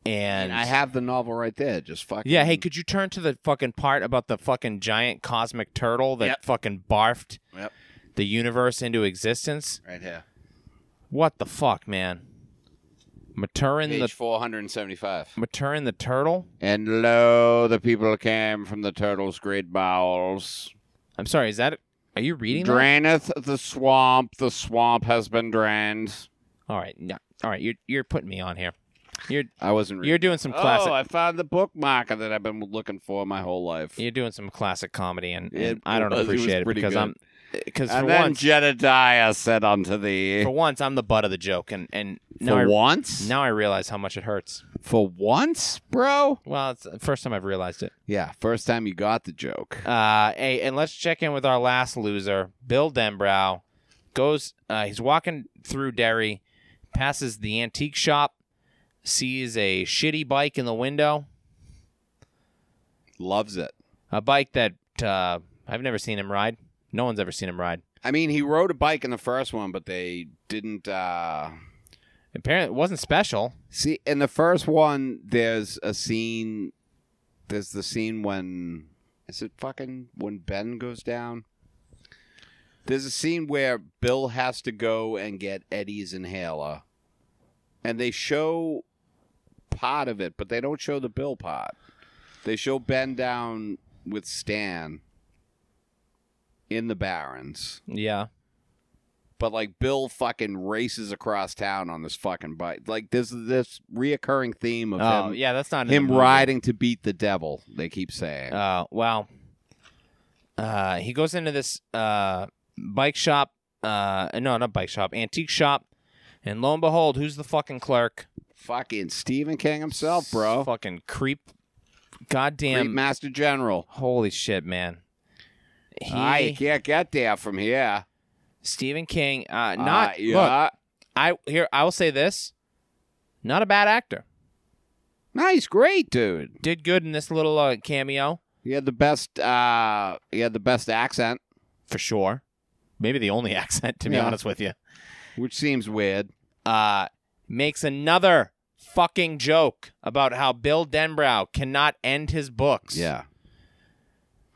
S1: and,
S2: and I have the novel right there. Just fucking
S1: Yeah, hey, could you turn to the fucking part about the fucking giant cosmic turtle that
S2: Yep.
S1: fucking barfed
S2: Yep.
S1: the universe into existence?
S2: right here,
S1: What the fuck, man? Maturin
S2: page
S1: the
S2: four hundred and seventy-five.
S1: Maturin the turtle?
S2: And lo, the people came from the turtle's great bowels.
S1: I'm sorry, is that are you reading that?
S2: Draineth the swamp. The swamp has been drained.
S1: All right, no, all right, you're you're putting me on here. You're
S2: I wasn't.
S1: you're doing some classic.
S2: oh, I found the bookmarker that I've been looking for my whole life.
S1: You're doing some classic comedy, and,
S2: It
S1: and I don't
S2: was- it was
S1: appreciate it,
S2: pretty
S1: because
S2: good.
S1: I'm because for
S2: and then
S1: once,
S2: Jedediah said unto thee,
S1: for once, I'm the butt of the joke, and and now
S2: For
S1: I,
S2: once?
S1: now I realize how much it hurts.
S2: For once, bro?
S1: Well, it's the first time I've realized it.
S2: Yeah, first time you got the joke.
S1: Uh, hey, and let's check in with our last loser, Bill Denbrow. Goes, uh, he's walking through Derry, passes the antique shop, sees a shitty bike in the window,
S2: Loves it.
S1: a bike that uh, I've never seen him ride. No one's ever seen him ride.
S2: I mean, he rode a bike in the first one, but they didn't. uh
S1: Apparently, it wasn't special.
S2: See, in the first one, there's a scene. There's the scene when. Is it fucking when Ben goes down? There's a scene where Bill has to go and get Eddie's inhaler. And they show part of it, but they don't show the Bill part. They show Ben down with Stan in the Barrens.
S1: Yeah.
S2: But like Bill fucking races across town on this fucking bike. Like there's this reoccurring theme of
S1: Oh,
S2: him,
S1: yeah, that's not in the
S2: him
S1: movie.
S2: riding to beat the devil. They keep saying.
S1: Uh, well, uh, he goes into this uh, bike shop. Uh, no, not bike shop, antique shop. And lo and behold, who's the fucking clerk?
S2: fucking Stephen King himself, bro.
S1: Fucking creep.
S2: Great
S1: Goddamn.
S2: Master General.
S1: Holy shit, man. He,
S2: I can't get there from here.
S1: Stephen King. Uh,
S2: Ah,
S1: not. Look,
S2: yeah.
S1: I here. I will say this. Not a bad actor.
S2: Nice, great dude.
S1: Did good in this little uh, cameo
S2: He had the best. uh He had the best accent,
S1: for sure. Maybe the only accent, to be
S2: Yeah.
S1: honest with you.
S2: which seems weird.
S1: uh, makes another fucking joke about how Bill Denbrow cannot end his books.
S2: Yeah.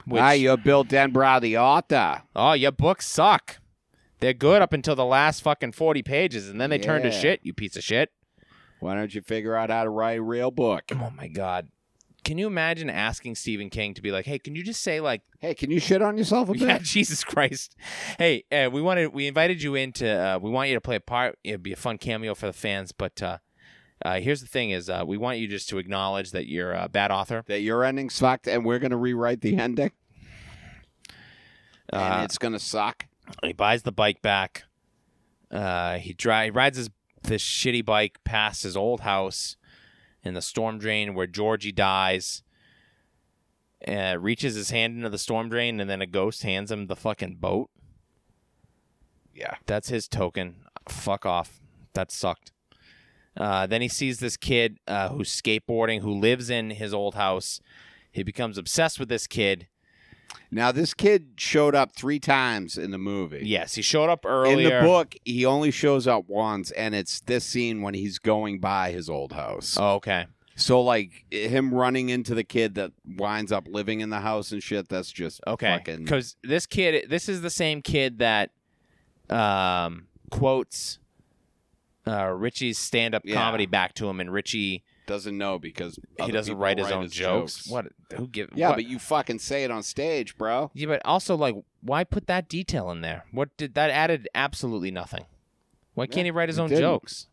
S1: Which,
S2: ah, you're Bill Denbrow, the author.
S1: oh, your books suck. They're good up until the last fucking 40 pages, and then they turn to
S2: Yeah.
S1: shit, you piece of shit.
S2: Why don't you figure out how to write a real book?
S1: Oh my God. Can you imagine asking Stephen King to be like, hey, can you just say, like,
S2: Hey, can you shit on yourself a bit?
S1: yeah, Jesus Christ. Hey, uh, we wanted, we invited you in to, uh, we want you to play a part. It'd be a fun cameo for the fans, but uh, uh, here's the thing is uh, we want you just to acknowledge that you're a bad author.
S2: that your ending's fucked and we're going to rewrite the ending
S1: Uh,
S2: and it's going to suck.
S1: He buys the bike back. Uh, he dri- rides his this shitty bike past his old house in the storm drain where Georgie dies. Uh, reaches his hand into the storm drain and then a ghost hands him the fucking boat.
S2: Yeah.
S1: That's his token. Fuck off. That sucked. Uh, then he sees this kid uh, who's skateboarding who lives in his old house. He becomes obsessed with this kid.
S2: Now, this kid showed up three times in the movie.
S1: Yes, he showed up
S2: In
S1: earlier.
S2: the book, he only shows up once, and it's this scene when he's going by his old house.
S1: Oh, okay.
S2: So, like, him running into the kid that winds up living in the house and shit, that's just
S1: Okay,
S2: fucking.
S1: because this kid, this is the same kid that um, quotes uh, Richie's stand-up
S2: Yeah.
S1: comedy back to him, and Richie
S2: Doesn't know because
S1: he
S2: other
S1: doesn't
S2: people
S1: write his own jokes.
S2: jokes.
S1: What? Who give?
S2: Yeah,
S1: what-
S2: but you fucking say it on stage, bro.
S1: yeah, but also like, why put that detail in there? What did that added? Absolutely nothing. Why can't he write his
S2: it
S1: own
S2: didn't.
S1: jokes?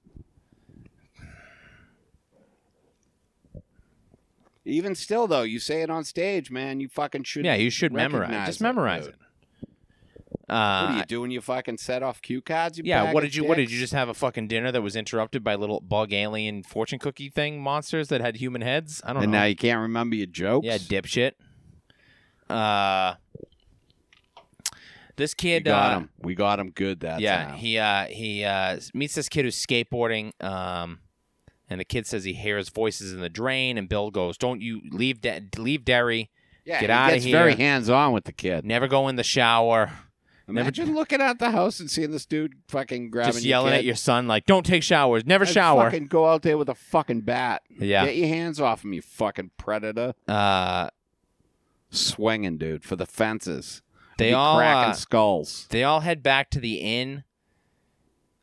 S2: Even still, though, you say it on stage, man. You fucking should.
S1: Yeah, you should memorize.
S2: recognize
S1: Just
S2: it,
S1: memorize
S2: dude.
S1: it. Uh,
S2: What do you do when you fucking set off cue cards? You
S1: yeah.
S2: bag
S1: What
S2: of
S1: did you? What did
S2: dicks?
S1: you just have a fucking dinner that was interrupted by little bug alien fortune cookie thing monsters that had human heads? I don't
S2: And
S1: know.
S2: now you can't remember your jokes.
S1: Yeah, dipshit. Uh, this
S2: we
S1: kid.
S2: got
S1: uh,
S2: him. We got him good that
S1: yeah,
S2: time.
S1: he uh, he uh, meets this kid who's skateboarding, um, and the kid says he hears voices in the drain, and Bill goes, "Don't you leave, da- leave Derry?
S2: yeah,
S1: get
S2: he
S1: outta
S2: gets very
S1: here.
S2: hands on with the kid.
S1: Never go in the shower. Never-
S2: Imagine looking out the house and seeing this dude fucking grabbing
S1: Just
S2: your
S1: yelling
S2: kid.
S1: at your son like, don't take showers, never
S2: I'd
S1: shower."
S2: Fucking go out there with a fucking bat.
S1: yeah.
S2: Get your hands off him, you fucking predator.
S1: Uh,
S2: Swinging, dude, for the fences.
S1: they
S2: Be
S1: all
S2: cracking
S1: uh,
S2: skulls
S1: they all head back to the inn.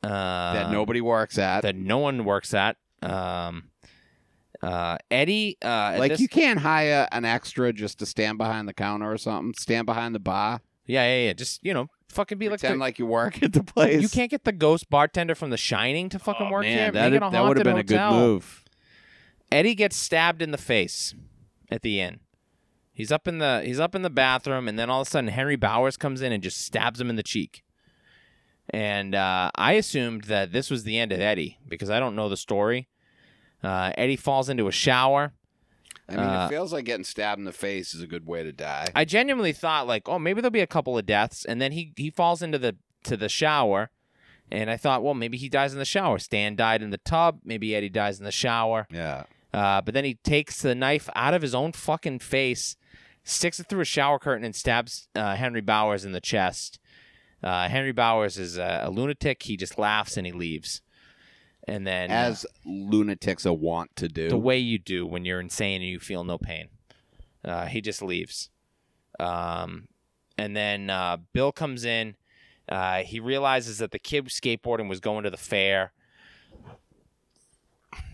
S1: Uh,
S2: that nobody works at.
S1: that no one works at. Um, uh, Eddie, uh, at
S2: like
S1: this-
S2: you can't hire an extra just to stand behind the counter or something. Stand behind the bar.
S1: yeah, yeah, yeah. Just you know, fucking be like,
S2: Pretend
S1: the,
S2: like you work at the place.
S1: you can't get the ghost bartender from The Shining to fucking
S2: Oh,
S1: work
S2: man,
S1: here.
S2: That,
S1: Make it a
S2: that would have
S1: haunted
S2: been a
S1: hotel.
S2: good move.
S1: Eddie gets stabbed in the face at the inn. He's up in the he's up in the bathroom, and then all of a sudden Henry Bowers comes in and just stabs him in the cheek. And uh, I assumed that this was the end of Eddie because I don't know the story. Uh, Eddie falls into a shower.
S2: I mean,
S1: Uh,
S2: it feels like getting stabbed in the face is a good way to die.
S1: I genuinely thought like, oh, maybe there'll be a couple of deaths, and then he he falls into the to the shower, and I thought, well, maybe he dies in the shower. Stan died in the tub. Maybe Eddie dies in the shower.
S2: yeah.
S1: Uh, but then he takes the knife out of his own fucking face, sticks it through a shower curtain, and stabs uh, Henry Bowers in the chest. Uh, Henry Bowers is a, a lunatic. He just laughs and he leaves. And then uh,
S2: As lunatics are wont to do.
S1: the way you do when you're insane and you feel no pain. Uh, he just leaves. Um, and then uh, Bill comes in. Uh, he realizes that the kid was skateboarding was going to the fair.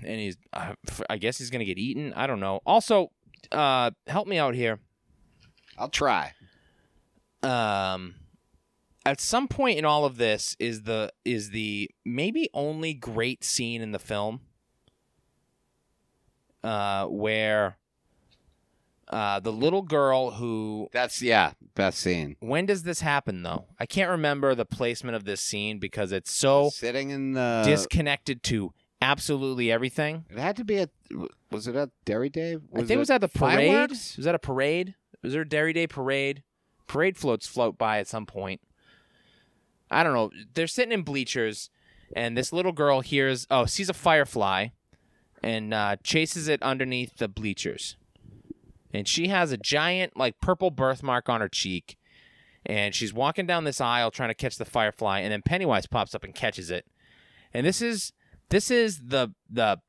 S1: And he's, I I guess he's going to get eaten. I don't know. Also, uh, help me out here.
S2: I'll try.
S1: Um, at some point in all of this is the is the maybe only great scene in the film uh, where uh, the little girl who
S2: That's yeah, best scene.
S1: when does this happen though i can't remember the placement of this scene because it's so
S2: Sitting in the
S1: disconnected to absolutely everything
S2: It had to be at was it at Dairy Day?
S1: i think it was at the parade
S2: fireworks?
S1: was that a parade was there a dairy day parade parade floats float by at some point i don't know they're sitting in bleachers and this little girl hears oh sees a firefly and uh, chases it underneath the bleachers and she has a giant like purple birthmark on her cheek and she's walking down this aisle trying to catch the firefly and then pennywise pops up and catches it and this is this is the the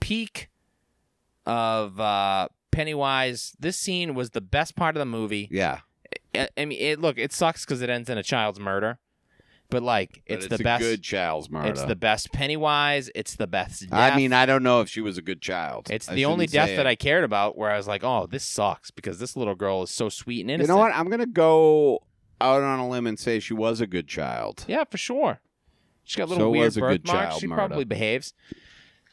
S1: peak of uh pennywise this scene was the best part of the movie
S2: Yeah.
S1: i, I mean it look it sucks because it ends in a child's murder but like
S2: But
S1: it's, the best
S2: good child's murder.
S1: it's the best pennywise it's the best death.
S2: I mean, I don't know if she was a good child.
S1: It's
S2: I
S1: the only
S2: shouldn't
S1: death
S2: say
S1: that
S2: it.
S1: I cared about where I was like, oh, this sucks because this little girl is so sweet and
S2: You
S1: innocent.
S2: know what? I'm gonna go out on a limb and say she was a good child.
S1: Yeah, for sure. She got a
S2: So
S1: little
S2: it
S1: weird
S2: was a good
S1: birthmark.
S2: child
S1: She
S2: murder.
S1: probably behaves.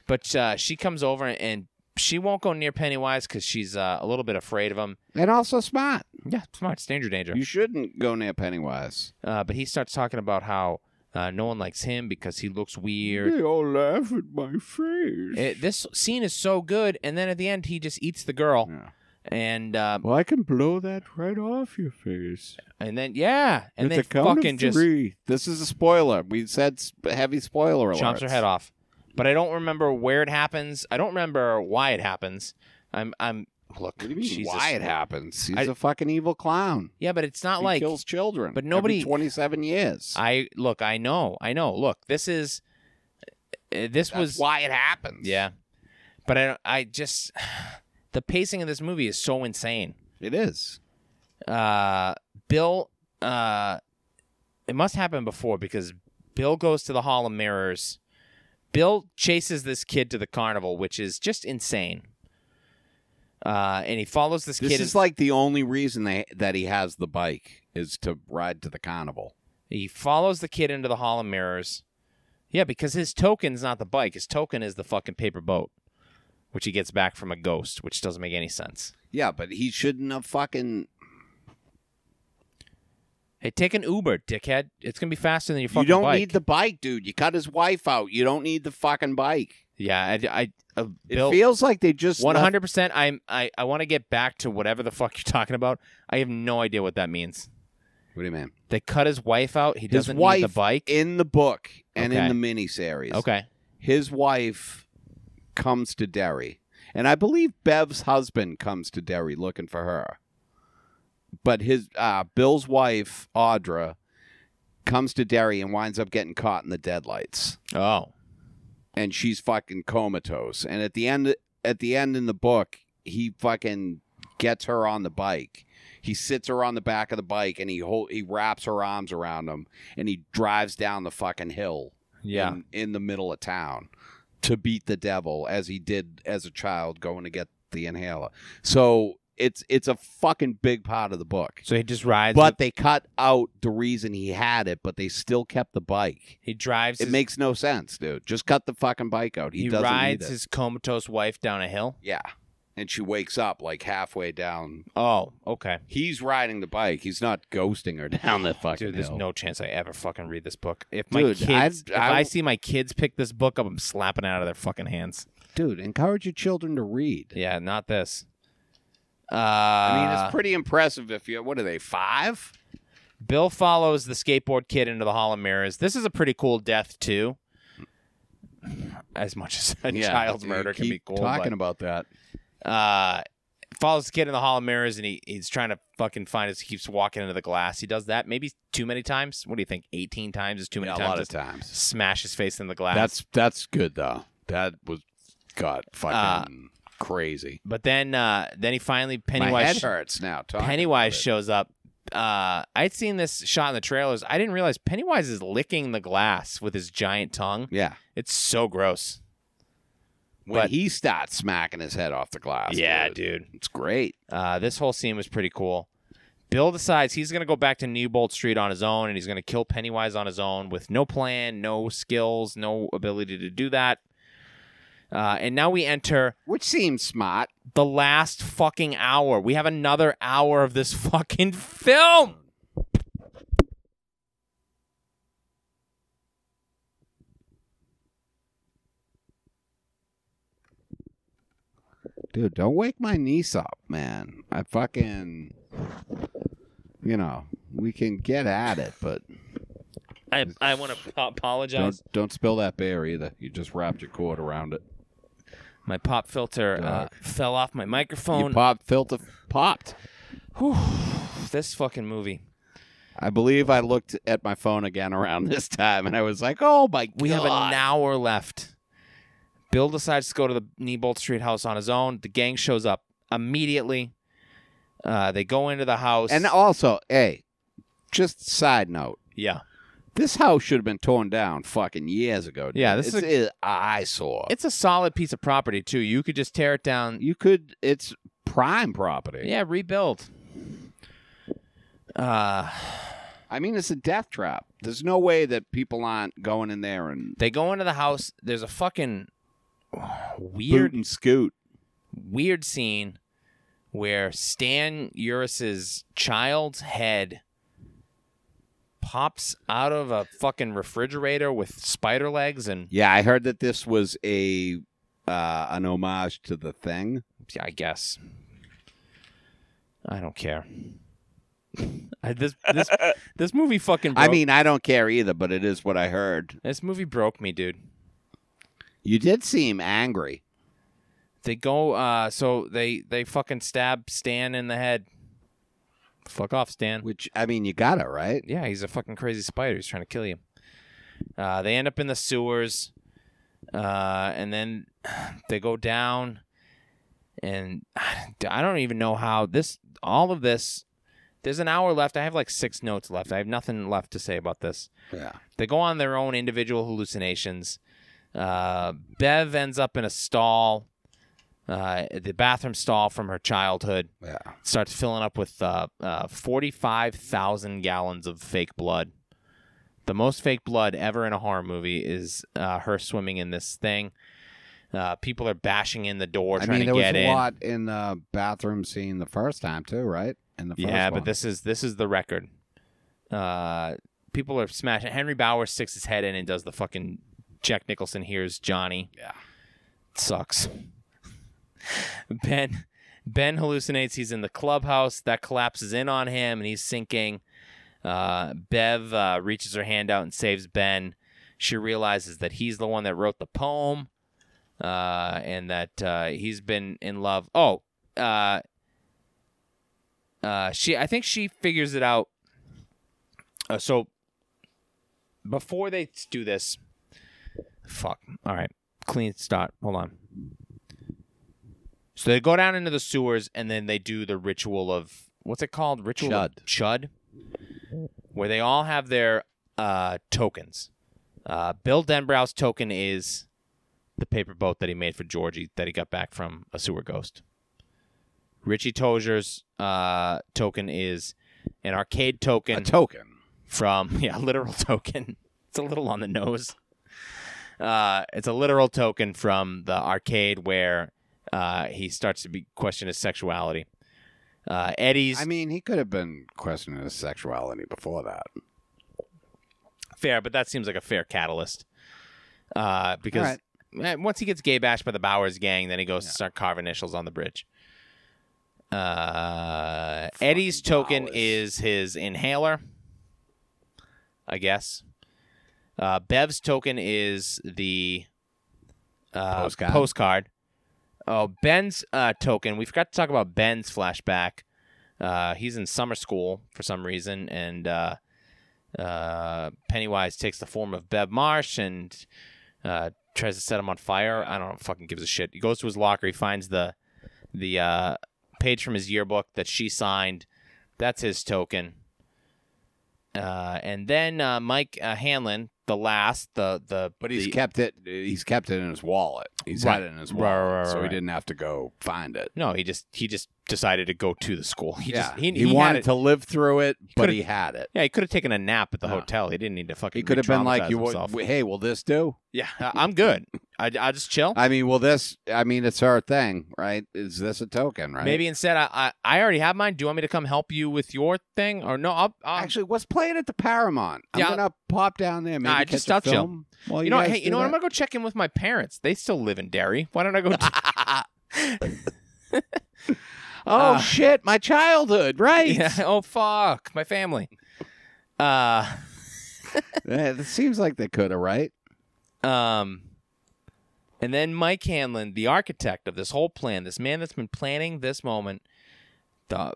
S1: But uh, she comes over and she won't go near Pennywise because she's uh, a little bit afraid of him.
S2: And also smart.
S1: Yeah, smart. It's danger, danger.
S2: You shouldn't go near Pennywise.
S1: Uh, but he starts talking about how uh, no one likes him because he looks weird.
S2: They all laugh at my face.
S1: It- this scene is so good, and then at the end, he just eats the girl,
S2: Yeah.
S1: and uh,
S2: Well, I can blow that right off your face.
S1: and then yeah, and
S2: At
S1: they
S2: the count
S1: fucking
S2: of
S1: just
S2: three. This is a spoiler. We said sp- heavy spoiler alert.
S1: chomps her head off. But I don't remember where it happens. I don't remember why it happens. I'm I'm look.
S2: What do you mean?
S1: Jesus.
S2: Why it happens? He's
S1: I-
S2: a fucking evil clown.
S1: Yeah, but it's not
S2: he
S1: like
S2: kills children.
S1: but nobody-
S2: every twenty-seven years.
S1: I look. I know. I know. Look, this is uh, this
S2: That's
S1: was
S2: why it happens.
S1: yeah. But I don't- I just the pacing of this movie is so insane.
S2: it is.
S1: Uh, Bill. Uh, it must happen before because Bill goes to the Hall of Mirrors. Bill chases this kid to the carnival, which is just insane. Uh, and he follows this,
S2: This
S1: kid.
S2: is like the only reason they, that he has the bike is to ride to the carnival.
S1: He follows the kid into the Hall of Mirrors. Yeah, because his token's not the bike. His token is the fucking paper boat. which he gets back from a ghost, which doesn't make any sense.
S2: Yeah, but he shouldn't have fucking.
S1: Hey, take an Uber, dickhead. It's gonna be faster than your fucking
S2: You don't
S1: bike.
S2: need the bike, dude. You cut his wife out. You don't need the fucking bike.
S1: yeah, I, I uh,
S2: It
S1: Bill,
S2: feels like they just
S1: one
S2: left-
S1: hundred percent. I'm, I, I want to get back to whatever the fuck you're talking about. I have no idea what that means.
S2: What do you mean?
S1: They cut his wife out. He
S2: His
S1: doesn't
S2: wife
S1: need the bike.
S2: in the book and
S1: Okay.
S2: in the miniseries.
S1: Okay,
S2: his wife comes to Derry. And I believe Bev's husband comes to Derry looking for her. But his uh, Bill's wife, Audra, comes to Derry and winds up getting caught in the deadlights.
S1: Oh,
S2: And she's fucking comatose. And at the end at the end in the book, he fucking gets her on the bike. He sits her on the back of the bike and he hold, he wraps her arms around him and he drives down the fucking hill
S1: yeah.
S2: in, in the middle of town to beat the devil as he did as a child going to get the inhaler. So it's it's a fucking big part of the book.
S1: So he just rides.
S2: But they cut out the reason he had it, but they still kept the bike.
S1: he drives.
S2: It
S1: his,
S2: makes no sense, dude. Just cut the fucking bike out. He,
S1: he
S2: doesn't
S1: rides
S2: need it.
S1: his comatose wife down a hill.
S2: yeah. And she wakes up like halfway down.
S1: Oh, okay.
S2: He's riding the bike. He's not ghosting her down the fucking
S1: Dude, there's
S2: hill.
S1: no chance I ever fucking read this book. If my
S2: Dude,
S1: kids,
S2: I-
S1: if
S2: I-
S1: I see my kids pick this book up, I'm slapping it out of their fucking hands.
S2: Dude, encourage your children to read.
S1: Yeah, not this. Uh,
S2: I mean, it's pretty impressive if you what are they, five?
S1: Bill follows the skateboard kid into the Hall of Mirrors. This is a pretty cool death too. As much as a
S2: Yeah,
S1: child's
S2: you
S1: murder can
S2: keep
S1: be cool,
S2: Talking
S1: but-
S2: about that,
S1: uh, follows the kid in the hall of mirrors and he, he's trying to fucking find us. He keeps walking into the glass. He does that maybe too many times. What do you think? 18 times is too many
S2: Yeah,
S1: times.
S2: a lot of
S1: Just
S2: times.
S1: Smash his face in the glass.
S2: That's that's good though. That was got
S1: Uh,
S2: fucking crazy.
S1: but then uh, then he finally
S2: My
S1: Pennywise
S2: head hurts now. Talking
S1: Pennywise
S2: about it.
S1: shows up. Uh, I'd seen this shot in the trailers. I didn't realize Pennywise is licking the glass with his giant tongue.
S2: Yeah,
S1: It's so gross.
S2: when
S1: But-
S2: he starts smacking his head off the glass.
S1: yeah, dude.
S2: it's great.
S1: Uh, this whole scene was pretty cool. Bill decides he's going to go back to Newbolt Street on his own and he's going to kill Pennywise on his own with no plan, no skills, no ability to do that. Uh, and now we enter
S2: Which seems smart.
S1: the last fucking hour. We have another hour of this fucking film.
S2: Dude, don't wake my niece up, man. I fucking, you know, we can get at it, but
S1: I, I want to apologize.
S2: don't don't spill that beer either. You just wrapped your cord around it.
S1: My pop filter uh, fell off my
S2: You
S1: microphone.
S2: pop filter popped.
S1: Whew, this fucking movie.
S2: I believe I looked at my phone again around this time, and I was like, "Oh my
S1: We have
S2: God.
S1: an hour left. Bill decides to go to the Niebolt Street house on his own. The gang shows up immediately. Uh, they go into the house.
S2: And also, hey, just side note:
S1: yeah,
S2: this house should have been torn down fucking years ago. dude.
S1: Yeah, this is
S2: it's is eyesore.
S1: it's a solid piece of property too. You could just tear it down.
S2: you could. It's prime property.
S1: Yeah, rebuild. Uh,
S2: I mean, it's a death trap. There's no way that people aren't going in there and
S1: they go into the house. There's a fucking
S2: boot
S1: weird,
S2: and scoot.
S1: weird scene where Stan Uris's child's head pops out of a fucking refrigerator with spider legs and
S2: Yeah, I heard that this was a uh, an homage to the thing.
S1: Yeah, I guess. I don't care. I, this this this movie fucking. Broke,
S2: I mean, I don't care either, but it is what I heard.
S1: this movie broke me, dude.
S2: You did seem angry.
S1: They go. Uh, so they they fucking stab Stan in the head. Fuck off, Stan.
S2: Which I mean, you got it right.
S1: Yeah, he's a fucking crazy spider. He's trying to kill you. Uh, they end up in the sewers, uh, and then they go down, and I don't even know how this. All of this. There's an hour left. I have like six notes left. I have nothing left to say about this.
S2: Yeah.
S1: They go on their own individual hallucinations. Uh, Bev ends up in a stall, uh, the bathroom stall from her childhood
S2: Yeah.
S1: starts filling up with uh, uh, 45,000 gallons of fake blood. The most fake blood ever in a horror movie is uh, her swimming in this thing. Uh, people are bashing in the door
S2: I
S1: trying
S2: mean,
S1: to
S2: there was
S1: get
S2: a
S1: in.
S2: lot in the bathroom scene the first time too, right? In the first
S1: Yeah, but
S2: one.
S1: this is this is the record. Uh, people are smashing. Henry Bauer sticks his head in and does the fucking Jack Nicholson hears Johnny.
S2: Yeah.
S1: sucks. ben Ben hallucinates. He's in the clubhouse. That collapses in on him, and he's sinking. Uh, Bev uh, reaches her hand out and saves Ben. She realizes that he's the one that wrote the poem, uh, and that uh, he's been in love. Oh, uh, uh, she I think she figures it out. Uh, so before they do this, fuck. All right, clean start. Hold on. So they go down into the sewers and then they do the ritual of what's it called? Ritual of chud, where they all have their uh, tokens. Uh, Bill Denbrow's token is the paper boat that he made for Georgie that he got back from a sewer ghost. Richie Tozier's uh, token is an arcade token
S2: a token.
S1: from yeah, literal token. It's a little on the nose. Uh, it's a literal token from the arcade where uh, he starts to be question his sexuality. Uh, Eddie's
S2: I mean, he could have been questioning his sexuality before that.
S1: fair, but that seems like a fair catalyst. Uh, because
S2: All
S1: eh, once he gets gay bashed by the Bowers gang, then he goes
S2: Yeah.
S1: to start carving initials on the bridge. Uh, Eddie's token
S2: Bowers.
S1: is his inhaler, I guess. Uh, Bev's token is the uh,
S2: Postcard.
S1: Oh, Ben's uh, token. We forgot to talk about Ben's flashback. Uh, he's in summer school for some reason, and uh, uh, Pennywise takes the form of Bev Marsh and uh, tries to set him on fire. I don't know, fucking gives a shit. He goes to his locker. He finds the the uh, page from his yearbook that she signed. That's his token. Uh, and then uh, Mike uh, Hanlon, the last, the the
S2: But he's
S1: the-
S2: kept it. He's kept it in his wallet. He's
S1: Right.
S2: had it in his
S1: Right,
S2: wallet,
S1: right, right,
S2: so he
S1: right.
S2: didn't have to go find it.
S1: no, he just he just decided to go to the school. He
S2: yeah,
S1: just he,
S2: he,
S1: he had
S2: wanted
S1: it-
S2: to live through it, but
S1: could've-
S2: he had it.
S1: Yeah, he could have taken a nap at the
S2: Yeah.
S1: hotel. He didn't need to fucking.
S2: He could have been like,
S1: re-traumatize
S2: "You,
S1: himself.
S2: w- hey, will this do?
S1: yeah, I- I'm good. I I just chill.
S2: I mean, will this? I mean, it's her thing, right? Is this a token, right?
S1: Maybe instead, I, I I already have mine. Do you want me to come help you with your thing or no? I'll, I'll
S2: Actually, what's playing at the Paramount? I'm
S1: Yeah.
S2: gonna pop down there. Maybe
S1: Nah,
S2: catch
S1: just
S2: a
S1: stop chill.
S2: film. Well,
S1: you, know, what? hey, you know what? I'm gonna go check in with my parents. They still live in Derry. Why don't I go? t-
S2: oh
S1: Uh,
S2: shit, my childhood, right?
S1: Yeah. Oh fuck, my family. Uh,
S2: Yeah, it seems like they could have, right?
S1: um, and then Mike Hanlon, the architect of this whole plan, this man that's been planning this moment, the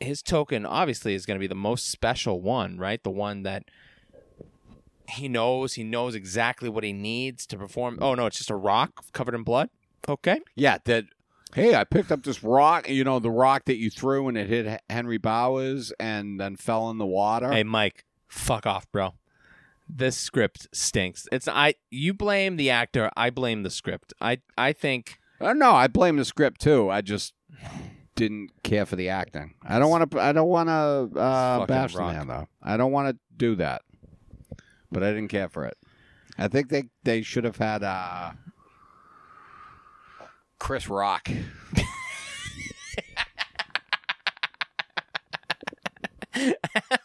S1: his token obviously is going to be the most special one, right? The one that he knows, he knows exactly what he needs to perform. Oh no, it's just a rock covered in blood. Okay.
S2: Yeah, that. Hey, I picked up this rock. You know, the rock that you threw and it hit H- Henry Bowers and then fell in the water.
S1: Hey, Mike, fuck off, bro. This script stinks. It's I. You blame the actor. I blame the script. I I think
S2: Oh, no, I blame the script too. I just didn't care for the acting. I don't want to. I don't want to uh,
S1: Fucking
S2: bash the
S1: rock.
S2: man though. I don't want to do that. But I didn't care for it. I think they they should have had uh, Chris Rock.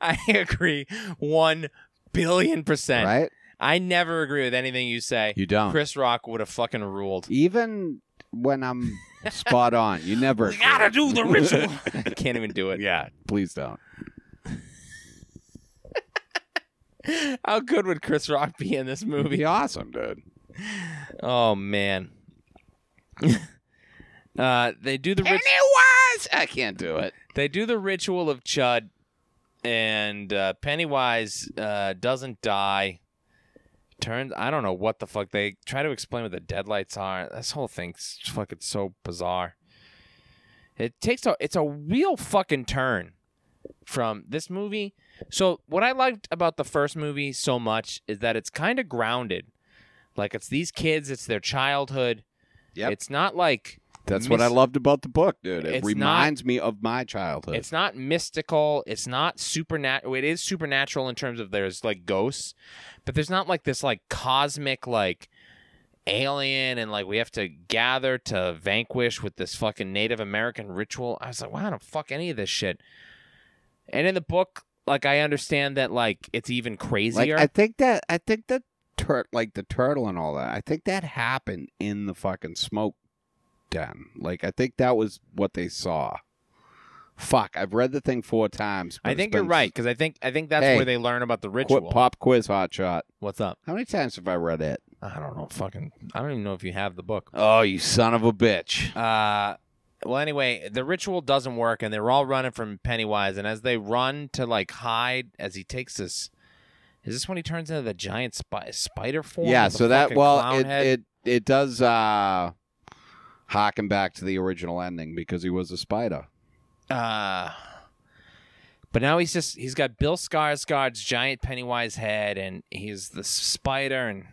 S1: I agree one billion percent.
S2: Right?
S1: I never agree with anything you say.
S2: You don't.
S1: Chris Rock would have fucking ruled.
S2: Even when I'm spot on, you never. agree.
S1: do the ritual. I can't even do it.
S2: yeah, please don't.
S1: How good would Chris Rock be in this
S2: It'd
S1: movie?
S2: be awesome, dude.
S1: Oh man. uh, they do the rit-
S2: Pennywise, I can't do it.
S1: they do the ritual of Chud, and uh, Pennywise uh, doesn't die. Turns I don't know what the fuck they try to explain what the deadlights are. This whole thing's fucking so bizarre. It takes a it's a real fucking turn from this movie. So what I liked about the first movie so much is that it's kind of grounded. Like it's these kids, it's their childhood.
S2: Yep.
S1: It's not like
S2: That's what I
S1: Miss-
S2: loved about the book, dude. It
S1: It's not-
S2: reminds me of my childhood.
S1: It's not mystical. It's not supernatural. It is supernatural in terms of there's like ghosts, but there's not like this like cosmic like alien and like we have to gather to vanquish with this fucking Native American ritual. I was like, wow, I don't fuck any of this shit. And in the book, like I understand that like it's even
S2: Like
S1: crazier.
S2: I think that I think that tur- like the turtle and all that. I think that happened in the fucking smoke den. Like I think that was what they saw. Fuck, I've read the thing four times. but
S1: I
S2: it's
S1: think you're
S2: been-
S1: right because I think I think that's
S2: Hey,
S1: where they learn about the
S2: Qu-
S1: ritual.
S2: pop quiz, hot shot.
S1: What's up?
S2: How many times have I read it?
S1: I don't know. Fucking, I don't even know if you have the book.
S2: Oh, you son of a bitch!
S1: Uh, well, anyway, the ritual doesn't work, and they're all running from Pennywise. And as they run to like hide, as he takes this, is this when he turns into the giant spi- spider form?
S2: yeah,
S1: with the
S2: so that
S1: fucking
S2: well,
S1: clown
S2: it,
S1: head?
S2: it it does uh harken back to the original ending because he was a spider.
S1: Uh, but now he's just he's got Bill Skarsgård's giant Pennywise head, and he's the spider, and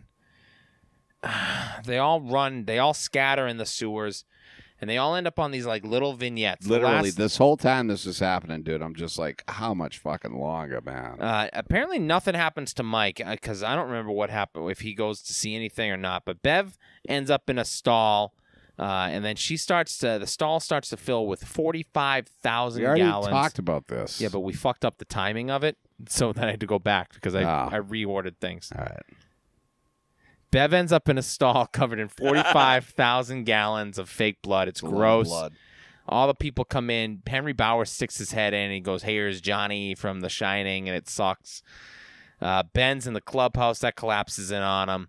S1: they all run, they all scatter in the sewers, and they all end up on these like little vignettes. The
S2: Literally,
S1: last-
S2: this whole time this is happening, dude. I'm just like, how much fucking longer, man?
S1: Uh, apparently, nothing happens to Mike because I don't remember what happened if he goes to see anything or not. But Bev ends up in a stall, uh, and then she starts to the stall starts to fill with forty five thousand
S2: we already
S1: gallons.
S2: talked about this.
S1: yeah, but we fucked up the timing of it, so then I had to go back because I
S2: Ah.
S1: I reordered things.
S2: all right.
S1: Bev ends up in a stall covered in forty five thousand gallons of fake blood. It's gross. All the people come in. Henry Bauer sticks his head in and he goes, Here's Johnny from The Shining, and it sucks. Uh, Ben's in the clubhouse. That collapses in on him.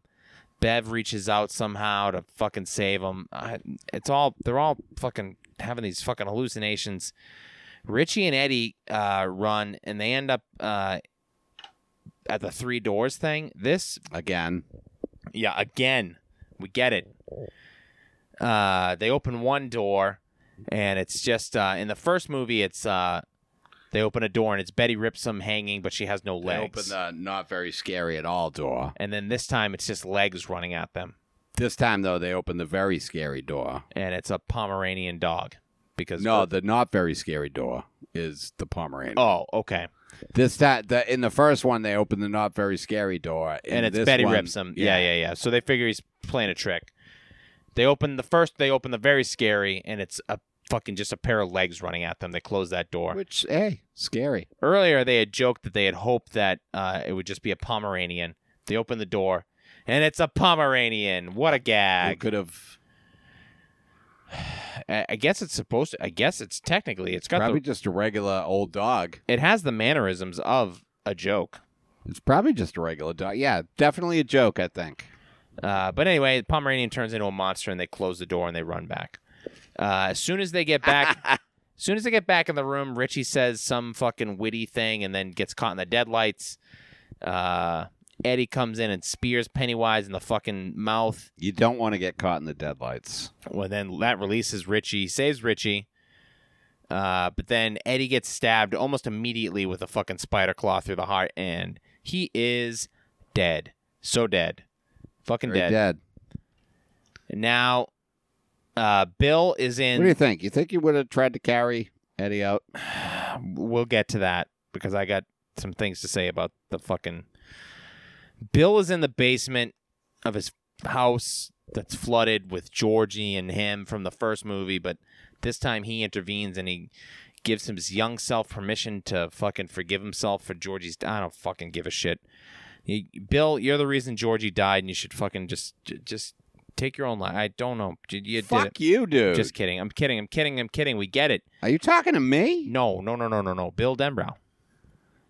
S1: Bev reaches out somehow to fucking save him. I, it's all, they're all fucking having these fucking hallucinations. Richie and Eddie uh, run, and they end up uh, at the three doors thing. This
S2: Again,
S1: yeah, again, we get it. Uh, they open one door, and it's just uh, in the first movie. It's uh, they open a door, and it's Betty Ripsom hanging, but she has no legs.
S2: the not very scary at all door.
S1: and then this time, it's just legs running at them,
S2: This time though, they opened the very scary door.
S1: and it's a Pomeranian dog. Because
S2: No, the not very scary door is the Pomeranian.
S1: oh, okay,
S2: This that the in the first one they opened the not very scary door, in
S1: and it's
S2: this
S1: Betty
S2: one-
S1: Ripsom. Yeah. yeah, yeah, So they figure he's playing a trick. They open the first. They open the very scary, and it's a fucking just a pair of legs running at them. They close that door.
S2: Which hey, scary.
S1: Earlier, they had joked that they had hoped that uh, it would just be a Pomeranian. They open the door, and it's a Pomeranian. What a
S2: I
S1: gag!
S2: could have
S1: I, I guess it's supposed to. I guess it's technically it's got
S2: probably just a regular old dog.
S1: the. It has the mannerisms of a joke.
S2: It's probably just a regular dog. Yeah, definitely a joke. I think.
S1: Uh, but anyway, the Pomeranian turns into a monster, and they close the door and they run back. Uh, as soon as they get back, as soon as they get back in the room, Richie says some fucking witty thing, and then gets caught in the deadlights. Uh, Eddie comes in and spears Pennywise in the fucking mouth.
S2: You don't want to get caught in the deadlights.
S1: Well, then that releases Richie, saves Richie. Uh, but then Eddie gets stabbed almost immediately with a fucking spider claw through the heart, and he is dead. So dead. Fucking
S2: Very
S1: dead. And Now, uh, Bill is
S2: What do you
S1: in.
S2: think? You think you would have tried to carry Eddie out?
S1: we'll get to that because I got some things to say about the fucking. Bill is in the basement of his house that's flooded with Georgie and him from the first movie, but this time he intervenes and he gives his young self permission to fucking forgive himself for Georgie's. I don't fucking give a shit. He, Bill, you're the reason Georgie died, and you should fucking just j- just take your own life. I don't know. You, you did it.
S2: Fuck you, dude.
S1: Just kidding. I'm kidding. I'm kidding. I'm kidding. We get it.
S2: Are you talking to me?
S1: No, no, no, no, no, no. Bill Denbrow.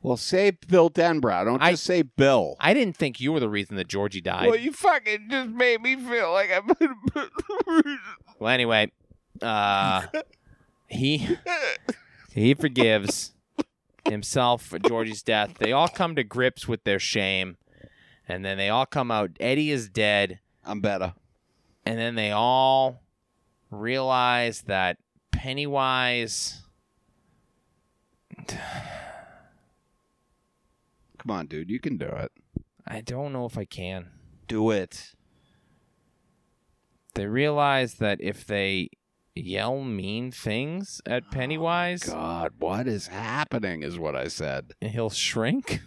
S2: Well, say Bill Denbrow. Don't
S1: I-
S2: just say Bill.
S1: I didn't think you were the reason that Georgie died.
S2: you fucking just made me feel like I'm.
S1: Well, anyway, uh, he he forgives himself for Georgie's death. They all come to grips with their shame, and then they all come out. Eddie is dead,
S2: I'm better.
S1: and then they all realize that Pennywise.
S2: Come on, dude. You can do it.
S1: I don't know if I can.
S2: Do it.
S1: They realize that if they yell mean things at Pennywise,
S2: Oh God, what is happening? Is what I said.
S1: he'll shrink.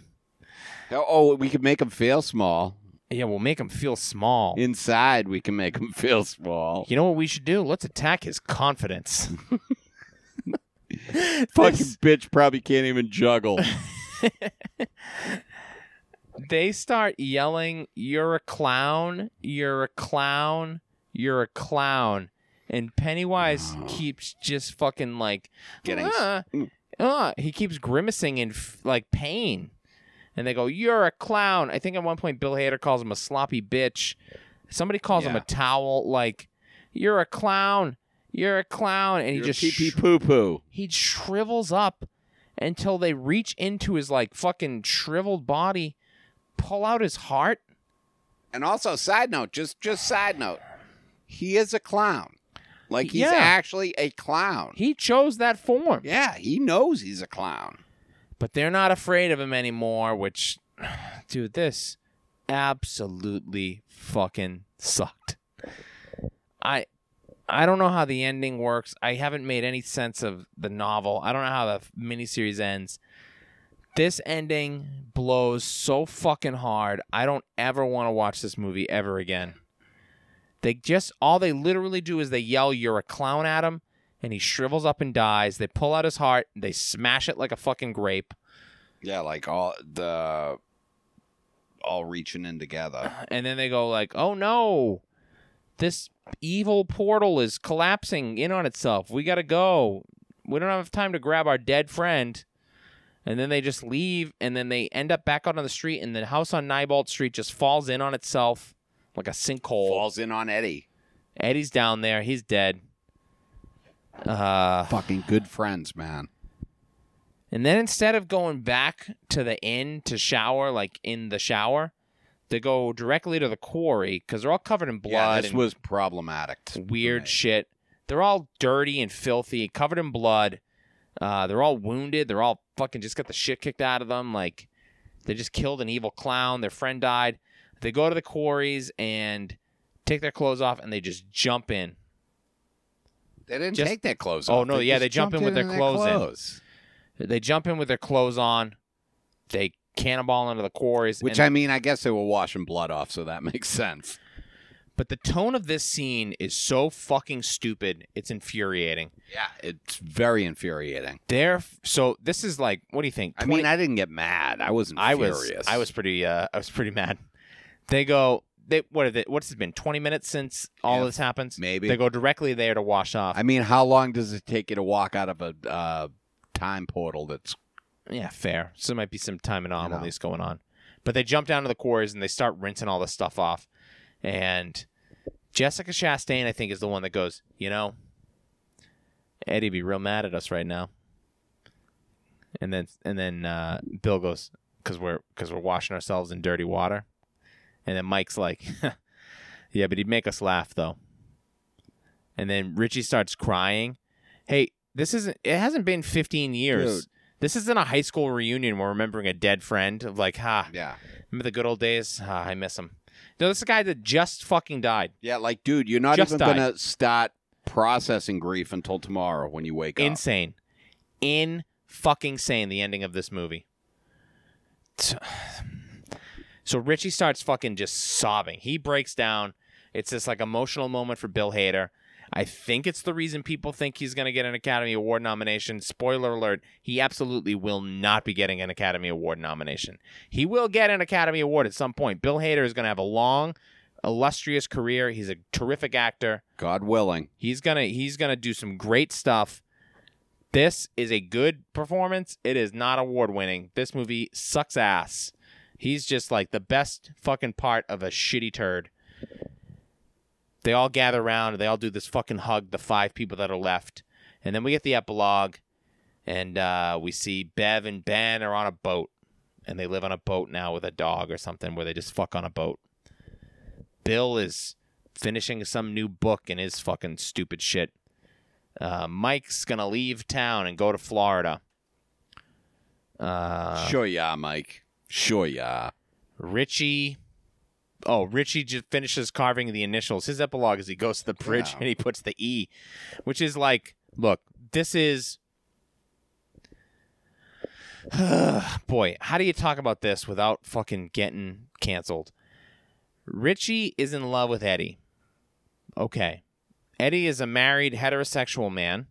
S2: Oh, oh, we could make him feel small
S1: Yeah, we'll make him feel small.
S2: Inside, we can make him feel small.
S1: You know what we should do? Let's attack his confidence.
S2: Fucking
S1: This-
S2: bitch probably can't even juggle.
S1: they start yelling, You're a clown, you're a clown, you're a clown. And Pennywise
S2: Oh.
S1: keeps just fucking like
S2: Getting s-
S1: "Ah,
S2: Mm.
S1: ah." he keeps grimacing in f- like pain. And they go, You're a clown. I think at one point Bill Hader calls him a sloppy bitch. Somebody calls him
S2: Yeah.
S1: a towel, like, You're a clown, you're a clown. And he
S2: You're
S1: just
S2: pee pee
S1: sh-
S2: poo poo.
S1: he shrivels up until they reach into his like fucking shriveled body, pull out his heart.
S2: And also, side note, just just side note, he is a clown. Like he's
S1: Yeah.
S2: actually a clown.
S1: He chose that form.
S2: Yeah, he knows he's a clown.
S1: But they're not afraid of him anymore, which dude, this absolutely fucking sucked. I I don't know how the ending works. I haven't made any sense of the novel. I don't know how the f- miniseries ends. This ending blows so fucking hard. I don't ever want to watch this movie ever again. They just all they literally do is they yell, "You're a clown," at him, and he shrivels up and dies. They pull out his heart. They smash it like a fucking grape.
S2: Yeah, like all the all reaching in together.
S1: and then they go like, "Oh no, this evil portal is collapsing in on itself. We gotta go. We don't have time to grab our dead friend." And then they just leave, and then they end up back out on the street, and the house on Nibald Street just falls in on itself like a sinkhole.
S2: Falls in on Eddie.
S1: Eddie's down there; he's dead. Uh,
S2: Fucking good friends, man.
S1: And then instead of going back to the inn to shower, like in the shower, they go directly to the quarry because they're all covered in blood.
S2: yeah, this
S1: and
S2: was problematic. to
S1: weird
S2: me.
S1: shit. They're all dirty and filthy, covered in blood. Uh, they're all wounded. They're all fucking just got the shit kicked out of them. Like they just killed an evil clown. Their friend died. They go to the quarries and take their clothes off, and they just jump in.
S2: They didn't
S1: Just-
S2: take their clothes
S1: Oh,
S2: off.
S1: no, yeah,
S2: just
S1: they jump in
S2: jumped
S1: with their clothes in.
S2: clothes.
S1: They jump in with their clothes on. They cannonball into the quarries.
S2: Which
S1: and-
S2: I mean, I guess they were washing blood off, so that makes sense.
S1: but the tone of this scene is so fucking stupid. It's infuriating.
S2: Yeah, it's very infuriating.
S1: They're so this is like what do you think?
S2: I
S1: 20
S2: mean, I didn't get mad. I wasn't
S1: I was
S2: furious.
S1: I was pretty uh, I was pretty mad. They go they what have they, what's it been 20 minutes since all
S2: Yeah,
S1: this happens?
S2: maybe.
S1: They go directly there to wash off.
S2: I mean, how long does it take you to walk out of a uh, time portal? That's
S1: yeah, fair. So there might be some time anomalies going on. But they jump down to the quarries and they start rinsing all this stuff off. And Jessica Chastain I think is the one that goes, "You know, Eddie'd be real mad at us right now." And then and then uh, Bill goes, "Cause we're cause we're washing ourselves in dirty water." And then Mike's like, "Yeah, but he'd make us laugh though." And then Richie starts crying. Hey, this isn't. It hasn't been 15 years. This isn't a high school reunion. We're remembering a dead friend of like, ha,
S2: yeah,
S1: remember the good old days? Ah, I miss him. No, this is a guy that just fucking died.
S2: yeah. Like, dude, you're not
S1: Just
S2: even
S1: died.
S2: gonna start processing grief until tomorrow when you wake up.
S1: Insane. In fucking sane the ending of this movie. T- So Richie starts fucking just sobbing. He breaks down. It's this like emotional moment for Bill Hader. I think it's the reason people think he's going to get an Academy Award nomination. Spoiler alert, he absolutely will not be getting an Academy Award nomination. He will get an Academy Award at some point. Bill Hader is going to have a long, illustrious career. He's a terrific actor.
S2: God willing.
S1: He's gonna he's gonna do some great stuff. This is a good performance. It is not award winning. This movie sucks ass. He's just like the best fucking part of a shitty turd. They all gather around. They all do this fucking hug. The five people that are left, and then we get the epilogue, and uh, we see Bev and Ben are on a boat, and they live on a boat now with a dog or something, where they just fuck on a boat. Bill is finishing some new book in his fucking stupid shit. Uh, Mike's gonna leave town and go to Florida. Uh,
S2: sure, yeah, Mike. Sure, yeah.
S1: Richie. Oh, Richie just finishes carving the initials. His epilogue is he goes to the bridge
S2: Yeah.
S1: and he puts the E, which is like, look, this is. Boy, how do you talk about this without fucking getting canceled? Richie is in love with Eddie. Okay. Eddie is a married heterosexual man.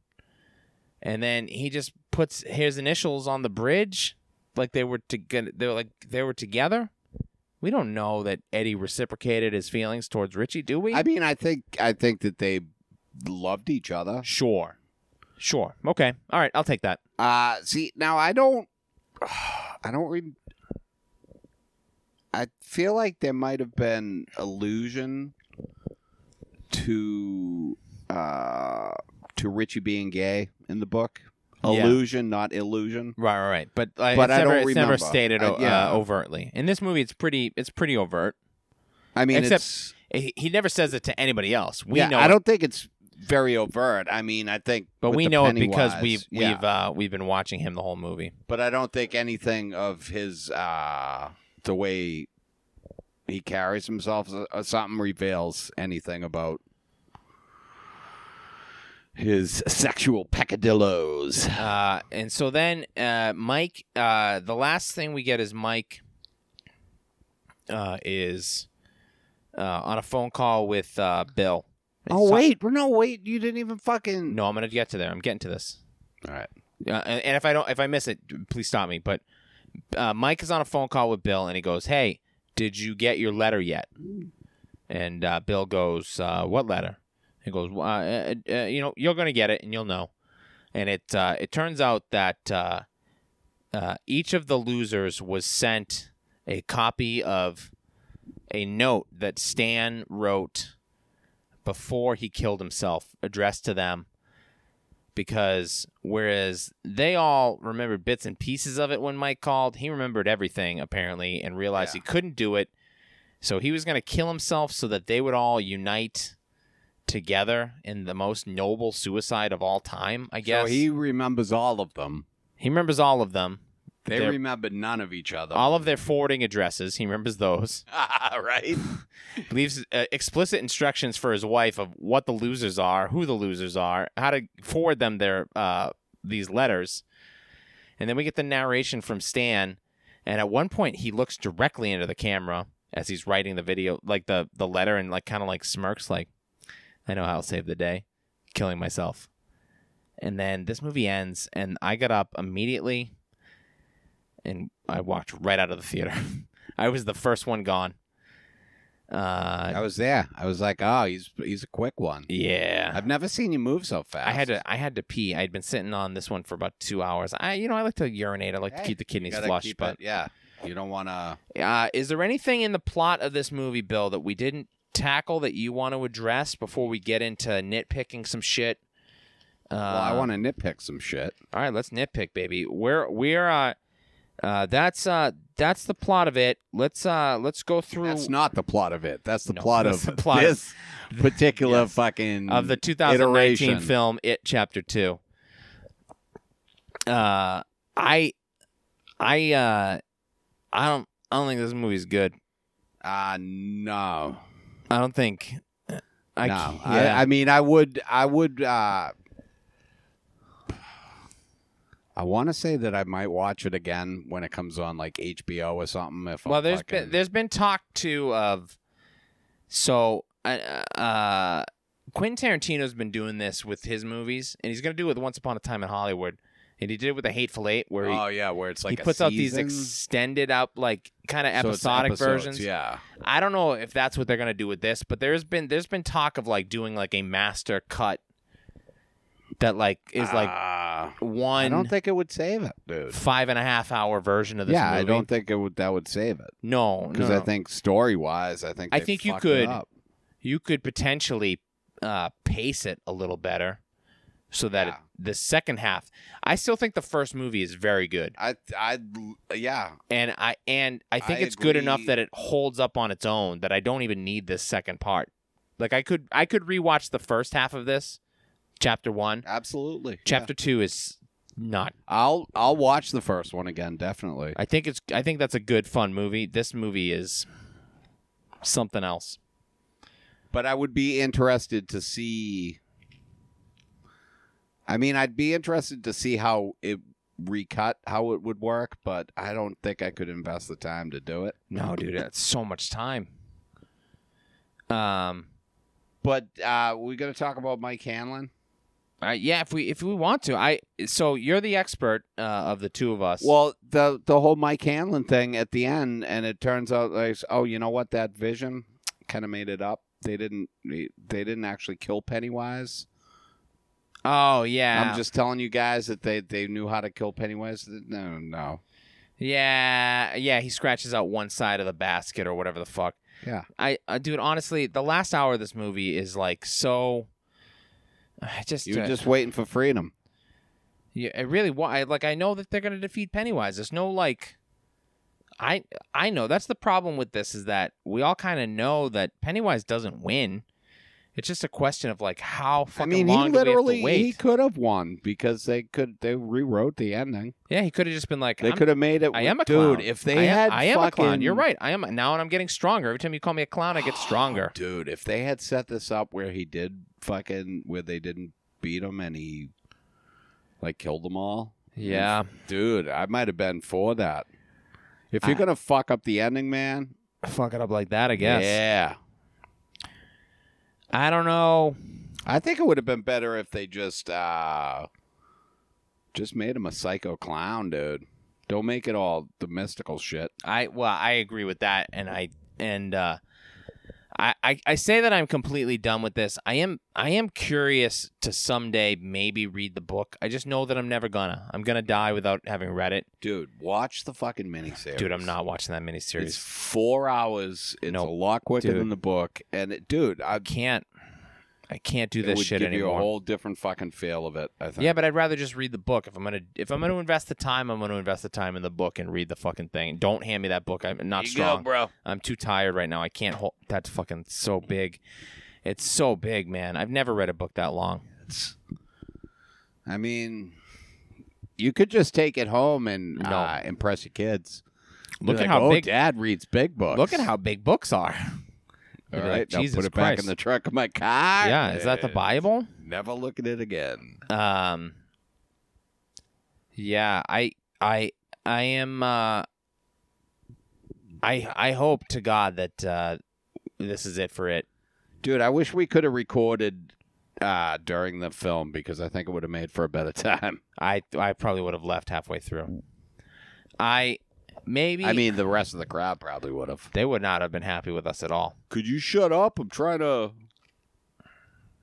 S1: And then he just puts his initials on the bridge like they were to they were like they were together. We don't know that Eddie reciprocated his feelings towards Richie, do we?
S2: I mean, I think I think that they loved each other.
S1: sure. Sure. Okay. All right, I'll take that.
S2: Uh see now I don't I don't re- I feel like there might have been allusion to uh to Richie being gay in the book.
S1: Yeah.
S2: Illusion, not illusion.
S1: Right, right, right. But, uh,
S2: But
S1: it's
S2: I
S1: never,
S2: don't
S1: it's never
S2: remember.
S1: stated
S2: I-
S1: uh,
S2: yeah.
S1: overtly. In this movie, it's pretty. It's pretty overt.
S2: I mean,
S1: Except-
S2: it's
S1: He, he never says it to anybody else. We
S2: yeah,
S1: know.
S2: I
S1: it,
S2: don't think it's very overt. I mean, I think,
S1: but
S2: with
S1: we
S2: the
S1: know it because
S2: Pennywise,
S1: we've
S2: yeah.
S1: we've uh, we've been watching him the whole movie.
S2: but I don't think anything of his uh the way he carries himself or- or something reveals anything about his sexual peccadillos.
S1: Uh, and so then uh, Mike, uh, the last thing we get is Mike uh, is uh, on a phone call with uh, Bill.
S2: Oh
S1: So-
S2: wait, no wait, you didn't even fucking
S1: no, I'm gonna get to there. I'm getting to this.
S2: All right.
S1: Uh, and, and if I don't, if I miss it, please stop me. But uh, Mike is on a phone call with Bill, and he goes, "Hey, did you get your letter yet?" And uh, Bill goes, uh, "What letter?" He goes, well, uh, uh, uh, "You know, you're gonna get it, and you'll know." And it uh, it turns out that uh, uh, each of the losers was sent a copy of a note that Stan wrote before he killed himself, addressed to them because whereas they all remembered bits and pieces of it when Mike called, he remembered everything apparently and realized he couldn't do it. So he was going to kill himself so that they would all unite together in the most noble suicide of all time, I guess.
S2: So he remembers all of them.
S1: he remembers all of them,
S2: They
S1: They're-
S2: remember none of each other.
S1: all of their forwarding addresses. He remembers those.
S2: right?
S1: leaves uh, explicit instructions for his wife of what the losers are, who the losers are, how to forward them their uh, these letters, and then we get the narration from Stan. And at one point, he looks directly into the camera as he's writing the video, like the the letter, and like kind of like smirks, like, "I know how I'll save the day, killing myself." And then this movie ends, and I got up immediately, and I walked right out of the theater. I was the first one gone. Uh,
S2: I was there. I was like, "Oh, he's he's a quick one."
S1: yeah.
S2: I've never seen you move so fast.
S1: I had to I had to pee. I had been sitting on this one for about two hours. I you know I like to urinate. I like to
S2: Hey,
S1: keep the
S2: You
S1: kidneys
S2: gotta
S1: flush.
S2: keep
S1: But
S2: it- yeah, you don't want to
S1: uh, is there anything in the plot of this movie, Bill, that we didn't tackle that you want to address before we get into nitpicking some shit? Uh,
S2: Well, I want to nitpick some shit.
S1: All right, let's nitpick, baby. We're we're uh, uh, that's uh that's the plot of it. Let's uh let's go through
S2: That's not the plot of it. That's the
S1: No,
S2: plot
S1: that's
S2: of
S1: the plot of-
S2: this particular
S1: Yes.
S2: fucking
S1: of the 2019
S2: Mm. iteration.
S1: film It Chapter 2. Uh I I uh I don't I don't think this movie's good.
S2: Ah, no,
S1: I don't think I
S2: no.
S1: c-
S2: I, I mean, I would, I would. uh I want to say that I might watch it again when it comes on like HBO or something. If
S1: well,
S2: I'm
S1: there's
S2: fucking,
S1: been there's been talk too of so uh, uh, Quentin Tarantino's been doing this with his movies, and he's gonna do it with Once Upon a Time in Hollywood, and he did it with The Hateful Eight, where he,
S2: oh yeah, where it's like
S1: he
S2: a
S1: puts out these
S2: season,
S1: extended out like kind of
S2: so it's
S1: episodic
S2: episodes,
S1: versions.
S2: Yeah,
S1: I don't know if that's what they're gonna do with this, but there's been there's been talk of like doing like a master cut that like is like
S2: Ah,
S1: one
S2: I don't think it would save it, dude.
S1: five and a half hour version of this.
S2: Yeah, I
S1: movie.
S2: don't think it would. That would save it.
S1: No,
S2: because
S1: no.
S2: I think story wise, I think
S1: I
S2: they
S1: think you
S2: fucked
S1: could-
S2: It up.
S1: you could potentially uh, pace it a little better, so that it,
S2: Yeah.
S1: the second half. I still think the first movie is very good,
S2: I, I, yeah,
S1: and I and I think
S2: I
S1: it's good enough
S2: agree.
S1: that it holds up on its own. That I don't even need this second part. Like I could I could rewatch the first half of this, chapter one.
S2: absolutely.
S1: Chapter two is not.
S2: Yeah. I'll, I'll watch the first one again, definitely.
S1: I think it's. I think that's a good fun movie. This movie is something else.
S2: But I would be interested to see. I mean, I'd be interested to see how it recut, how it would work, but I don't think I could invest the time to do it.
S1: No, dude, that's so much time. Um,
S2: But uh, we going to talk about Mike Hanlon.
S1: uh, yeah, if we if we want to, I so you're the expert uh, of the two of us.
S2: Well, the the whole Mike Hanlon thing at the end, and it turns out like, oh, you know what? That vision kind of made it up. They didn't they didn't actually kill Pennywise.
S1: oh yeah,
S2: I'm just telling you guys that they they knew how to kill Pennywise. No, no.
S1: yeah, yeah. He scratches out one side of the basket or whatever the fuck.
S2: Yeah.
S1: I, I dude, honestly, the last hour of this movie is like so. I just,
S2: You're
S1: uh,
S2: just waiting for freedom.
S1: yeah, I really wa- I Like, I know that they're gonna defeat Pennywise. There's no like, I, I know that's the problem with this is that we all kind of know that Pennywise doesn't win. It's just a question of like how
S2: I
S1: fucking
S2: mean, he
S1: long do we have to
S2: literally
S1: wait?
S2: he could have won because they could they rewrote the ending.
S1: yeah, he could have just been like,
S2: They
S1: I'm-
S2: could have made it.
S1: I am a
S2: dude.
S1: clown.
S2: If they
S1: I am,
S2: had,
S1: I am a clown.
S2: fucking-
S1: You're right. I am now, and I'm getting stronger. Every time you call me a clown, I get stronger.
S2: dude. If they had set this up where he did fucking where they didn't beat him and he like killed them all,
S1: yeah,
S2: dude, I might have been for that. If you're
S1: I-
S2: gonna fuck up the ending, man,
S1: fuck it up like that. I guess.
S2: yeah,
S1: I don't know.
S2: I think it would have been better if they just uh just made him a psycho clown, dude. Don't make it all the mystical shit.
S1: I well, I agree with that, and I and uh, I, I I say that I'm completely done with this. I am I am curious to someday maybe read the book. I just know that I'm never gonna. I'm gonna die without having read it,
S2: Dude, watch the fucking miniseries.
S1: dude. I'm not watching that miniseries.
S2: It's four hours. It's
S1: Nope.
S2: a lot quicker
S1: Dude.
S2: than the book. And it, dude, I
S1: I can't. I can't do
S2: it
S1: this
S2: would
S1: shit
S2: give you
S1: anymore.
S2: a whole different fucking feel of it. I think.
S1: Yeah, but I'd rather just read the book. If I'm gonna if I'm gonna invest the time, I'm gonna invest the time in the book and read the fucking thing. Don't hand me that book. I'm not
S3: you
S1: strong.
S3: go, bro.
S1: I'm too tired right now. I can't hold. That's fucking so big. It's so big, man. I've never read a book that long.
S2: It's- I mean, you could just take it home and
S1: No.
S2: uh, impress your kids.
S1: Look
S2: Be
S1: at
S2: like,
S1: how
S2: "Oh,
S1: big.
S2: Dad reads big books.
S1: Look at how big books are.
S2: All
S1: They're
S2: right,
S1: like,
S2: now
S1: Jesus
S2: put it back
S1: Christ.
S2: in the trunk of my car.
S1: yeah, is that the
S2: and
S1: Bible?
S2: Never look at it again.
S1: Um. Yeah, I, I, I am. Uh, I I hope to God that uh, this is it for it.
S2: Dude, I wish we could have recorded uh, during the film because I think it would have made for a better time.
S1: I I probably would have left halfway through. I maybe
S2: I mean, the rest of the crowd probably would have.
S1: they would not have been happy with us at all.
S2: Could you shut up? I'm trying to.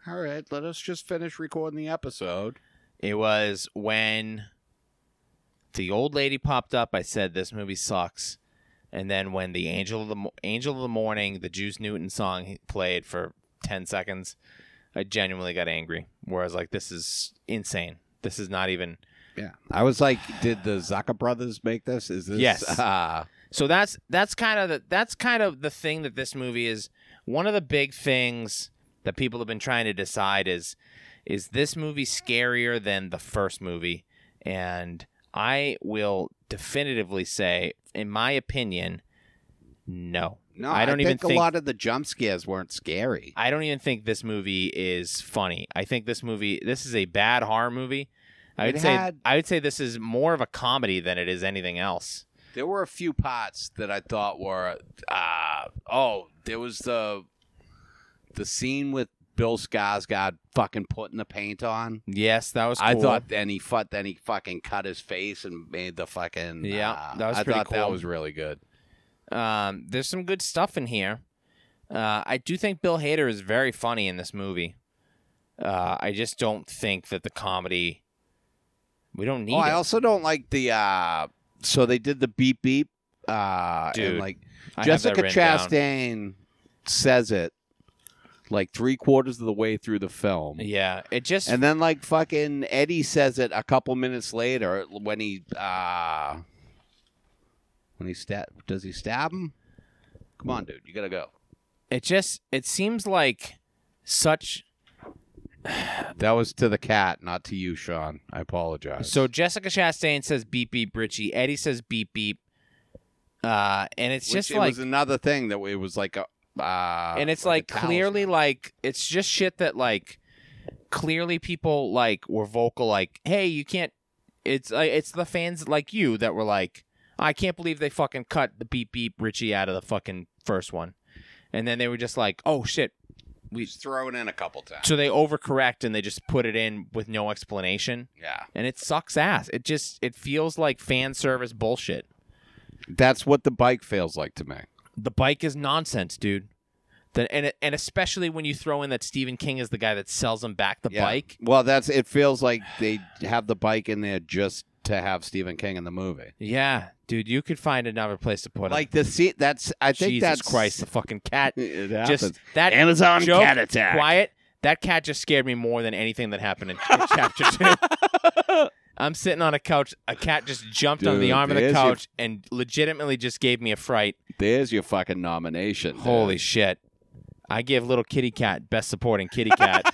S2: All right, let us just finish recording the episode.
S1: It was when the old lady popped up. I said this movie sucks, and then when the angel of the Mo- angel of the morning, the Juice Newton song played for ten seconds, I genuinely got angry. Where I was like, this is insane. This is not even
S2: Yeah. I was like, did the Zaka brothers make this? Is this
S1: Yes.
S2: uh,
S1: So that's that's kind of the that's kind of the thing that this movie is one of the big things that people have been trying to decide is is this movie scarier than the first movie? And I will definitively say in my opinion no.
S2: no,
S1: I don't even
S2: think,
S1: think-
S2: a lot of the jump scares weren't scary.
S1: I don't even think this movie is funny. I think this movie this is a bad horror movie. I would
S2: It
S1: say
S2: had-
S1: I would say this is more of a comedy than it is anything else.
S2: There were a few parts that I thought were uh oh, there was the the scene with Bill Skarsgård fucking putting the paint on.
S1: Yes, that was cool.
S2: I thought then he fu- then he fucking cut his face and made the fucking
S1: Yeah,
S2: uh,
S1: that was
S2: I
S1: pretty
S2: thought that
S1: cool.
S2: was really good.
S1: Um, there's some good stuff in here. Uh, I do think Bill Hader is very funny in this movie. Uh, I just don't think that the comedy. We don't need
S2: Oh, I
S1: it.
S2: also don't like the uh so they did the beep beep uh
S1: Dude,
S2: and like
S1: I have that
S2: Jessica
S1: written down.
S2: Chastain says it like three quarters of the way through the film.
S1: Yeah, it just
S2: And then like fucking Eddie says it a couple minutes later when he uh when he stab does he stab him? Come on, dude, you gotta go.
S1: it just it seems like such.
S2: That was to the cat, not to you, Sean. I apologize.
S1: So Jessica Chastain says beep beep Richie. Eddie says beep beep. Uh, and it's
S2: Which
S1: just
S2: it
S1: like
S2: was another thing that it was like a uh,
S1: and it's
S2: a
S1: like
S2: talisman.
S1: clearly like it's just shit that like clearly people like were vocal like hey you can't it's uh, it's the fans like you that were like I can't believe they fucking cut the beep beep Richie out of the fucking first one and then they were just like, "Oh shit." We
S2: Just throw it in a couple times.
S1: so they overcorrect and they just put it in with no explanation,
S2: Yeah.
S1: and it sucks ass. It just it feels like fan service bullshit.
S2: That's what the bike feels like to me.
S1: The bike is nonsense, dude. The, and and especially when you throw in that Stephen King is the guy that sells him back the
S2: Yeah.
S1: bike.
S2: Well, that's it feels like they have the bike in there just to have Stephen King in the movie.
S1: Yeah, dude, you could find another place to put
S2: Like the seat that's I
S1: him.
S2: think
S1: Jesus
S2: that's
S1: Christ, the fucking cat.
S2: It
S1: Just
S2: happens.
S1: that
S2: Amazon
S1: joke,
S2: cat attack.
S1: Quiet. That cat just scared me more than anything that happened in chapter two. I'm sitting on a couch. A cat just jumped on the
S2: Dude,
S1: arm of the
S2: there's your-
S1: couch and legitimately just gave me a fright.
S2: There's your fucking nomination. dude.
S1: Holy shit. I give little kitty cat best supporting kitty cat.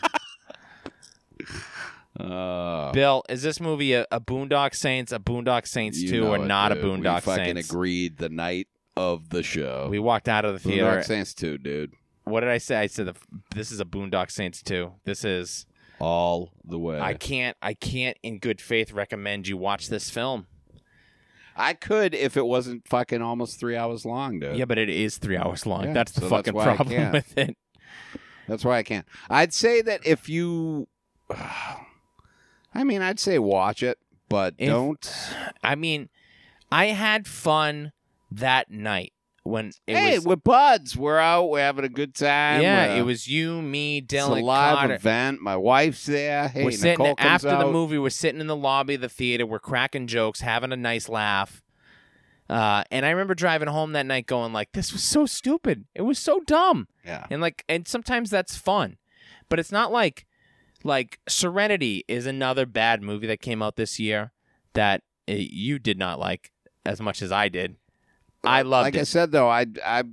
S2: Uh,
S1: Bill, is this movie a, a Boondock Saints, a Boondock Saints
S2: you
S1: 2,
S2: know
S1: or
S2: it,
S1: not
S2: dude.
S1: a
S2: We
S1: Boondock
S2: fucking
S1: Saints?
S2: agreed the night of the show.
S1: We walked out of the theater.
S2: Boondock Saints too, dude.
S1: What did I say? I said the, this is a Boondock Saints 2. This is
S2: All the way.
S1: I can't I can't in good faith recommend you watch this film.
S2: I could if it wasn't fucking almost three hours long, dude.
S1: Yeah, but it is three hours long.
S2: Yeah,
S1: that's the
S2: so that's
S1: fucking
S2: why I
S1: problem
S2: can't.
S1: with it.
S2: That's why I can't. I'd say that if you, I mean, I'd say watch it, but
S1: If-
S2: don't.
S1: I mean, I had fun that night when it
S2: hey,
S1: was
S2: we're buds. We're out. We're having a good time.
S1: yeah,
S2: we're- uh,
S1: it was you, me,
S2: It's
S1: Dylan,
S2: a live
S1: Connor.
S2: event. My wife's there. Hey,
S1: we're sitting
S2: Nicole comes
S1: after
S2: out.
S1: the movie. We're sitting in the lobby of the theater. We're cracking jokes, having a nice laugh. Uh, and I remember driving home that night, going like, "This was so stupid. It was so dumb."
S2: Yeah,
S1: and like and sometimes that's fun but it's not like like serenity is another bad movie that came out this year that uh, you did not like as much as i did i loved
S2: like
S1: it
S2: I said though, I I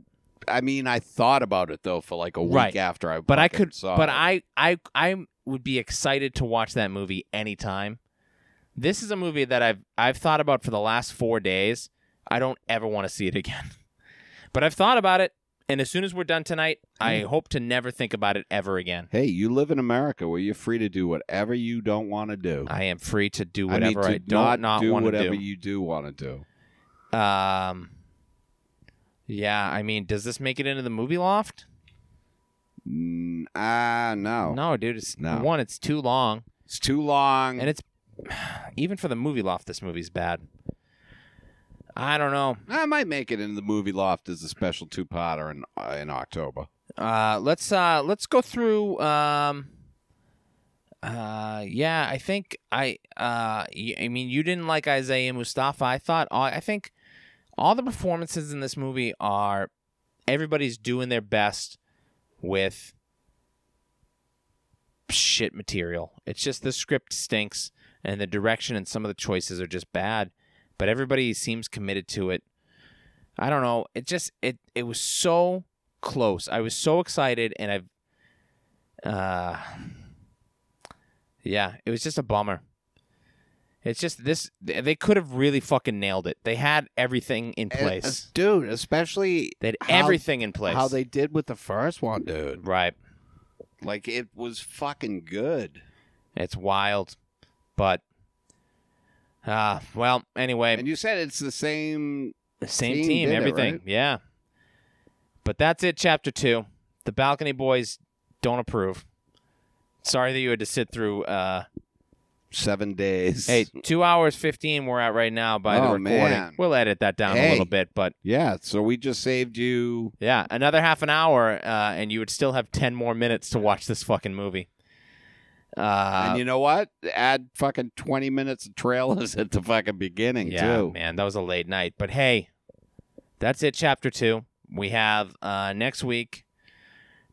S2: I mean, I thought about it though for like a week
S1: Right.
S2: after I.
S1: but i
S2: fucking
S1: could
S2: saw
S1: but
S2: it.
S1: i i i would be excited to watch that movie anytime this is a movie that i've i've thought about for the last four days i don't ever want to see it again but i've thought about it and as soon as we're done tonight
S2: Mm.
S1: i hope to never think about it ever again
S2: Hey, you live in America where you're free to do whatever you don't want to do.
S1: I am free to do
S2: I mean,
S1: whatever I,
S2: to
S1: don't not
S2: do
S1: want
S2: whatever
S1: to
S2: you do want to do.
S1: do. Um, yeah, I mean, does this make it into the movie loft?
S2: Mm, Ah, no.
S1: No, dude. It's
S2: No.
S1: one. It's too long,
S2: It's too long.
S1: and it's even for the movie loft. This movie's bad. I don't know.
S2: I might make it into the movie loft as a special two potter in uh, in October.
S1: Uh, let's uh, let's go through. Um, uh, yeah, I think I. Uh, y- I mean, you didn't like Isaiah Mustafa. I thought. all- I think all the performances in this movie are everybody's doing their best with shit material. It's just the script stinks and the direction and some of the choices are just bad, but everybody seems committed to it. I don't know. It just it it was so close. I was so excited, and I've, uh, yeah, it was just a bummer. It's just this. th- They could have really fucking nailed it. They had everything in place.
S2: uh, dude. Especially
S1: They had
S2: how-
S1: everything in place.
S2: how they did with the first one, dude.
S1: right.
S2: Like it was fucking good.
S1: It's wild, but uh well. Anyway,
S2: And you said it's the same.
S1: same
S2: team
S1: team,
S2: did it,
S1: everything.
S2: right?
S1: Yeah. But that's it. Chapter two. The balcony boys don't approve. Sorry that you had to sit through. uh
S2: Seven days.
S1: Hey, two hours fifteen we're at right now by the
S2: Oh,
S1: recording.
S2: man.
S1: We'll edit that down a
S2: Hey.
S1: little bit, but
S2: yeah. So we just saved you.
S1: yeah, another half an hour, uh, and you would still have ten more minutes to watch this fucking movie. Uh,
S2: and you know what? Add fucking twenty minutes of trailers at the fucking beginning
S1: yeah,
S2: too.
S1: man, that was a late night. But hey, that's it. Chapter two. We have uh, next week.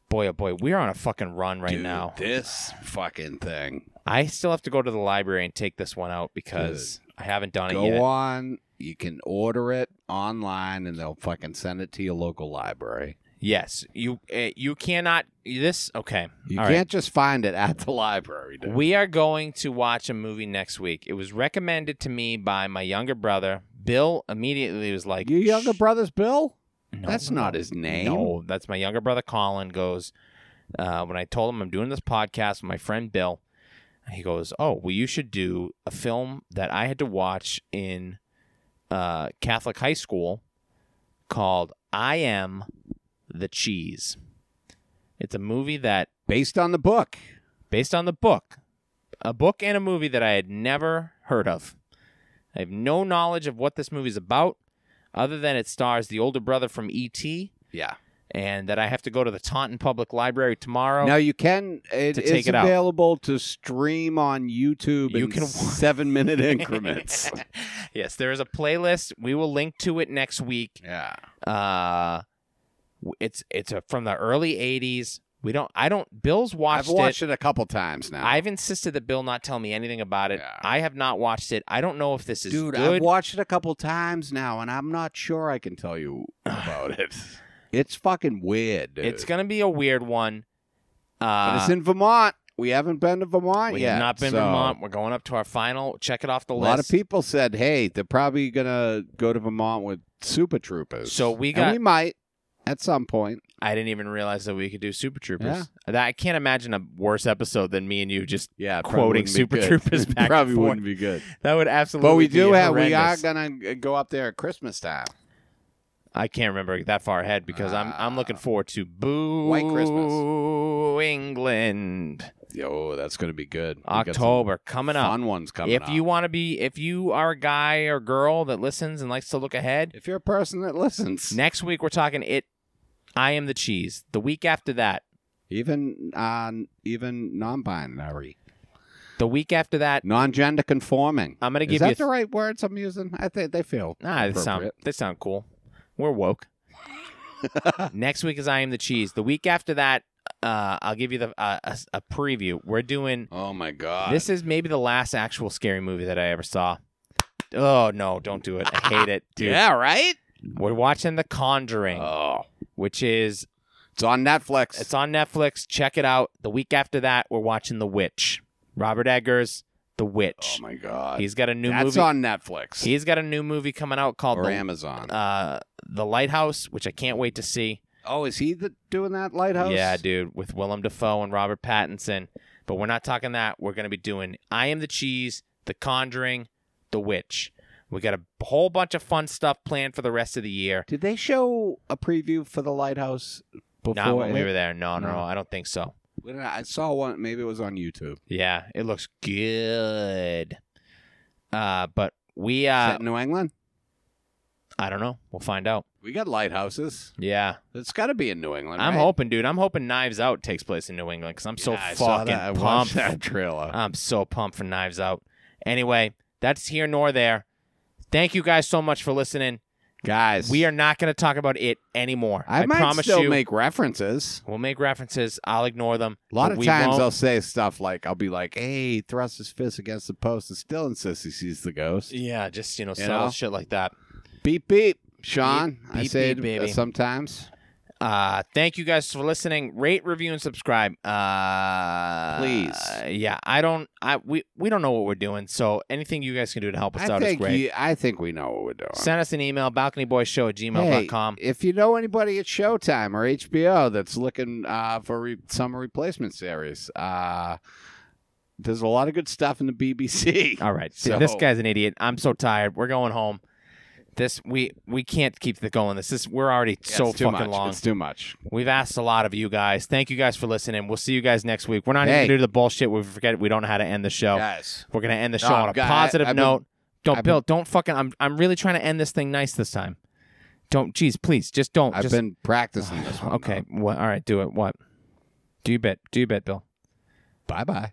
S1: Boy, oh boy, we're on a fucking run right
S2: Dude,
S1: now.
S2: this fucking thing.
S1: I still have to go to the library and take this one out because I haven't done
S2: Go
S1: it yet.
S2: on. You can order it online, and they'll fucking send it to your local library.
S1: Yes, you uh, you cannot this. Okay,
S2: You
S1: All right.
S2: can't just find it at the library. Dude.
S1: We are going to watch a movie next week. It was recommended to me by my younger brother. Bill immediately was like,
S2: your younger
S1: "Shh,
S2: brother's Bill?
S1: no,
S2: That's not his name.
S1: No, that's my younger brother Colin goes, uh, when I told him I'm doing this podcast with my friend Bill, he goes, Oh, well, you should do a film that I had to watch in uh, Catholic high school called I Am the Cheese. It's a movie that,
S2: Based on the book.
S1: based on the book, a book and a movie that I had never heard of. I have no knowledge of what this movie's about, other than it stars the older brother from E E.T.
S2: Yeah.
S1: and that I have to go to the Taunton Public Library tomorrow.
S2: Now you can. It
S1: To
S2: is
S1: take it out.
S2: available to stream on YouTube.
S1: You
S2: in
S1: can wa-
S2: seven minute increments.
S1: yes, there is a playlist. We will link to it next week.
S2: yeah.
S1: Uh, w- it's it's a, from the early '80s. We don't. I don't. Bill's
S2: I've
S1: watched,
S2: watched it. a couple times now.
S1: I've insisted that Bill not tell me anything about it.
S2: Yeah.
S1: I have not watched it. I don't know if this is
S2: Dude,
S1: good.
S2: I've watched it a couple times now, and I'm not sure I can tell you about it. It's fucking weird. Dude.
S1: it's gonna be a weird one.
S2: But
S1: Uh,
S2: it's in Vermont. We haven't been to Vermont
S1: we
S2: yet.
S1: have not been
S2: so
S1: to Vermont. We're going up to our final. Check it off the
S2: A
S1: list.
S2: lot of people said, "Hey, they're probably gonna go to Vermont with Super Troopers."
S1: So we
S2: And
S1: got-
S2: we might at some point.
S1: I didn't even realize that we could do Super Troopers. That- I can't imagine a worse episode than me and you just
S2: Yeah, probably
S1: Quoting
S2: wouldn't be
S1: Super
S2: good.
S1: Troopers back and
S2: probably
S1: forth.
S2: wouldn't be good.
S1: that would absolutely.
S2: But we do
S1: be
S2: have. We are
S1: horrendous.
S2: gonna go up there at Christmas time.
S1: I can't remember that far ahead because I'm I'm looking forward to Boo
S2: Ah. White Christmas.
S1: England
S2: Oh, that's gonna be good. We got some
S1: October coming up.
S2: fun ones coming.
S1: If
S2: up.
S1: you want to be, if you are a guy or girl that listens and likes to look ahead,
S2: if you're a person that listens,
S1: next week we're talking it. I am the cheese. The week after that,
S2: even on even non-binary,
S1: the week after that,
S2: non-gender conforming.
S1: I'm gonna
S2: Is
S1: give
S2: that
S1: you.
S2: the right words I'm using? I think they feel
S1: Nah, they sound
S2: appropriate.
S1: they sound cool. We're woke. Next week is I am the cheese. The week after that, uh, I'll give you the uh, a, a preview. We're doing.
S2: Oh my god!
S1: This is maybe the last actual scary movie that I ever saw. Oh no! Don't do it. I hate it, dude.
S2: yeah, right.
S1: We're watching The Conjuring,
S2: Oh,
S1: which is
S2: it's on Netflix.
S1: it's on Netflix. Check it out. The week after that, we're watching The Witch. Robert Eggers, The Witch.
S2: oh my god!
S1: He's got a new
S2: That's
S1: movie.
S2: on Netflix
S1: He's got a new movie coming out called
S2: or
S1: The
S2: Amazon.
S1: uh, the Lighthouse, which I can't wait to see.
S2: oh, is he the, doing that lighthouse?
S1: Yeah, dude, with Willem Dafoe and Robert Pattinson. But we're not talking that. We're gonna be doing I Am the Cheese, The Conjuring, The Witch. We got a whole bunch of fun stuff planned for the rest of the year.
S2: Did they show a preview for the lighthouse before?
S1: Not when we
S2: it-
S1: were there. No, no,
S2: No.
S1: no, I don't think so.
S2: When I saw one. Maybe it was on YouTube.
S1: Yeah, it looks good. Uh, but we,
S2: Is
S1: uh,
S2: that New England.
S1: I don't know. We'll find out.
S2: We got lighthouses.
S1: Yeah,
S2: It's got to be in New England.
S1: I'm
S2: right?
S1: hoping, dude. I'm hoping Knives Out takes place in New England because I'm so
S2: Yeah, I saw
S1: fucking
S2: that. I watched
S1: pumped.
S2: that trailer.
S1: I'm so pumped for Knives Out. Anyway, that's here nor there. Thank you guys so much for listening.
S2: Guys,
S1: We are not going to talk about it anymore.
S2: I,
S1: I,
S2: might
S1: promise
S2: still
S1: you.
S2: make references.
S1: we'll make references. I'll ignore them.
S2: A lot
S1: but
S2: of
S1: we
S2: times
S1: won't.
S2: I'll say stuff like, I'll be like, hey, he thrusts his fist against the post and still insists he sees the ghost.
S1: yeah, just you know,
S2: You
S1: subtle
S2: know?
S1: shit like that.
S2: Beep, beep. Sean, I
S1: beep,
S2: say
S1: beep,
S2: it, uh,
S1: baby.
S2: sometimes.
S1: Uh, thank you guys for listening. Rate, review, and subscribe. Uh,
S2: Please.
S1: Yeah, I don't. I we we don't know what we're doing. So anything you guys can do to help us
S2: I
S1: out is
S2: think,
S1: great.
S2: you- I think we know what we're doing.
S1: Send us an email, balconyboyshow at
S2: Hey,
S1: gmail.com.
S2: if you know anybody at Showtime or HBO that's looking uh, for re- some replacement series, uh, there's a lot of good stuff in the BBC.
S1: All right,
S2: So-
S1: this guy's an idiot. I'm so tired. We're going home. This we we can't keep the going. This is we're already
S2: Yeah,
S1: so
S2: it's too
S1: fucking
S2: much.
S1: long.
S2: It's too much.
S1: We've asked a lot of you guys. Thank you guys for listening. We'll see you guys next week. We're not
S2: Hey.
S1: even gonna do the bullshit. We forget we don't know how to end the show.
S2: Guys,
S1: We're gonna end the show
S2: No,
S1: on a
S2: I've got-
S1: positive
S2: I- I've been-
S1: note. don't
S2: I've
S1: Bill, don't fucking I'm I'm really trying to end this thing nice this time. Don't geez, please, just don't.
S2: I've
S1: just,
S2: been uh, practicing this one.
S1: Okay. What all right, do it. What? Do you bet? Do you bet, Bill?
S2: Bye bye.